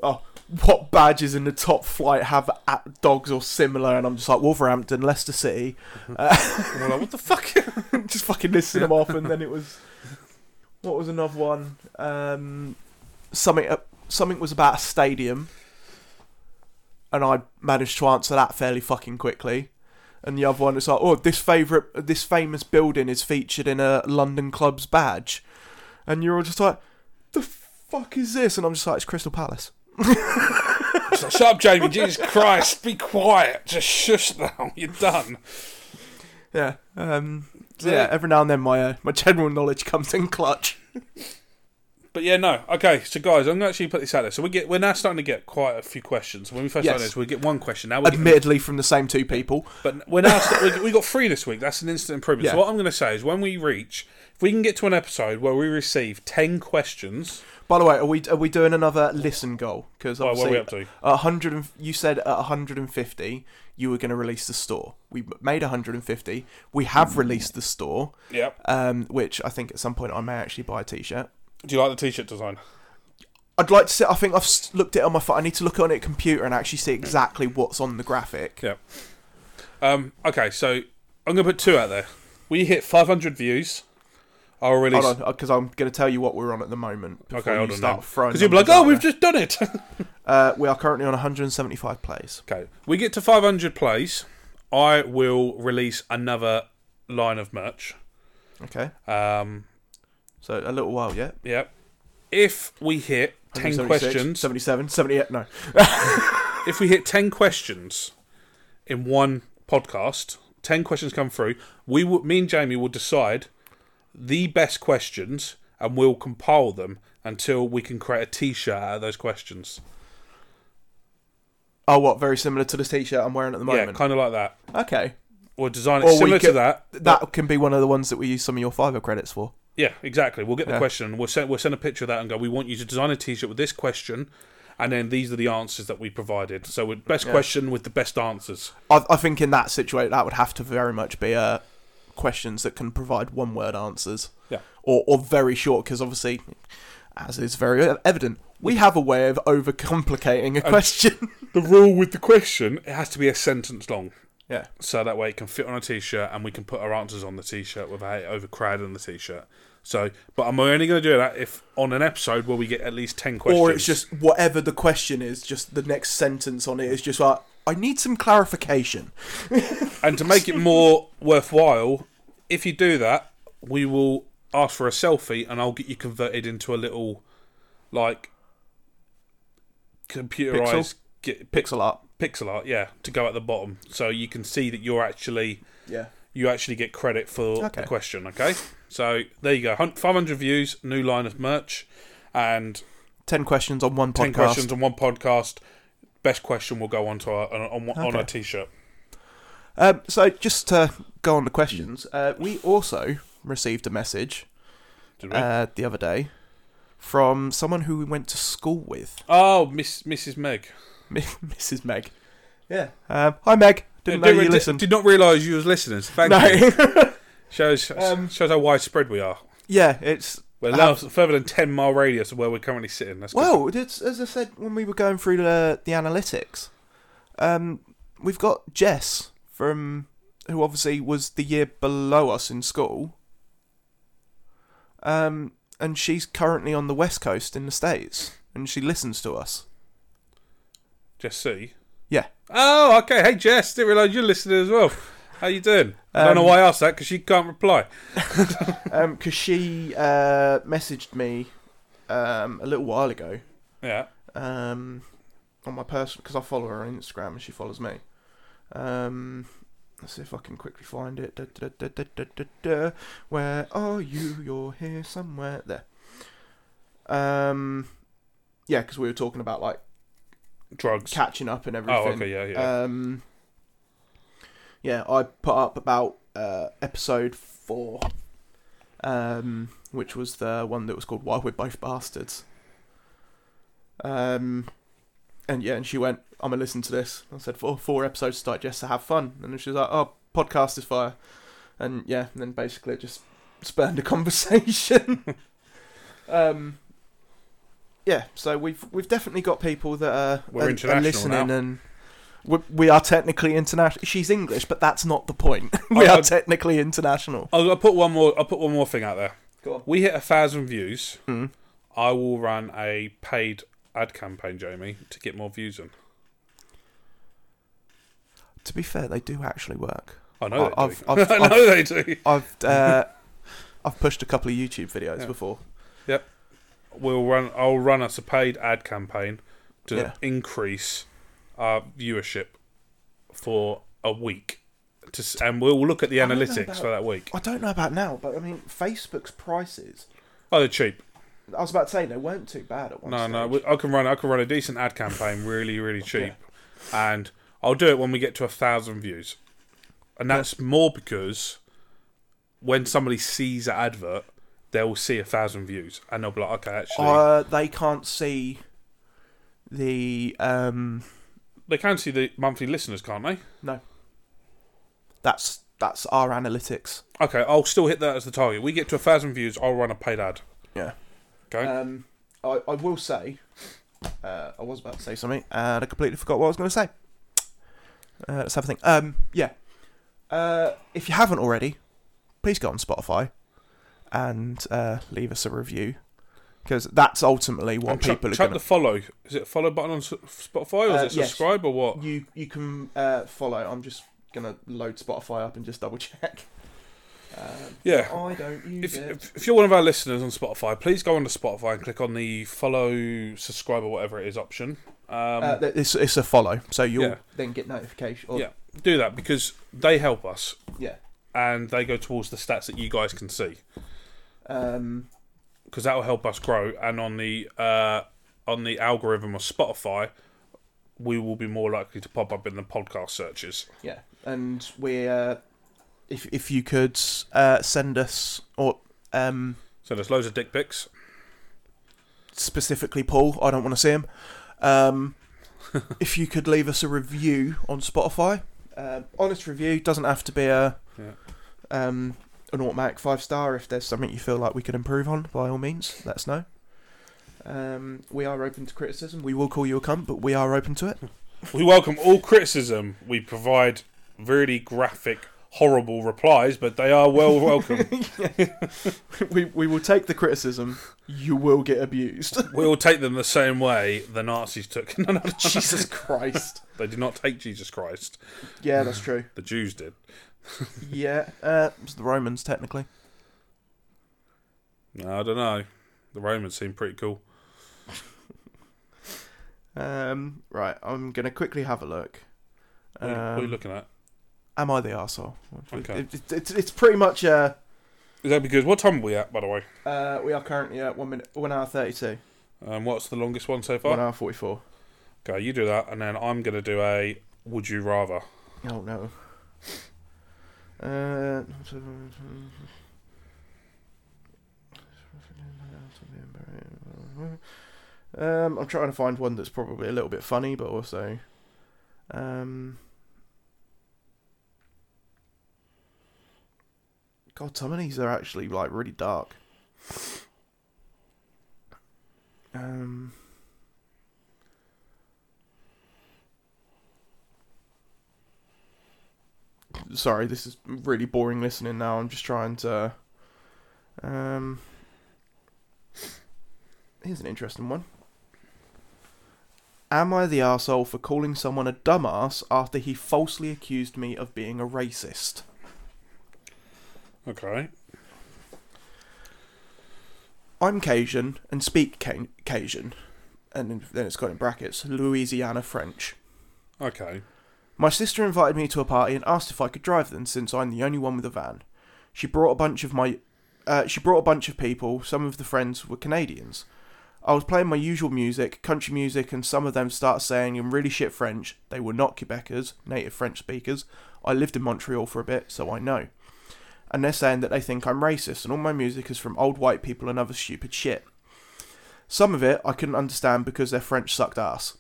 Speaker 1: oh, what badges in the top flight have at dogs or similar? And I'm just like Wolverhampton, Leicester City.
Speaker 2: Mm-hmm.
Speaker 1: Uh,
Speaker 2: [laughs] And we're like, what the fuck?
Speaker 1: [laughs] just fucking listing them off, and then it was what was another one? Um, something uh, something was about a stadium, and I managed to answer that fairly fucking quickly. And the other one was like, oh, this favorite, this famous building is featured in a London club's badge, and you're all just like, the fuck is this? And I'm just like, it's Crystal Palace.
Speaker 2: It's like, Shut up, Jamie. Jesus Christ. Be quiet. Just shush now. [laughs] You're done.
Speaker 1: Yeah. Um,
Speaker 2: So-
Speaker 1: yeah. Every now and then, my uh, my general knowledge comes in clutch.
Speaker 2: But yeah, no. Okay, so guys, I'm gonna actually put this out there. So we get we're now starting to get quite a few questions. When we first started
Speaker 1: Yes.
Speaker 2: this, we get one question. Now we get,
Speaker 1: Admittedly, from the same two people.
Speaker 2: but we're now we, we got three this week. That's an instant improvement. So
Speaker 1: Yeah.
Speaker 2: what I'm gonna say is when we reach, if we can get to an episode where we receive ten questions,
Speaker 1: By the way, are we are we doing another listen goal? Because
Speaker 2: Why, what are
Speaker 1: obviously,
Speaker 2: we up to?
Speaker 1: a hundred. and- You said at hundred and fifty, you were going to release the store. We made hundred and fifty. We have released the store,
Speaker 2: Yep.
Speaker 1: um, which I think at some point I may actually buy a t-shirt.
Speaker 2: Do you like the t-shirt design?
Speaker 1: I'd like to see. I think I've s- looked it on my phone. I need to look on it computer and actually see exactly what's on the graphic.
Speaker 2: Yep. Um, okay, so I'm gonna put two out there. We hit 500 views. I'll release.
Speaker 1: Hold on, because I'm going to tell you what we're on at the moment. before
Speaker 2: Okay,
Speaker 1: you
Speaker 2: hold on.
Speaker 1: start throwing.
Speaker 2: Because you'll be like,
Speaker 1: numbers
Speaker 2: oh,
Speaker 1: out
Speaker 2: we've
Speaker 1: there."
Speaker 2: just done it. [laughs]
Speaker 1: Uh, we are currently on 175 plays.
Speaker 2: Okay, we get to 500 plays. I will release another line of merch.
Speaker 1: Okay,
Speaker 2: Um,
Speaker 1: so a little while yet.
Speaker 2: yep. If we hit 10 questions,
Speaker 1: 77, 78, no.
Speaker 2: if we hit 10 questions in one podcast, 10 questions come through, we will, me and Jamie will decide the best questions and we'll compile them until we can create a t-shirt out of those questions.
Speaker 1: Oh, what? Very similar to the t-shirt I'm wearing at the
Speaker 2: Yeah,
Speaker 1: moment.
Speaker 2: kind of like that.
Speaker 1: okay,
Speaker 2: We'll design it
Speaker 1: Or we
Speaker 2: similar to
Speaker 1: could-
Speaker 2: that.
Speaker 1: that can be one of the ones that we use some of your Fiverr credits for.
Speaker 2: Yeah, exactly. We'll get the
Speaker 1: Yeah.
Speaker 2: question and we'll send we'll send a picture of that and go, We want you to design a t shirt with this question and then these are the answers that we provided. So with best question with the best answers.
Speaker 1: I, I think in that situation, that would have to very much be uh, questions that can provide one-word answers,
Speaker 2: Yeah.
Speaker 1: or or very short, because obviously, as is very e-, evident, we have a way of overcomplicating a question.
Speaker 2: The rule with the question, it has to be a sentence long.
Speaker 1: yeah,
Speaker 2: So that way it can fit on a t shirt and we can put our answers on the t shirt without it overcrowding the t shirt. So but I'm only gonna do that if on an episode where we get at least ten questions.
Speaker 1: or it's just whatever the question is, just the next sentence on it is just like, I need some clarification.
Speaker 2: And to
Speaker 1: [laughs]
Speaker 2: make it more worthwhile, if you do that, we will ask for a selfie and I'll get you converted into a little like computerized get, pixel
Speaker 1: Pixel art.
Speaker 2: pixel art, yeah, to go at the bottom. So you can see that you're actually
Speaker 1: Yeah.
Speaker 2: you actually get credit for
Speaker 1: Okay.
Speaker 2: the question, okay? So there you go. Hun- 500 views, new line of merch and
Speaker 1: Ten questions on one podcast.
Speaker 2: 10 questions on one podcast. Best question will go onto our, on, on, on
Speaker 1: Okay.
Speaker 2: our t-shirt.
Speaker 1: Um, so just to go on to questions, uh, we also received a message
Speaker 2: Did we?
Speaker 1: uh, the other day from someone who we went to school with, [laughs]
Speaker 2: oh, Miss Mrs Meg.
Speaker 1: Mrs. Meg. Yeah. Um, hi Meg. Didn't know
Speaker 2: Uh, did,
Speaker 1: you
Speaker 2: did-
Speaker 1: listened.
Speaker 2: Did not realise you was listeners. Thank you.
Speaker 1: no. [laughs]
Speaker 2: Shows
Speaker 1: Um,
Speaker 2: shows how widespread we are.
Speaker 1: yeah, it's
Speaker 2: We're
Speaker 1: Uh,
Speaker 2: now further than ten mile radius of where we're currently sitting. That's good.
Speaker 1: well, it's as I said when we were going through the the analytics. Um, we've got Jess from who obviously was the year below us in school. Um, and she's currently on the west coast in the states, and she listens to us.
Speaker 2: Just see.
Speaker 1: Yeah.
Speaker 2: Oh, okay. Hey, Jess. Didn't realise you're listening as well. How you doing? I don't know why I asked that because she can't reply.
Speaker 1: Um 'cause because she uh messaged me um a little while ago
Speaker 2: Yeah.
Speaker 1: um on my personal because I follow her on Instagram and she follows me. Um, let's see if I can quickly find it. Da, da, da, da, da, da, da. Where are you? You're here somewhere. There. Um, yeah, because we were talking about like
Speaker 2: Drugs.
Speaker 1: catching up and everything.
Speaker 2: oh, okay. Yeah, yeah.
Speaker 1: Um, yeah, I put up about uh, episode four, um, which was the one that was called "Why We're Both Bastards." Um, and yeah, and she went, "I'm gonna listen to this." I said, four, four episodes to digest, so have fun." And then she was like, "Oh, podcast is fire," and yeah, and then basically [laughs] it just spurned a conversation. um, yeah, so we've we've definitely got people that are,
Speaker 2: We're
Speaker 1: are- are
Speaker 2: international
Speaker 1: listening
Speaker 2: now.
Speaker 1: and we, we are technically international. She's English, but that's not the point. [laughs] we
Speaker 2: I-
Speaker 1: are
Speaker 2: I-
Speaker 1: technically international.
Speaker 2: I'll, I'll put one more. I'll put one more thing out there.
Speaker 1: Go on.
Speaker 2: We hit a thousand views.
Speaker 1: Mm.
Speaker 2: I will run a paid ad campaign, Jamie, to get more views in.
Speaker 1: To be fair, they do actually work.
Speaker 2: I know
Speaker 1: I-
Speaker 2: they [laughs] do.
Speaker 1: I've- I've-
Speaker 2: I know they do.
Speaker 1: I've
Speaker 2: [laughs]
Speaker 1: uh, I've pushed a couple of YouTube videos
Speaker 2: Yeah.
Speaker 1: before.
Speaker 2: We'll run. I'll run us a paid ad campaign to
Speaker 1: Yeah.
Speaker 2: increase our viewership for a week. To, s- and we'll look at the
Speaker 1: don't know
Speaker 2: analytics
Speaker 1: about-
Speaker 2: for that week.
Speaker 1: I don't know about now, but I mean, Facebook's prices.
Speaker 2: Oh, they're cheap.
Speaker 1: I was about to say they weren't too bad at one
Speaker 2: No,
Speaker 1: stage.
Speaker 2: no, we- I can run. I can run a decent ad campaign, really, really cheap, and I'll do it when we get to a thousand views, and that's more because when somebody sees an advert, they'll see a thousand views, and they'll be like, okay, actually,
Speaker 1: uh, they can't see the um,
Speaker 2: they can see the monthly listeners, can't they?
Speaker 1: no. That's that's our analytics.
Speaker 2: Okay, I'll still hit that as the target. We get to a thousand views, I'll run a paid ad.
Speaker 1: Yeah.
Speaker 2: Okay,
Speaker 1: Um, I, I will say, uh, I was about to say something, and I completely forgot what I was going to say. Uh, let's have a think. Um, yeah. Uh, if you haven't already, please go on Spotify and uh, leave us a review because that's ultimately what
Speaker 2: And chuck,
Speaker 1: people
Speaker 2: chuck
Speaker 1: are going
Speaker 2: the
Speaker 1: to.
Speaker 2: follow. Is it follow button on S- Spotify or
Speaker 1: Uh,
Speaker 2: is it
Speaker 1: yes.
Speaker 2: subscribe or what?
Speaker 1: You you can uh, follow. I'm just going to load Spotify up and just double check. Um,
Speaker 2: Yeah,
Speaker 1: I don't use
Speaker 2: if,
Speaker 1: it.
Speaker 2: if, if you're one of our listeners on Spotify, please go onto Spotify and click on the follow, subscribe, or whatever it is option. Um,
Speaker 1: uh, th- it's, it's a follow, so you'll
Speaker 2: Yeah.
Speaker 1: then get notification. Or,
Speaker 2: yeah, do that because they help us
Speaker 1: yeah.
Speaker 2: and they go towards the stats that you guys can see
Speaker 1: Um,
Speaker 2: because that will help us grow. And on the uh, on the algorithm of Spotify, we will be more likely to pop up in the podcast searches.
Speaker 1: Yeah, and we, uh, if if you could uh, send us or um,
Speaker 2: So there's loads of dick pics.
Speaker 1: specifically Paul, I don't want to see him. Um, if you could leave us a review on Spotify, Um honest review doesn't have to be a
Speaker 2: Yeah.
Speaker 1: um, an automatic five star. If there's something you feel like we could improve on, by all means, let us know. Um, we are open to criticism. We will call you a cunt, but we are open to it.
Speaker 2: We welcome all criticism. We provide really graphic, horrible replies, but they are well welcome.
Speaker 1: [laughs] we we will take the criticism. You will get abused.
Speaker 2: We all take them the same way the Nazis took. No, no, no.
Speaker 1: [laughs] Jesus Christ.
Speaker 2: [laughs] They did not take Jesus Christ.
Speaker 1: Yeah, that's true.
Speaker 2: The Jews did.
Speaker 1: Yeah, uh, it was the Romans technically.
Speaker 2: No, I don't know. The Romans seem pretty cool.
Speaker 1: Um, right, I'm gonna quickly have a look.
Speaker 2: What are you- what are you
Speaker 1: Um,
Speaker 2: looking at?
Speaker 1: Am I the arsehole?
Speaker 2: Okay.
Speaker 1: It, it, it's it's pretty much. Uh,
Speaker 2: Is that because what time are we at, by the way?
Speaker 1: uh, we are currently at one minute, one hour thirty-two,
Speaker 2: Um, what's the longest one so
Speaker 1: one
Speaker 2: far?
Speaker 1: hour forty-four.
Speaker 2: Okay, you do that, and then I'm gonna do a Would you rather?
Speaker 1: Oh no. Uh, um, I'm trying to find one that's probably a little bit funny, but also, um, God, some of these are actually like really dark. Um. sorry, this is really boring listening now. I'm just trying to. Um, here's an interesting one. Am I the asshole for calling someone a dumbass after he falsely accused me of being a racist?
Speaker 2: Okay.
Speaker 1: I'm Cajun and speak Ca- Cajun, and then it's got in brackets Louisiana French.
Speaker 2: Okay.
Speaker 1: My sister invited me to a party and asked if I could drive them since I'm the only one with a van. She brought a bunch of my uh, she brought a bunch of people, some of the friends were Canadians. I was playing my usual music, country music, and some of them start saying in really shit French, they were not Quebecers, native French speakers. I lived in Montreal for a bit, so I know. And they're saying that they think I'm racist and all my music is from old white people and other stupid shit. Some of it I couldn't understand because their French sucked ass.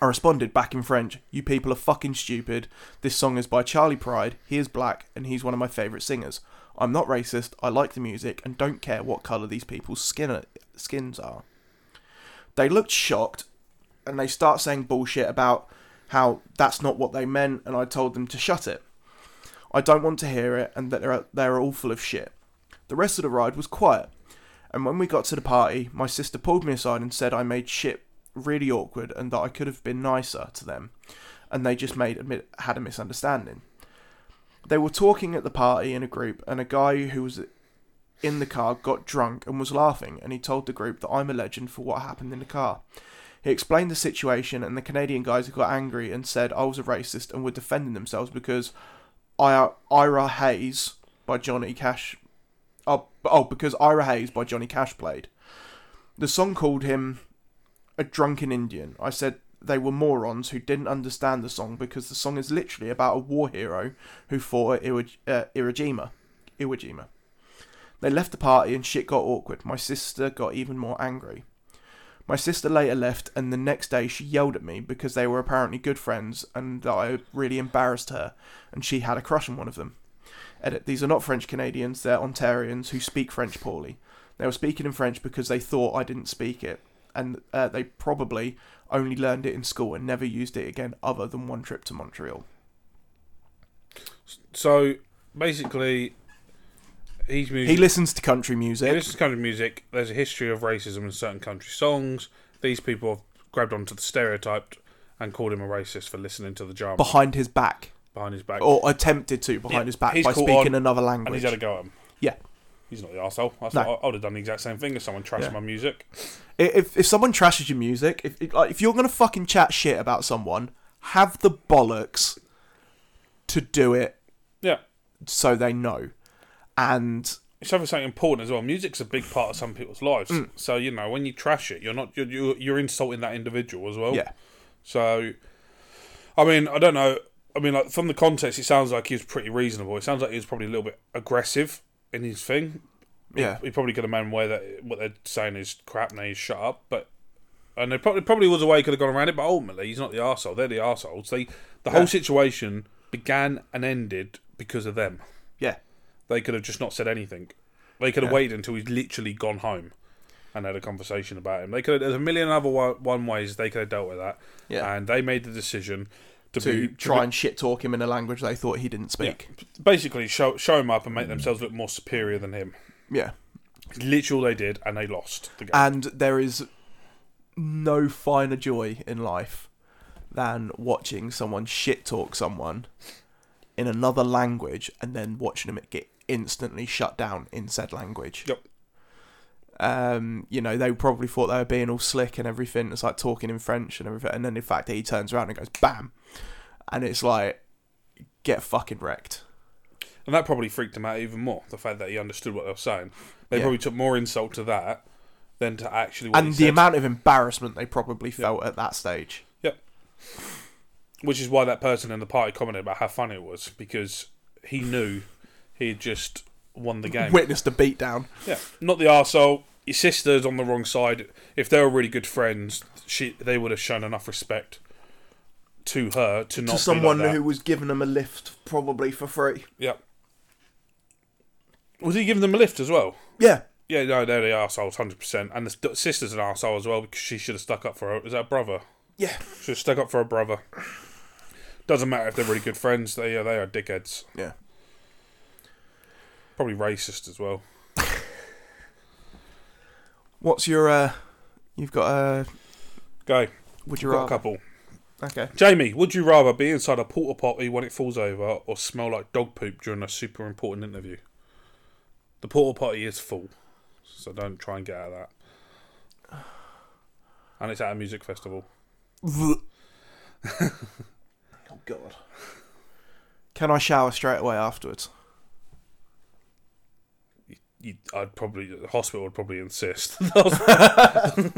Speaker 1: I responded back in French, You people are fucking stupid. This song is by Charlie Pride. He is black and he's one of my favourite singers. I'm not racist. I like the music and don't care what colour these people's skin skins are. They looked shocked, and they start saying bullshit about how that's not what they meant, and I told them to shut it. I don't want to hear it, and that they're they're all full of shit. The rest of the ride was quiet, and when we got to the party, my sister pulled me aside and said I made shit really awkward, and that I could have been nicer to them, and they just made a mi- had a misunderstanding. They were talking at the party in a group, and a guy who was in the car got drunk and was laughing, and he told the group that I'm a legend for what happened in the car. He explained the situation, and the Canadian guys got angry and said I was a racist and were defending themselves because I, Ira Hayes by Johnny Cash. Oh, oh, because Ira Hayes by Johnny Cash played. The song called him a drunken Indian. I said they were morons who didn't understand the song because the song is literally about a war hero who fought at Iwo, uh, Iwo Jima. Iwo Jima. They left the party and shit got awkward. My sister got even more angry. My sister later left, and the next day she yelled at me because they were apparently good friends and that I really embarrassed her, and she had a crush on one of them. Edit: These are not French Canadians; they're Ontarians who speak French poorly. They were speaking in French because they thought I didn't speak it, and uh, they probably only learned it in school and never used it again, other than one trip to Montreal.
Speaker 2: So basically, he's music.
Speaker 1: He listens to country music.
Speaker 2: This is kind of music. There's a history of racism in certain country songs. These people have grabbed onto the stereotype and called him a racist for listening to the drama
Speaker 1: behind his back,
Speaker 2: behind his back.
Speaker 1: or attempted to behind
Speaker 2: Yeah,
Speaker 1: his back
Speaker 2: he's
Speaker 1: by
Speaker 2: caught
Speaker 1: speaking
Speaker 2: on,
Speaker 1: another
Speaker 2: and
Speaker 1: language.
Speaker 2: he's had a go at him.
Speaker 1: yeah.
Speaker 2: He's not the arsehole. I, thought I- I would have done the exact same thing if someone trashed
Speaker 1: Yeah.
Speaker 2: my music.
Speaker 1: I- If if someone trashes your music, if if- like, if you're gonna fucking chat shit about someone, have the bollocks to do it
Speaker 2: Yeah.
Speaker 1: so they know. And
Speaker 2: It's obviously something important as well. Music's a big part of some people's lives.
Speaker 1: Mm.
Speaker 2: So, you know, when you trash it, you're not you're, you're you're insulting that individual as well.
Speaker 1: yeah,
Speaker 2: So, I mean, I don't know. I mean, like from the context, it sounds like he was pretty reasonable. It sounds like he was probably a little bit aggressive in his thing.
Speaker 1: yeah,
Speaker 2: He probably could have known where that what they're saying is crap. and he's shut up. But and there probably probably was a way he could have gone around it. But ultimately, he's not the arsehole. They're the arseholes. They the whole situation began and ended because of them.
Speaker 1: yeah,
Speaker 2: They could have just not said anything. They could have waited until he's literally gone home and had a conversation about him. They could have, there's a million other one, one ways they could have dealt with that.
Speaker 1: Yeah.
Speaker 2: And they made the decision to,
Speaker 1: to
Speaker 2: be,
Speaker 1: try and shit talk him in a language they thought he didn't speak.
Speaker 2: basically show show him up and make themselves look more superior than him.
Speaker 1: Yeah,
Speaker 2: It's literally all they did, and they lost the game.
Speaker 1: and there is no finer joy in life than watching someone shit talk someone in another language and then watching them get instantly shut down in said language.
Speaker 2: Yep.
Speaker 1: um, you know, they probably thought they were being all slick and everything. It's like talking in French and everything. And then in fact, he turns around and goes, bam. And it's like, get fucking wrecked.
Speaker 2: And that probably freaked him out even more. The fact that he understood what they were saying, they
Speaker 1: Yeah.
Speaker 2: probably took more insult to that than to actually. What
Speaker 1: And
Speaker 2: he
Speaker 1: the
Speaker 2: said.
Speaker 1: amount of embarrassment they probably felt at that stage.
Speaker 2: Yep. Which is why that person in the party commented about how funny it was because he knew he had just won the game.
Speaker 1: Witnessed a beatdown.
Speaker 2: Yeah, not the arsehole. Your sister's on the wrong side. If they were really good friends, she they would have shown enough respect to her to not
Speaker 1: To
Speaker 2: be
Speaker 1: someone
Speaker 2: like that.
Speaker 1: who was giving them a lift, probably for free.
Speaker 2: Yep. Was he giving them a lift as well?
Speaker 1: Yeah.
Speaker 2: Yeah, no, they're the arseholes, hundred percent. And the st- sister's an arsehole as well because she should have stuck up for her. Is that her brother?
Speaker 1: Yeah.
Speaker 2: Should have stuck up for her brother. Doesn't matter if they're really good friends. They are they are dickheads.
Speaker 1: Yeah.
Speaker 2: Probably racist as well.
Speaker 1: What's your, uh, you've got a,
Speaker 2: Go.
Speaker 1: would you
Speaker 2: We've got a
Speaker 1: rather?
Speaker 2: couple.
Speaker 1: Okay.
Speaker 2: Jamie, would you rather be inside a porta potty when it falls over or smell like dog poop during a super important interview? The porta potty is full, so don't try and get out of that. And it's at a music festival.
Speaker 1: oh God. Can I shower straight away afterwards?
Speaker 2: You, I'd probably the hospital would probably insist. [laughs] That's-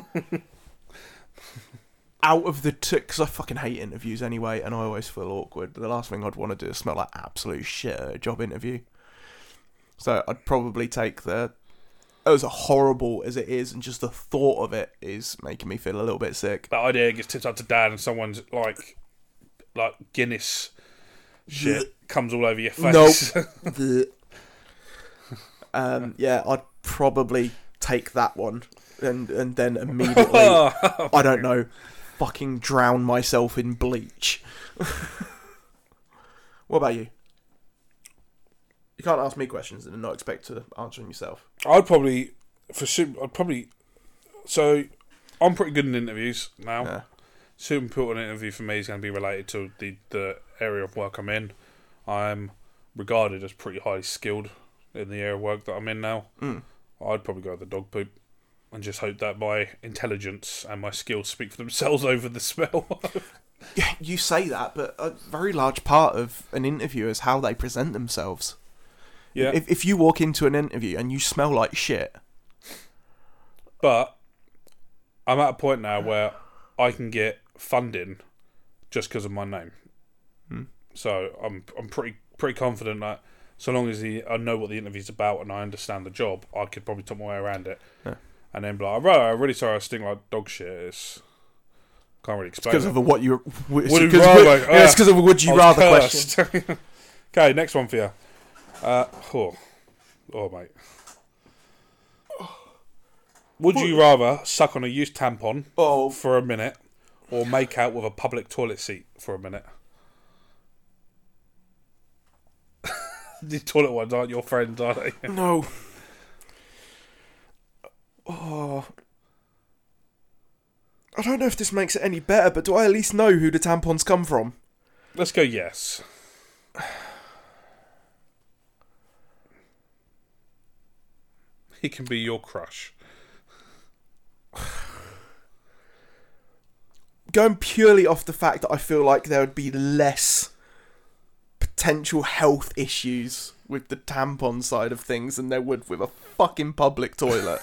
Speaker 1: out of the two, because I fucking hate interviews anyway, and I always feel awkward. The last thing I'd want to do is smell like absolute shit at a job interview. So I'd probably take the. As horrible as it is, and just the thought of it is making me feel a little bit sick.
Speaker 2: that idea gets tipped up to dad, and someone's like, like Guinness shit comes all over your face.
Speaker 1: um, yeah, I'd probably take that one and and then immediately I don't know, fucking drown myself in bleach. [laughs] what about you? You can't ask me questions and not expect to answer them yourself.
Speaker 2: I'd probably for super, I'd probably so I'm pretty good in interviews now.
Speaker 1: Yeah.
Speaker 2: Super important interview for me is going to be related to the the area of work I'm in. I'm regarded as pretty highly skilled in the area of work that I'm in now.
Speaker 1: Mm.
Speaker 2: I'd probably go with the dog poop and just hope that my intelligence and my skills speak for themselves [laughs] over the smell.
Speaker 1: You say that, but a very large part of an interview is how they present themselves.
Speaker 2: yeah,
Speaker 1: If, if you walk into an interview and you smell like shit,
Speaker 2: but I'm at a point now where I can get funding just because of my name.
Speaker 1: Hmm.
Speaker 2: So I'm I'm pretty pretty confident that so long as the, I know what the interview's about and I understand the job, I could probably talk my way around it. And then be like, right, I'm really sorry I stink like dog shit. It's can't really explain.
Speaker 1: because
Speaker 2: it.
Speaker 1: of a what you [laughs] would
Speaker 2: Would you rather- uh,
Speaker 1: yeah, it's because of a would you rather question.
Speaker 2: question. [laughs] okay, next one for you. Uh, oh, oh mate. Would you rather suck on a used tampon
Speaker 1: Oh, f-
Speaker 2: for a minute or make out with a public toilet seat for a minute? [laughs] the toilet ones aren't your friends, are they?
Speaker 1: no. Oh. I don't know if this makes it any better, but do I at least know who the tampons come from?
Speaker 2: Let's go yes. He can be your crush.
Speaker 1: Going purely off the fact that I feel like there would be less potential health issues with the tampon side of things than there would with a fucking public
Speaker 2: [laughs]
Speaker 1: toilet.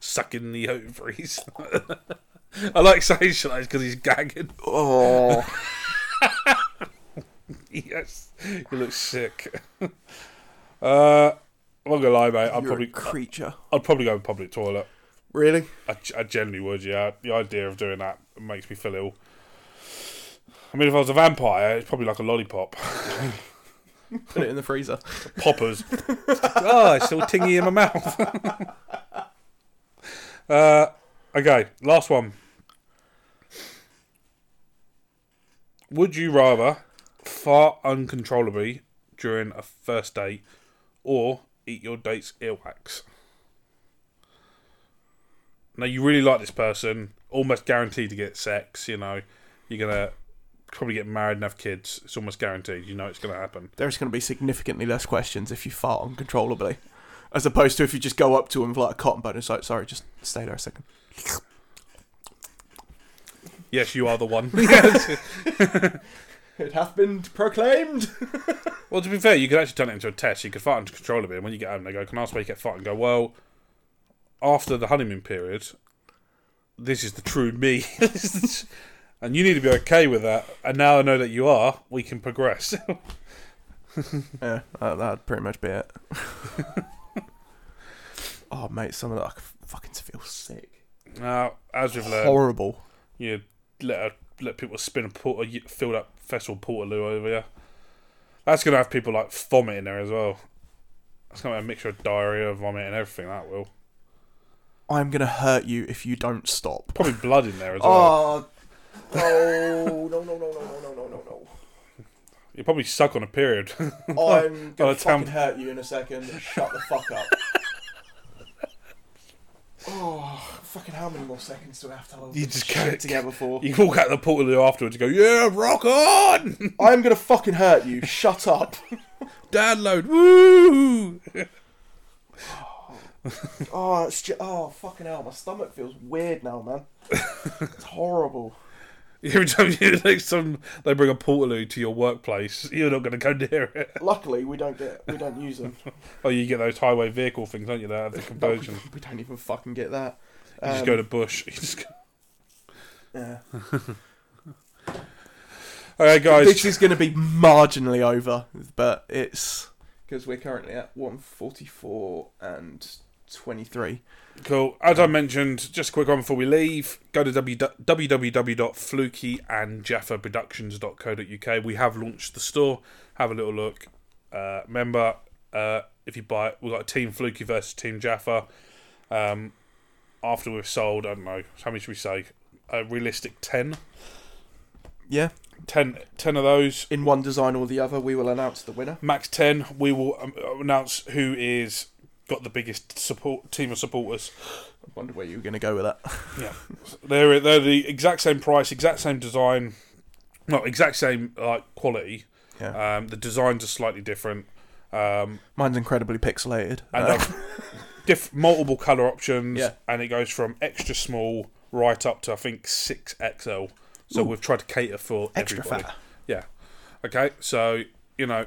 Speaker 2: sucking the ovaries. [laughs] I like socialise because he's gagging. [laughs]
Speaker 1: oh.
Speaker 2: Yes, you look sick. [laughs] Uh, I'm not gonna lie, mate.
Speaker 1: You're a
Speaker 2: I'd probably, uh,
Speaker 1: creature.
Speaker 2: I'd probably go public toilet.
Speaker 1: Really?
Speaker 2: I, I generally would. Yeah, the idea of doing that makes me feel ill. I mean, if I was a vampire, it's probably like a lollipop.
Speaker 1: Put it in the freezer.
Speaker 2: [laughs] Poppers. oh, it's still tingy in my mouth. [laughs] uh, okay, last one. Would you rather fart uncontrollably during a first date or eat your date's earwax? Now, you really like this person, almost guaranteed to get sex, you know. You're going to probably get married and have kids. It's almost guaranteed. You know it's going to happen.
Speaker 1: there's going to be significantly less questions if you fart uncontrollably, as opposed to if you just go up to them with like a cotton bud and say, "Sorry, just stay there a second.
Speaker 2: Yes, you are the one. yes.
Speaker 1: It hath been proclaimed.
Speaker 2: Well, to be fair, you could actually turn it into a test. You could fart into control of it, and when you get home, they go, "Can I ask where you get fart?" And go, "Well, after the honeymoon period, this is the true me, [laughs] This is- and you need to be okay with that." And now I know that you are. We can progress.
Speaker 1: [laughs]
Speaker 2: [laughs]
Speaker 1: yeah, that, that'd pretty much be it. [laughs] oh, mate, some of that I could fucking feel sick.
Speaker 2: now, as we've learned,
Speaker 1: Horrible.
Speaker 2: you let let people spin a port, a filled up festival portaloo over you. That's gonna have people like vomiting there as well. That's gonna be a mixture of diarrhea, vomit, and everything. That will
Speaker 1: I'm gonna hurt you if you don't stop.
Speaker 2: probably blood in there as well.
Speaker 1: Oh, no, no, no, no, no, no, no, no,
Speaker 2: You probably suck on a period. [laughs]
Speaker 1: no. I'm
Speaker 2: gonna Gotta fucking tam-
Speaker 1: hurt you in a second. Shut the fuck
Speaker 2: [laughs]
Speaker 1: up. Oh, fucking how many more seconds do I have to hold
Speaker 2: You this just shit gotta- together
Speaker 1: for?
Speaker 2: [laughs] you walk out the portal afterwards and go, yeah, rock on! [laughs]
Speaker 1: I'm gonna fucking hurt you. Shut up.
Speaker 2: Download, woo! [laughs]
Speaker 1: Oh, it's just, oh, fucking hell. My stomach feels weird now, man. It's horrible.
Speaker 2: Every time you like some, they bring a portal to your workplace, [laughs] you're not going to go near it.
Speaker 1: Luckily, we don't get, we don't use them.
Speaker 2: Oh, you get those highway vehicle things, [laughs] don't you? That [laughs] have the
Speaker 1: No, we,
Speaker 2: conversion. You
Speaker 1: we don't even fucking get that.
Speaker 2: just
Speaker 1: Um,
Speaker 2: go to bush. [laughs] You just go...
Speaker 1: yeah.
Speaker 2: Okay,
Speaker 1: This
Speaker 2: guys.
Speaker 1: is going to be marginally over, but it's because we're currently at 144 and 23.
Speaker 2: Cool. As I mentioned, just a quick one before we leave. Go to www.flukyandjaffaproductions.co.uk. We have launched the store. Have a little look. Uh, remember, uh, if you buy it, we've got a Team Fluky versus Team Jaffa. Um, after we've sold, I don't know, how many should we say? A realistic 10?
Speaker 1: Yeah.
Speaker 2: 10, 10 of those.
Speaker 1: In one design or the other, we will announce the winner.
Speaker 2: Max 10, we will um, announce who is got the biggest support team of supporters.
Speaker 1: I wonder where you were going to go with that.
Speaker 2: Yeah, they're they're the exact same price, exact same design, not exact same like quality.
Speaker 1: Yeah.
Speaker 2: Um, the designs are slightly different, um,
Speaker 1: Mine's incredibly pixelated.
Speaker 2: and
Speaker 1: Uh, [laughs]
Speaker 2: have diff- multiple color options.
Speaker 1: Yeah.
Speaker 2: And it goes from extra small right up to I think six XL. So we've tried to cater for
Speaker 1: extra
Speaker 2: everybody.
Speaker 1: fat.
Speaker 2: Yeah. Okay. So you know,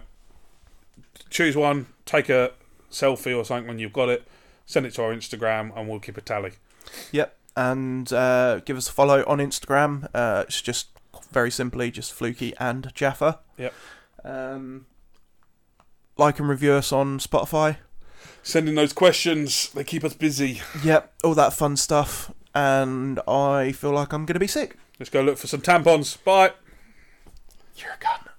Speaker 2: choose one, take a selfie or something when you've got it, send it to our Instagram, and we'll keep a tally.
Speaker 1: Yep. And uh, give us a follow on Instagram. Uh, it's just very simply just Fluky and Jaffa.
Speaker 2: Yep.
Speaker 1: Um, like and review us on
Speaker 2: [laughs]
Speaker 1: Spotify.
Speaker 2: Sending those questions, they keep us busy.
Speaker 1: Yep. All that fun stuff. And I feel like I'm going to be sick.
Speaker 2: Let's go look for some tampons. Bye.
Speaker 1: You're a gun.